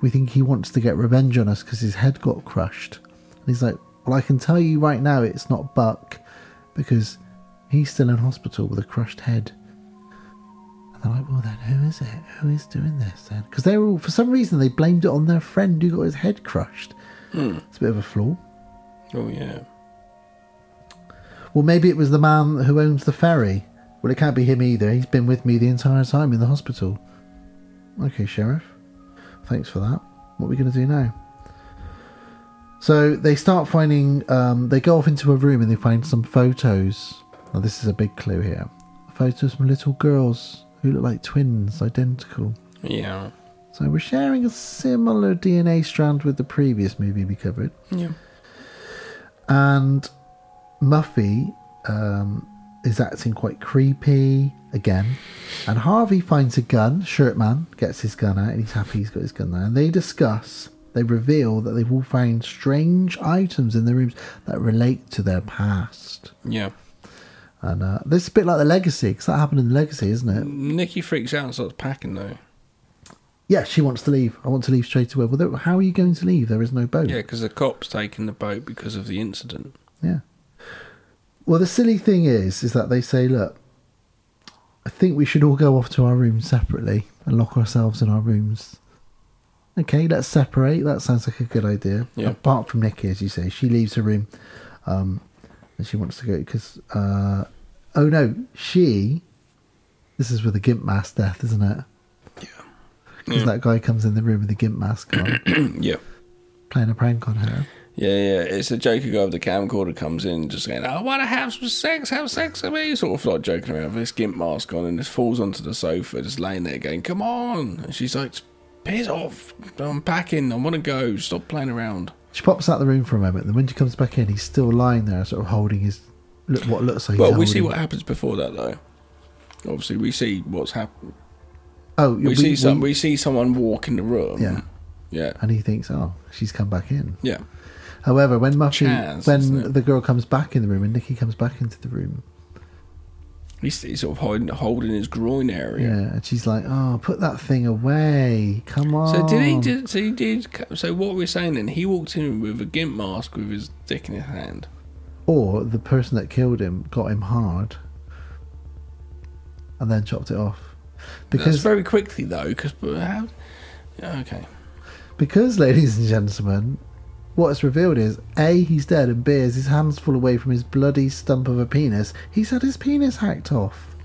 S7: We think he wants to get revenge on us because his head got crushed. And he's like, Well, I can tell you right now it's not Buck because he's still in hospital with a crushed head. And they're like, Well, then who is it? Who is doing this then? Because they were all, for some reason, they blamed it on their friend who got his head crushed.
S1: Hmm.
S7: It's a bit of a flaw.
S1: Oh yeah.
S7: Well, maybe it was the man who owns the ferry. Well, it can't be him either. He's been with me the entire time in the hospital. Okay, Sheriff. Thanks for that. What are we going to do now? So they start finding, um, they go off into a room and they find some photos. Now, this is a big clue here. Photos from little girls who look like twins, identical.
S1: Yeah.
S7: So we're sharing a similar DNA strand with the previous movie we covered.
S1: Yeah.
S7: And Muffy um, is acting quite creepy again. And Harvey finds a gun. Shirtman gets his gun out and he's happy he's got his gun there. And they discuss, they reveal that they've all found strange items in the rooms that relate to their past.
S1: Yeah.
S7: And uh, this is a bit like the legacy, because that happened in the legacy, isn't it?
S1: Nikki freaks out and starts packing though.
S7: Yeah, she wants to leave. I want to leave straight away. Well, there- how are you going to leave? There is no boat.
S1: Yeah, because the cops taking the boat because of the incident.
S7: Yeah. Well, the silly thing is, is that they say, look, I think we should all go off to our rooms separately and lock ourselves in our rooms. Okay, let's separate. That sounds like a good idea.
S1: Yeah.
S7: Apart from Nikki, as you say, she leaves her room, um, and she wants to go because. Uh, oh no, she. This is with the gimp mask death, isn't it? Because
S1: Yeah.
S7: that guy comes in the room with the gimp mask on, [CLEARS THROAT]
S1: yeah.
S7: playing a prank on her.
S1: Yeah, yeah. It's the Joker guy with the camcorder comes in just saying, I want to have some sex, have sex with me. Sort of like joking around with his gimp mask on and just falls onto the sofa, just laying there going, Come on. And she's like, Piss off. I'm packing. I want to go. Stop playing around.
S7: She pops out the room for a moment, and when she comes back in, he's still lying there, sort of holding his look, what looks like.
S1: well,
S7: he's
S1: we see
S7: holding-
S1: what happens before that, though. Obviously, we see what's happened.
S7: Oh,
S1: We, see some, we see someone walk in the room.
S7: Yeah.
S1: Yeah.
S7: and he thinks, oh, she's come back in.
S1: Yeah.
S7: However, when Muffy,
S1: Chance, isn't
S7: when
S1: it?
S7: the girl comes back in the room, and Nikki comes back into the room,
S1: He's, he's sort of holding, holding his groin area.
S7: yeah, and she's like, oh, put that thing away, come on.
S1: So did he? Did, so he did. So what we're saying then? He walked in with a gimp mask with his dick in his hand.
S7: Or the person that killed him got him hard, and then chopped it off.
S1: That's
S7: Because
S1: very quickly though, because how? yeah, Okay.
S7: Because, [LAUGHS] ladies and gentlemen, what's revealed is A, he's dead, and B, is his hands full away from his bloody stump of a penis. He's had his penis hacked off.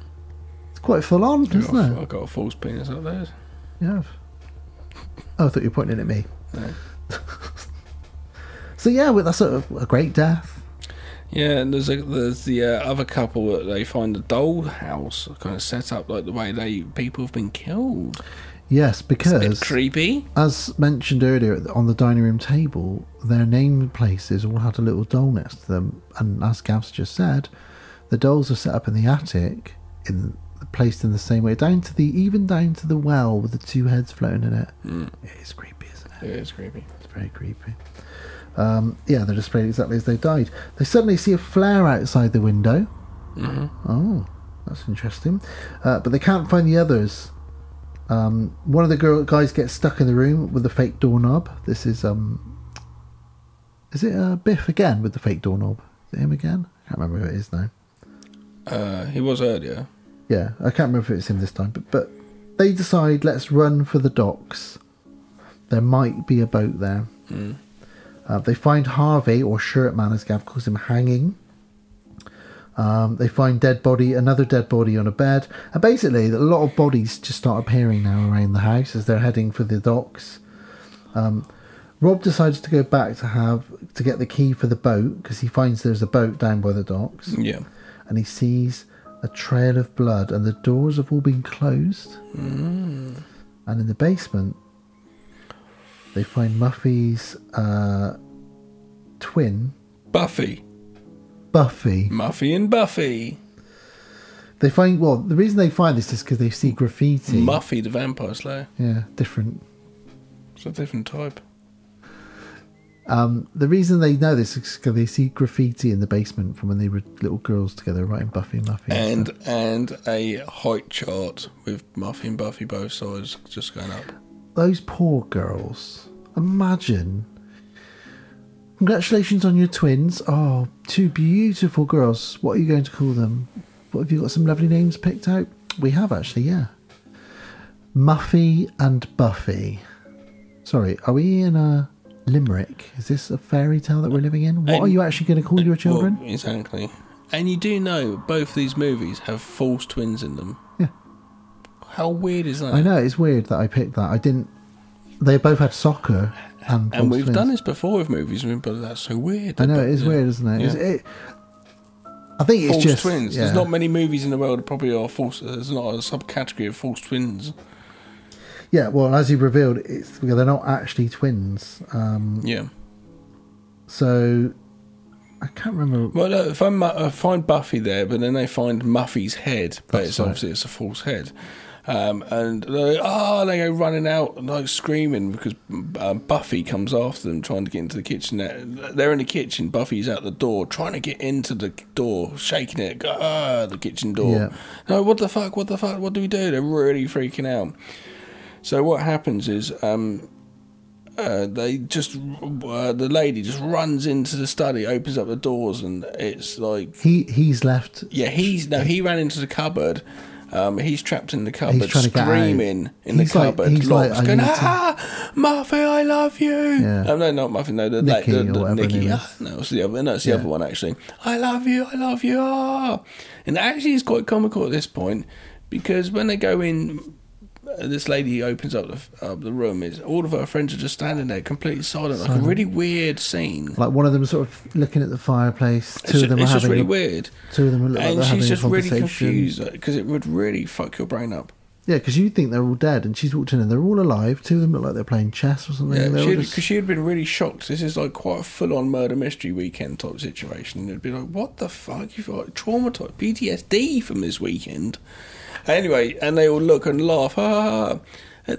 S7: It's quite full on,
S1: I got,
S7: isn't
S1: a- I
S7: it?
S1: got a false penis up there.
S7: Yeah. Oh, I thought you were pointing at me.
S1: No.
S7: [LAUGHS] So, yeah, well, that's a, a great death.
S1: Yeah, and there's a, there's the uh, other couple that they find the dollhouse kind of set up like the way they people have been killed.
S7: Yes,
S1: It's a bit
S7: because,
S1: creepy.
S7: as mentioned earlier on the dining room table, their name places all had a little doll next to them. And as Gav's just said, the dolls are set up in the attic in placed in the same way down to the even down to the well with the two heads floating in it it's creepy isn't it
S1: Yeah, it's creepy.
S7: it's very creepy um, yeah they're displayed exactly as they died they suddenly see a flare outside the window oh that's interesting uh, but they can't find the others um, one of the girl guys gets stuck in the room with the fake doorknob this is um is it uh, biff again with the fake doorknob is it him again i can't remember who it is now
S1: Uh, he was earlier.
S7: yeah, I can't remember if it's him this time, but but they decide let's run for the docks. There might be a boat there. Uh, they find Harvey or Shirtman, as Gav calls him, hanging. Um, they find dead body, another dead body on a bed, and basically a lot of bodies just start appearing now around the house as they're heading for the docks. Um, Rob decides to go back to have to get the key for the boat because he finds there's a boat down by the docks
S1: Yeah.
S7: and he sees a trail of blood, and the doors have all been closed. And in the basement, they find Muffy's uh, twin,
S1: Buffy,
S7: Buffy.
S1: Muffy, and Buffy.
S7: They find well, the reason they find this is because they see graffiti.
S1: Muffy, the vampire slayer.
S7: yeah, different.
S1: It's a different type.
S7: Um, the reason they know this is because they see graffiti in the basement from when they were little girls together writing Buffy and Muffy.
S1: And and a height chart with Muffy and Buffy both sides just going up.
S7: Those poor girls. Imagine. Congratulations on your twins. Oh, two beautiful girls. What are you going to call them? What have you got some lovely names picked out? We have actually, yeah. Muffy and Buffy. Sorry, are we in a limerick? Is this a fairy tale that we're living in? What
S1: And-
S7: are you actually going to call your children?
S1: Well, exactly. And you do know both these movies have false twins in them.
S7: Yeah.
S1: How weird is that?
S7: I know it's weird that I picked that. I didn't. They both had soccer and.
S1: And we've
S7: Paul's
S1: done
S7: twins.
S1: this before with movies, but that's so weird.
S7: I know
S1: But,
S7: it is
S1: yeah.
S7: weird, isn't it? It's-
S1: Yeah.
S7: it- I think it's
S1: false
S7: just
S1: twins.
S7: yeah.
S1: There's not many movies in the world that probably are false. There's not a subcategory of false twins.
S7: Yeah, well, as you revealed, it's they're not actually twins. Um,
S1: Yeah.
S7: So I can't remember.
S1: Well, look, if I mu- uh, find Buffy there, but then they find Muffy's head, but
S7: That's
S1: it's
S7: right.
S1: obviously it's a false head. Um, and they oh, they go running out, and, like screaming because um, Buffy comes after them, trying to get into the kitchen. They're- They're in the kitchen. Buffy's out the door, trying to get into the door, shaking it. go, Ah, the kitchen door.
S7: Yeah.
S1: No, what the fuck? What the fuck? What do we do? They're really freaking out. So what happens is um, uh, they just uh, the lady just runs into the study, opens up the doors, and it's like
S7: He he's left.
S1: yeah, he's no he ran into the cupboard. Um, he's trapped in the cupboard,
S7: trying to get out.
S1: screaming in
S7: He's
S1: the
S7: like-
S1: cupboard,
S7: he's like,
S1: locked,
S7: I
S1: going,
S7: need to-
S1: "Ah, Muffy, I love you."
S7: Yeah.
S1: Oh, no, not Muffy. No, the
S7: Nicky
S1: the,
S7: or
S1: the,
S7: whatever her
S1: Nicky.
S7: name
S1: Ah, no, it's the other. No, it's the other one actually. I love you. I love you. Ah. And actually, it's quite comical at this point because when they go in, uh, this lady opens up the up the room. Is all of her friends are just standing there, completely silent, like a
S7: Silent.
S1: really weird scene.
S7: Like one of them sort of looking at the fireplace. Two
S1: It's,
S7: of them
S1: it's
S7: are
S1: just
S7: having
S1: really
S7: a,
S1: weird.
S7: Two of them look like
S1: and
S7: they're having
S1: she's
S7: a
S1: just really
S7: conversation.
S1: confused because it would really fuck your brain up.
S7: Yeah, because you think they're all dead, and she's walked in and they're all alive. Two of them look like they're playing chess or something.
S1: Yeah,
S7: They're all
S1: because
S7: just-
S1: she had been really shocked. This is like quite a full-on murder mystery weekend type situation. It'd be like, what the fuck? You've got traumatized PTSD from this weekend. Anyway, and they all look and laugh. Ah,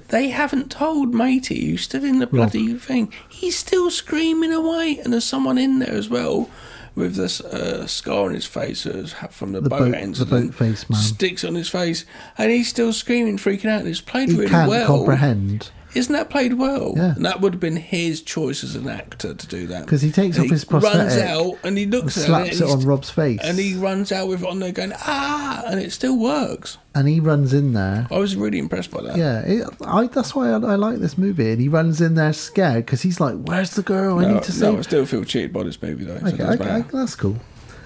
S1: they haven't told matey who's still in the bloody thing. He's still screaming away, and there's someone in there as well. With this uh, scar on his face uh, from the,
S7: The boat-
S1: boat,
S7: the
S1: incident,
S7: boat face man.
S1: sticks on his face, and he's still screaming, freaking out. And it's played
S7: he
S1: really
S7: can't
S1: well.
S7: comprehend.
S1: Isn't that played well?
S7: Yeah.
S1: And that would have been his choice as an actor to do that.
S7: 'Cause he takes
S1: And
S7: off his prosthetic
S1: runs out and he looks
S7: and
S1: at it,
S7: slaps
S1: and
S7: it on
S1: he's-
S7: Rob's face.
S1: and he runs out with it on there going ah, and it still works.
S7: and he runs in there.
S1: I was really impressed by that.
S7: Yeah, it, I, that's why I, I like this movie. And he runs in there scared because he's like, "Where's the girl? I
S1: No,
S7: need to see."
S1: no, I still feel cheated by this movie though. so it
S7: okay,
S1: doesn't
S7: okay,
S1: matter.
S7: that's cool.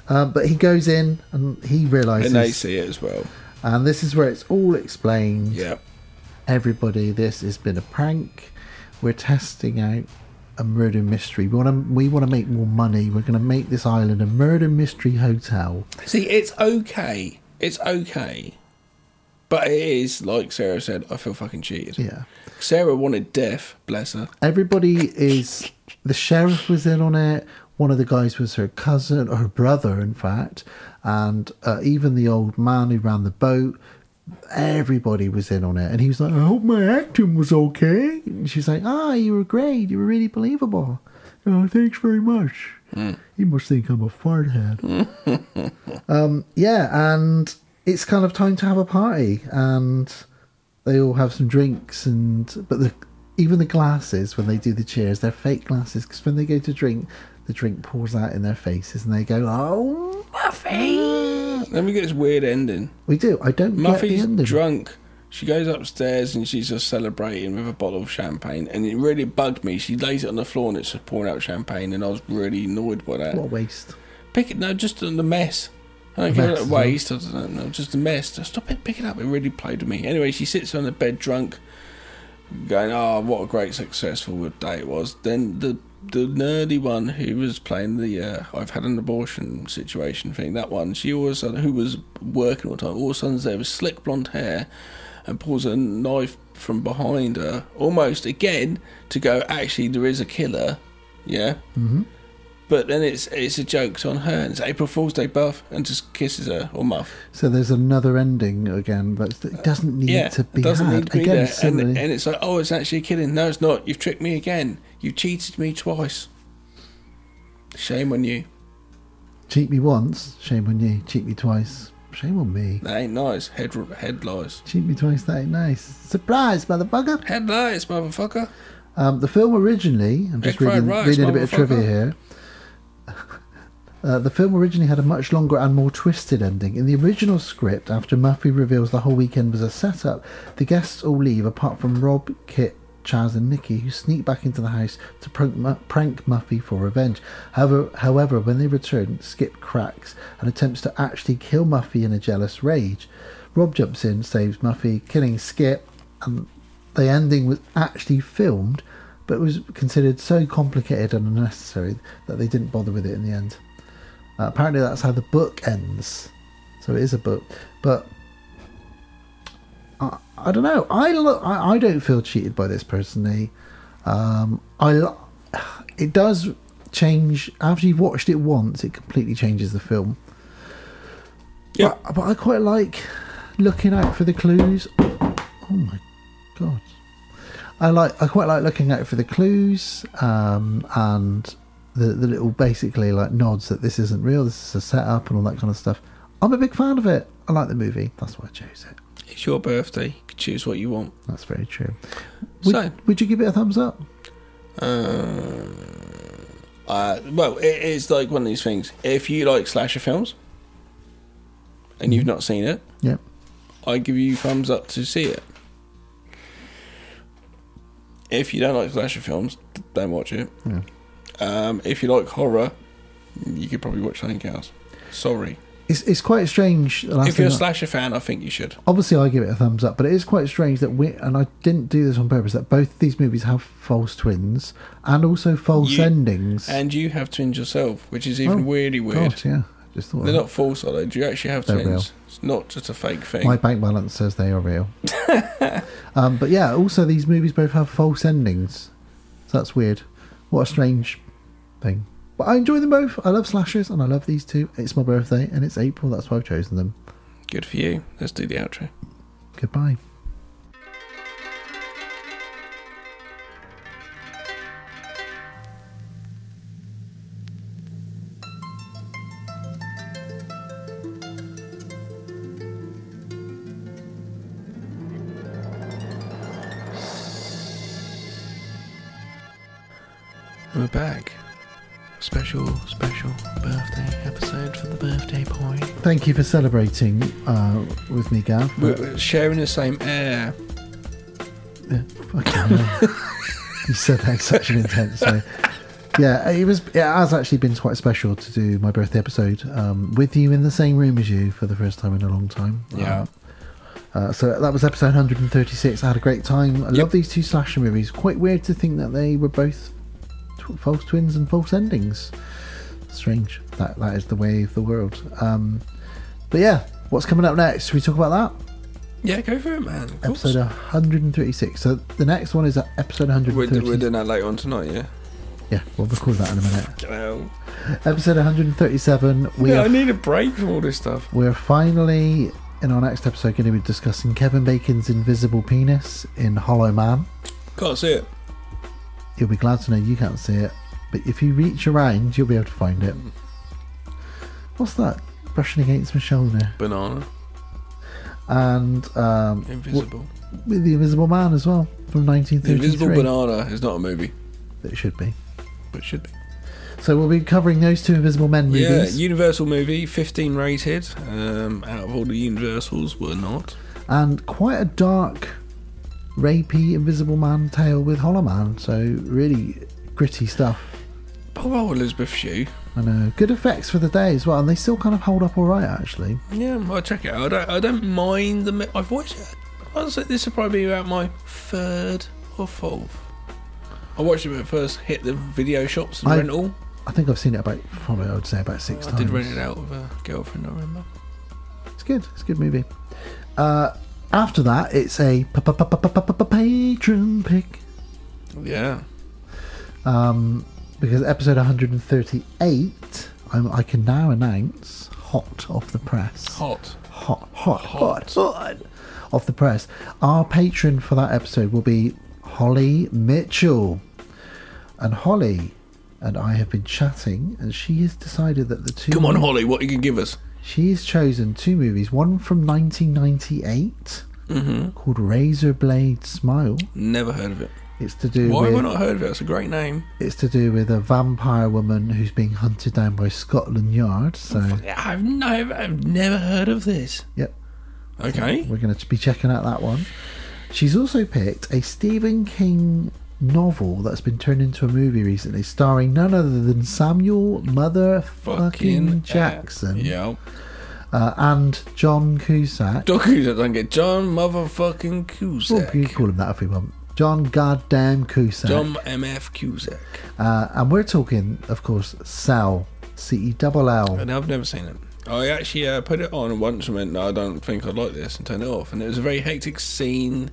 S7: Um, but he goes in and he realizes,
S1: And they see it as well.
S7: and this is where it's all explained.
S1: Yeah.
S7: Everybody, this has been a prank. We're testing out a murder mystery. We want to we want to make more money. We're going to make this island a murder mystery hotel.
S1: See, it's okay. It's okay. But it is, like Sarah said, I feel fucking cheated.
S7: Yeah.
S1: Sarah wanted death, bless her.
S7: Everybody is the sheriff was in on it. One of the guys was her cousin or her brother, in fact, and uh, even the old man who ran the boat. Everybody was in on it, and he was like, "I hope my acting was okay." And she's like, "Ah, you were great. You were really believable. Oh, thanks very much. You must think I'm a fart head." [LAUGHS] um, yeah, and it's kind of time to have a party, and they all have some drinks, and but the even the glasses when they do the cheers, they're fake glasses because when they go to drink, the drink pours out in their faces, and they go, "Oh, Muffy."
S1: Then we get this weird ending.
S7: We do. I don't get the
S1: Muffy's
S7: ending.
S1: drunk. She goes upstairs and she's just celebrating with a bottle of champagne. And it really bugged me. She lays it on the floor and it's just pouring out champagne. And I was really annoyed by that.
S7: What a waste.
S1: Pick it, no, just on the mess. I don't
S7: The
S1: care
S7: mess,
S1: about
S7: yeah.
S1: waste. I don't know, just the mess. Just stop it, pick it up. It really played with me. Anyway, she sits on the bed drunk, going, "Oh, what a great successful day it was." Then the the nerdy one who was playing the uh, "I've had an abortion" situation thing. That one, she always who was working all the time. All of a sudden, there was slick blonde hair, and pulls a knife from behind her, almost again to go. Actually, there is a killer. Yeah. But then it's it's a joke's on her. And it's April Fool's Day buff and just kisses her or muff.
S7: So there's another ending again, but it doesn't need
S1: Uh, yeah,
S7: to
S1: it
S7: be
S1: doesn't
S7: had.
S1: need to be
S7: again,
S1: there. And,
S7: similarly-
S1: and it's like, oh, it's actually a killing. No, it's not. You've tricked me again. You've cheated me twice. Shame on you.
S7: Cheat me once, shame on you. Cheat me twice, shame on me.
S1: That ain't nice. Head head lies.
S7: Cheat me twice, that ain't nice. Surprise, motherfucker!
S1: Head lies, motherfucker.
S7: Um, the film originally, I'm just
S1: Egg fried
S7: reading,
S1: rice,
S7: reading a bit of
S1: motherfucker.
S7: trivia here. [LAUGHS] Uh, the film originally had a much longer and more twisted ending. In the original script, after Murphy reveals the whole weekend was a setup, the guests all leave apart from Rob, Kit, Chaz, and Nikki, who sneak back into the house to prank, Mu- prank Murphy for revenge. However, however, when they return, Skip cracks and attempts to actually kill Muffy in a jealous rage. Rob jumps in, saves Muffy, killing Skip, and the ending was actually filmed, but was considered so complicated and unnecessary that they didn't bother with it in the end. Uh, apparently, that's how the book ends. So it is a book, but I, I don't know. I, lo- I I don't feel cheated by this personally. Um, I lo- it does change after you've watched it once. It completely changes the film.
S1: Yeah.
S7: but, but I quite like looking out for the clues. Oh my god! I like I quite like looking out for the clues um, and the the little basically like nods that this isn't real, this is a setup and all that kind of stuff. I'm a big fan of it. I like the movie. That's why I chose it.
S1: It's your birthday. You can choose what you want.
S7: That's very true. Would,
S1: So-
S7: would you give it a thumbs up?
S1: Uh, uh, well, it is like one of these things. If you like slasher films and you've not seen it,
S7: Yep.
S1: I give you thumbs up to see it. If you don't like slasher films, d- don't watch it.
S7: Yeah.
S1: Um, if you like horror, you could probably watch something else. Sorry.
S7: It's it's quite strange. the last
S1: if you're a
S7: thing I-
S1: slasher fan, I think you should.
S7: obviously I give it a thumbs up, but it is quite strange that we and I didn't do this on purpose. That both these movies have false twins and also false
S1: You-
S7: endings.
S1: And you have twins yourself, which is even
S7: Oh,
S1: really weird.
S7: God, yeah. I just thought
S1: They're
S7: of
S1: not false, are they? Do you actually have
S7: They're
S1: twins?
S7: real.
S1: It's not just a fake
S7: that.
S1: thing.
S7: my bank balance says they are real. um, but yeah, also these movies both have false endings. So that's weird. What a strange thing. But I enjoy them both. I love slashers and I love these two. It's my birthday and it's April. That's why I've chosen them.
S1: Good for you. Let's do the outro.
S7: Goodbye.
S1: We're back. Special, special birthday episode for the birthday boy.
S7: Thank you for celebrating uh, with me, Gav.
S1: We're, we're sharing the same air.
S7: Yeah, Oh, fucking hell. you said that in such an intense way. Yeah, it was. It has actually been quite special to do my birthday episode um, with you in the same room as you for the first time in a long time. Um,
S1: Yeah.
S7: Uh, so that was episode 136. I had a great time. I love these two slasher movies. Quite weird to think that they were both tw- false twins and false endings. Strange. That that is the way of the world. Um, but yeah, what's coming up next? Should we talk about that?
S1: Yeah, go for it, man. Of course.
S7: Episode 136. So the next one is uh, episode
S1: We're,
S7: 136.
S1: we're doing that later on tonight, yeah?
S7: Yeah, we'll record that in a minute.
S1: Well,
S7: Episode 137. We
S1: yeah,
S7: are
S1: I need a break from all this stuff.
S7: we're finally in our next episode going to be discussing Kevin Bacon's invisible penis in Hollow Man.
S1: Can't see it.
S7: You'll be glad to know you can't see it, but if you reach around, you'll be able to find it. What's that? Brushing against my shoulder.
S1: Banana.
S7: And um,
S1: Invisible.
S7: w- with the Invisible Man as well from
S1: The
S7: 1933.
S1: Invisible Banana is not a movie,
S7: It should be.
S1: but it should be.
S7: So we'll be covering those two Invisible Men movies
S1: Yeah, Universal movie, 15 rated. Um, out of all the Universals, we're not.
S7: and quite a dark, rapey Invisible Man tale with Hollow Man. So really gritty stuff.
S1: Poor old Elizabeth Shue.
S7: I know. Good effects for the day as well, and they still kind of hold up all right, actually.
S1: Yeah, I'll check it out. I don't, I don't mind the. mi- I've watched it. Honestly, this would probably be about my third or fourth. I watched it when it first hit the video shops and
S7: I-
S1: rental.
S7: I think I've seen it about probably I would say about six
S1: I
S7: times.
S1: did rent it out with a girlfriend, I remember.
S7: It's good. It's a good movie. Uh, after that, it's a pa- pa- pa- pa- pa- pa- pa- patron pick
S1: Yeah.
S7: um, because episode 138. I'm, I can now announce hot off the press.
S1: Hot.
S7: hot, hot, hot, hot off the press. Our patron for that episode will be Holly Mitchell. And Holly and I have been chatting, and she has decided that the two.
S1: Come on, Holly, what you can give us?
S7: She's chosen two movies. One from 1998
S1: Mhm.
S7: called Razor Blade Smile.
S1: Never heard of it.
S7: It's to do
S1: Why
S7: with.
S1: have I not heard of it? It's a great name.
S7: It's to do with a vampire woman who's being hunted down by Scotland Yard. So,
S1: I've, no, I've never heard of this.
S7: yep,
S1: Okay.
S7: we're going to be checking out that one. She's also picked a Stephen King novel that's been turned into a movie recently, starring none other than Samuel Motherfucking Jackson
S1: Yeah.
S7: uh, and John Cusack.
S1: Doc Cusack, don't get John motherfucking
S7: Well,
S1: Cusack.
S7: you can call him that if we want. John Goddamn Cusack.
S1: John MF Cusack.
S7: Uh, and we're talking, of course, Sal. C E double L.
S1: And uh, I've never seen it. I actually uh, put it on once and went, no, I don't think I'd like this, and turned it off. And it was a very hectic scene.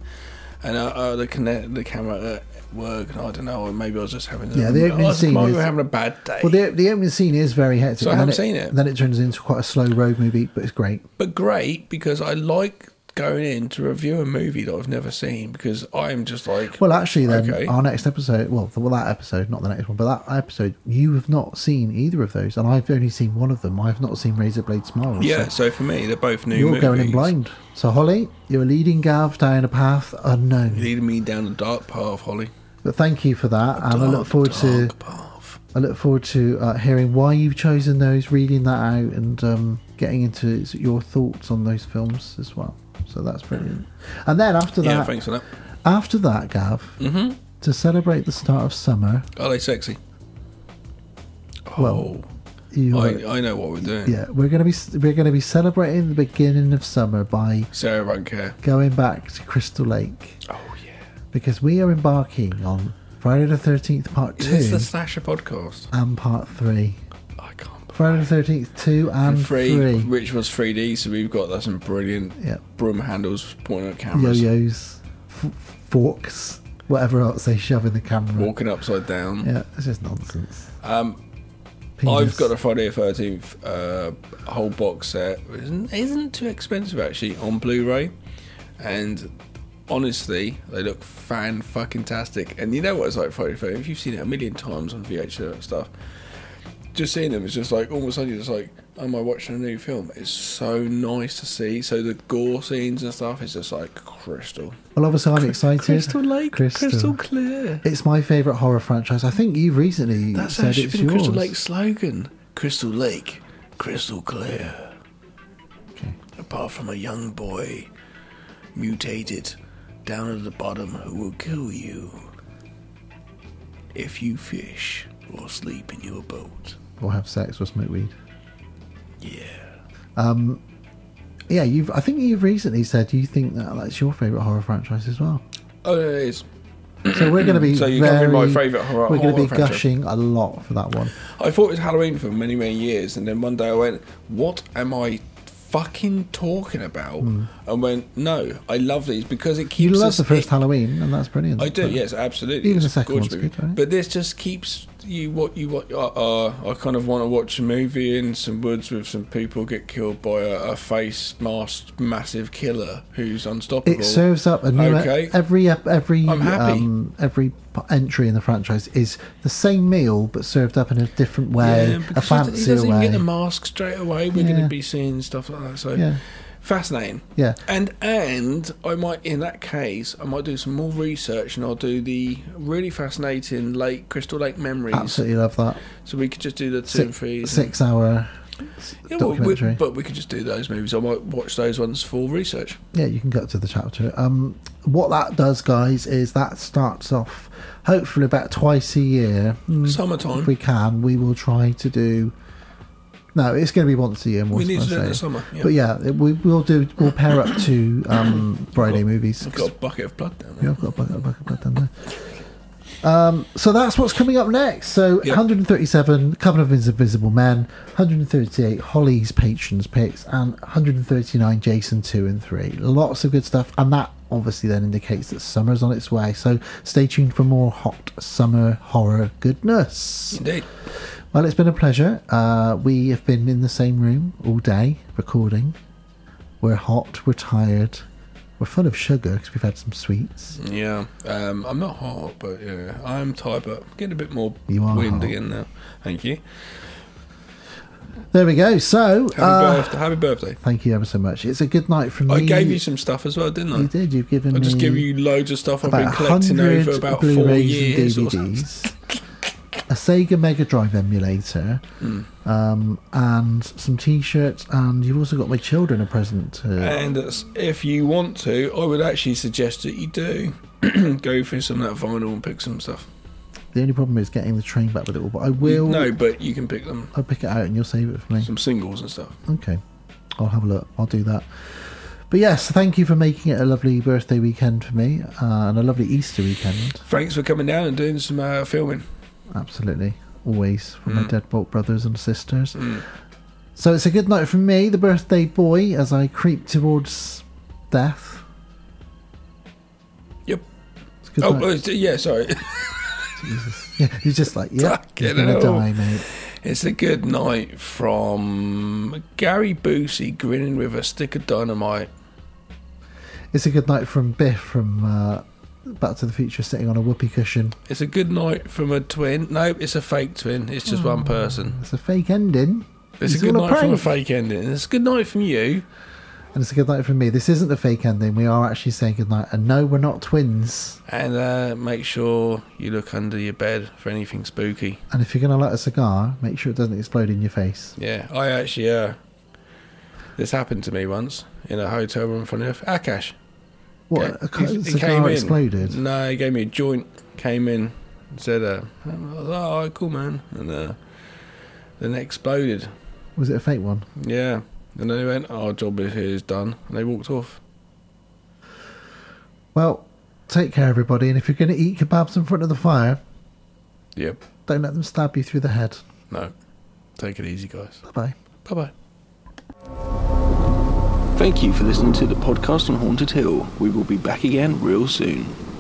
S1: And uh, uh, the, connect, the camera at work, and I don't know, or maybe I was just having a-
S7: Yeah, the opening
S1: I was-
S7: scene
S1: might
S7: is-
S1: be having a bad day.
S7: Well, the, the opening scene is very hectic.
S1: So I
S7: and then
S1: haven't seen it.
S7: Then it turns into quite a slow road movie, but it's great.
S1: but great because I like going in to review a movie that I've never seen because I'm just like,
S7: Well, actually, then
S1: Okay.
S7: our next episode, well, th- well, that episode, not the next one, but that episode, you have not seen either of those, and I've only seen one of them. I've not seen Razorblade Smile.
S1: yeah.
S7: so
S1: So for me, they're both new.
S7: you're
S1: movies.
S7: going in blind. So Holly, you're leading Gav down a path unknown.
S1: You're leading me down a dark path, Holly.
S7: But thank you for that, and I look
S1: Dark,
S7: forward to
S1: dark path.
S7: I look forward to uh, hearing why you've chosen those, reading that out, and um, getting into s- your thoughts on those films as well. So that's brilliant. And then after that,
S1: Yeah, thanks Mm-hmm. for that.
S7: after that, Gav, to celebrate the start of summer,
S1: Are they sexy?
S7: Well, you
S1: Oh. I, I know what we're doing.
S7: yeah, we're gonna be s- we're gonna be celebrating the beginning of summer by
S1: Sarah won't care.
S7: going back to Crystal Lake. Oh yeah, because we are embarking on Friday the Thirteenth Part
S1: Is
S7: Two
S1: this the Slasher podcast?
S7: and Part Three.
S1: I can't.
S7: Friday the Thirteenth Two and
S1: Three,
S7: Three.
S1: which was 3D, so we've got some brilliant
S7: Yeah.
S1: broom handles pointing at cameras,
S7: yo-yos, f- forks, whatever else they shove in the camera.
S1: walking upside down.
S7: Yeah, it's just nonsense. Um,
S1: I've got a Friday the 13th uh, whole box set. It isn't, isn't too expensive actually on Blu ray. And honestly, they look fan fucking tastic. And you know what it's like Friday the 13th? You've seen it a million times on VHS and stuff. Just seeing them is just like almost suddenly it's like, oh, am I watching a new film? It's so nice to see. So the gore scenes and stuff is just like crystal.
S7: Well, obviously, I'm excited.
S1: Crystal Lake,
S7: Crystal.
S1: crystal, clear.
S7: It's my favourite horror franchise. I think you recently
S1: That's
S7: said
S1: actually
S7: it's
S1: been
S7: yours.
S1: Crystal Lake's slogan. Crystal Lake, crystal clear.
S7: Okay.
S1: Apart from a young boy mutated down at the bottom who will kill you if you fish or sleep in your boat.
S7: Or have sex or smoke weed.
S1: Yeah.
S7: Yeah, you've. I think you've recently said you think that that's your favourite horror franchise as well.
S1: Oh, there it is.
S7: So we're going to
S1: [CLEARS THROAT]
S7: be
S1: So you're gonna
S7: very,
S1: be my favourite horror-
S7: We're going to
S1: horror
S7: be
S1: franchise.
S7: gushing a lot for that one.
S1: I thought it was Halloween for many, many years, and then one day I went, What am I fucking talking about? And went, No, I Hmm. love these because it
S7: You
S1: keeps.
S7: love
S1: us-
S7: the first
S1: it-
S7: Halloween, and that's brilliant.
S1: I do,
S7: But-
S1: yes, absolutely.
S7: Even
S1: It's
S7: the
S1: a
S7: second
S1: gorgeous
S7: one's
S1: movie.
S7: good, right?
S1: But this just keeps you what you what. Uh, uh, I kind of want to watch a movie in some woods with some people get killed by a, a face masked massive killer who's unstoppable.
S7: It serves up a new e-,
S1: Okay.
S7: every ep- every
S1: I'm happy.
S7: um, every p- entry in the franchise is the same meal but served up in a different way, a
S1: because he
S7: fancier
S1: doesn't even
S7: way.
S1: get the mask straight away. We're going
S7: Yeah.
S1: to be seeing stuff like that. So
S7: Yeah.
S1: fascinating.
S7: Yeah.
S1: And and I might in that case I might do some more research and I'll do the really fascinating Lake Crystal Lake memories.
S7: Absolutely love that
S1: So we could just do the two and
S7: six,
S1: threes. and-
S7: six hour
S1: Yeah, well, we,
S7: documentary.
S1: but we could just do those movies. I might watch those ones for research.
S7: yeah, you can get to the chapter. Um, what that does, guys, is that starts off hopefully about twice a year. Mm,
S1: Summertime.
S7: if we can, we will try to do. No, it's going to be once a year. More
S1: We need
S7: I
S1: to do it in
S7: say.
S1: the summer, yeah.
S7: But yeah, it- we will do. We'll pair up to
S1: [COUGHS]
S7: um, Friday movies.
S1: I've got a bucket of blood down
S7: Yeah,
S1: there.
S7: I've got a bucket, a bucket of blood down there. Um, so that's what's coming up next. So
S1: Yeah.
S7: 137, Coven of Invisible Men, 138, Holly's Patrons Picks, and 139, Jason 2 and 3. Lots of good stuff. And that obviously then indicates that summer's on its way. So stay tuned for more hot summer horror goodness.
S1: Indeed.
S7: Well, it's been a pleasure. Uh, we have been in the same room all day recording. We're hot, we're tired, We're full of sugar because we've had some sweets.
S1: Yeah, um, I'm not hot, but yeah, I'm tired, but I'm getting a bit more
S7: You are
S1: wind
S7: hot.
S1: again now. Thank you.
S7: There we go. So,
S1: Happy
S7: uh,
S1: birthday! Happy birthday!
S7: thank you ever so much. It's a good night from
S1: I
S7: me.
S1: gave you some stuff as well, didn't I?
S7: You did. You've given
S1: I just
S7: me
S1: gave you loads of stuff I've
S7: about
S1: been collecting
S7: 100
S1: over about four
S7: Blu-rays
S1: years.
S7: and
S1: Or
S7: DVDs, a Sega Mega Drive emulator,
S1: Mm.
S7: um, and some T-shirts. And you've also got my children a present. Too.
S1: And that's- if you want to, I would actually suggest that you do [CLEARS THROAT] go through some of that vinyl and pick some stuff.
S7: the only problem is getting the train back with it all. But I will.
S1: No, but you can pick them.
S7: I'll pick it out and you'll save it for me.
S1: Some singles and stuff.
S7: Okay. I'll have a look. I'll do that. But yes, thank you for making it a lovely birthday weekend for me uh, and a lovely Easter weekend.
S1: Thanks for coming down and doing some uh, filming.
S7: Absolutely. Always for my
S1: Mm.
S7: deadbolt brothers and sisters. So it's a good night from me, the birthday boy, as I creep towards death.
S1: Yep.
S7: It's a good
S1: oh,
S7: night.
S1: uh,
S7: [LAUGHS]
S1: it's- yeah, sorry. [LAUGHS]
S7: yeah, you're just like, yeah, you're
S1: Fucking
S7: going to
S1: hell.
S7: die, mate.
S1: It's a good night from Gary Boosie grinning with a stick of dynamite.
S7: It's a good night from Biff from uh, Back to the Future sitting on a whoopee cushion.
S1: It's a good night from a twin. No, it's a fake twin. It's just one person.
S7: It's a fake ending.
S1: It's, a good
S7: all
S1: night from a
S7: prank.
S1: fake ending. It's a good night from you.
S7: And it's a good night from me. This isn't a fake ending. We are actually saying good night. And no, we're not twins.
S1: And uh, make sure you look under your bed for anything spooky.
S7: And if you're going to light a cigar, make sure it doesn't explode in your face.
S1: Yeah, I actually, uh, this happened to me once in a hotel room in front of Akash.
S7: What?
S1: Yeah,
S7: a ca-
S1: he- he
S7: cigar exploded?
S1: No, he gave me a joint, came in, and said, uh, and I was like, oh, all right, cool, man. And uh, then it exploded.
S7: Was it a fake one?
S1: Yeah. And then he went, our job is here is done. And they walked off.
S7: Well, take care, everybody. And if you're going to eat kebabs in front of the fire,
S1: Yep.
S7: don't let them stab you through the head.
S1: No. Take it easy, guys.
S7: Bye bye.
S1: Bye bye.
S12: Thank you for listening to the podcast on Haunted Hill. We will be back again real soon.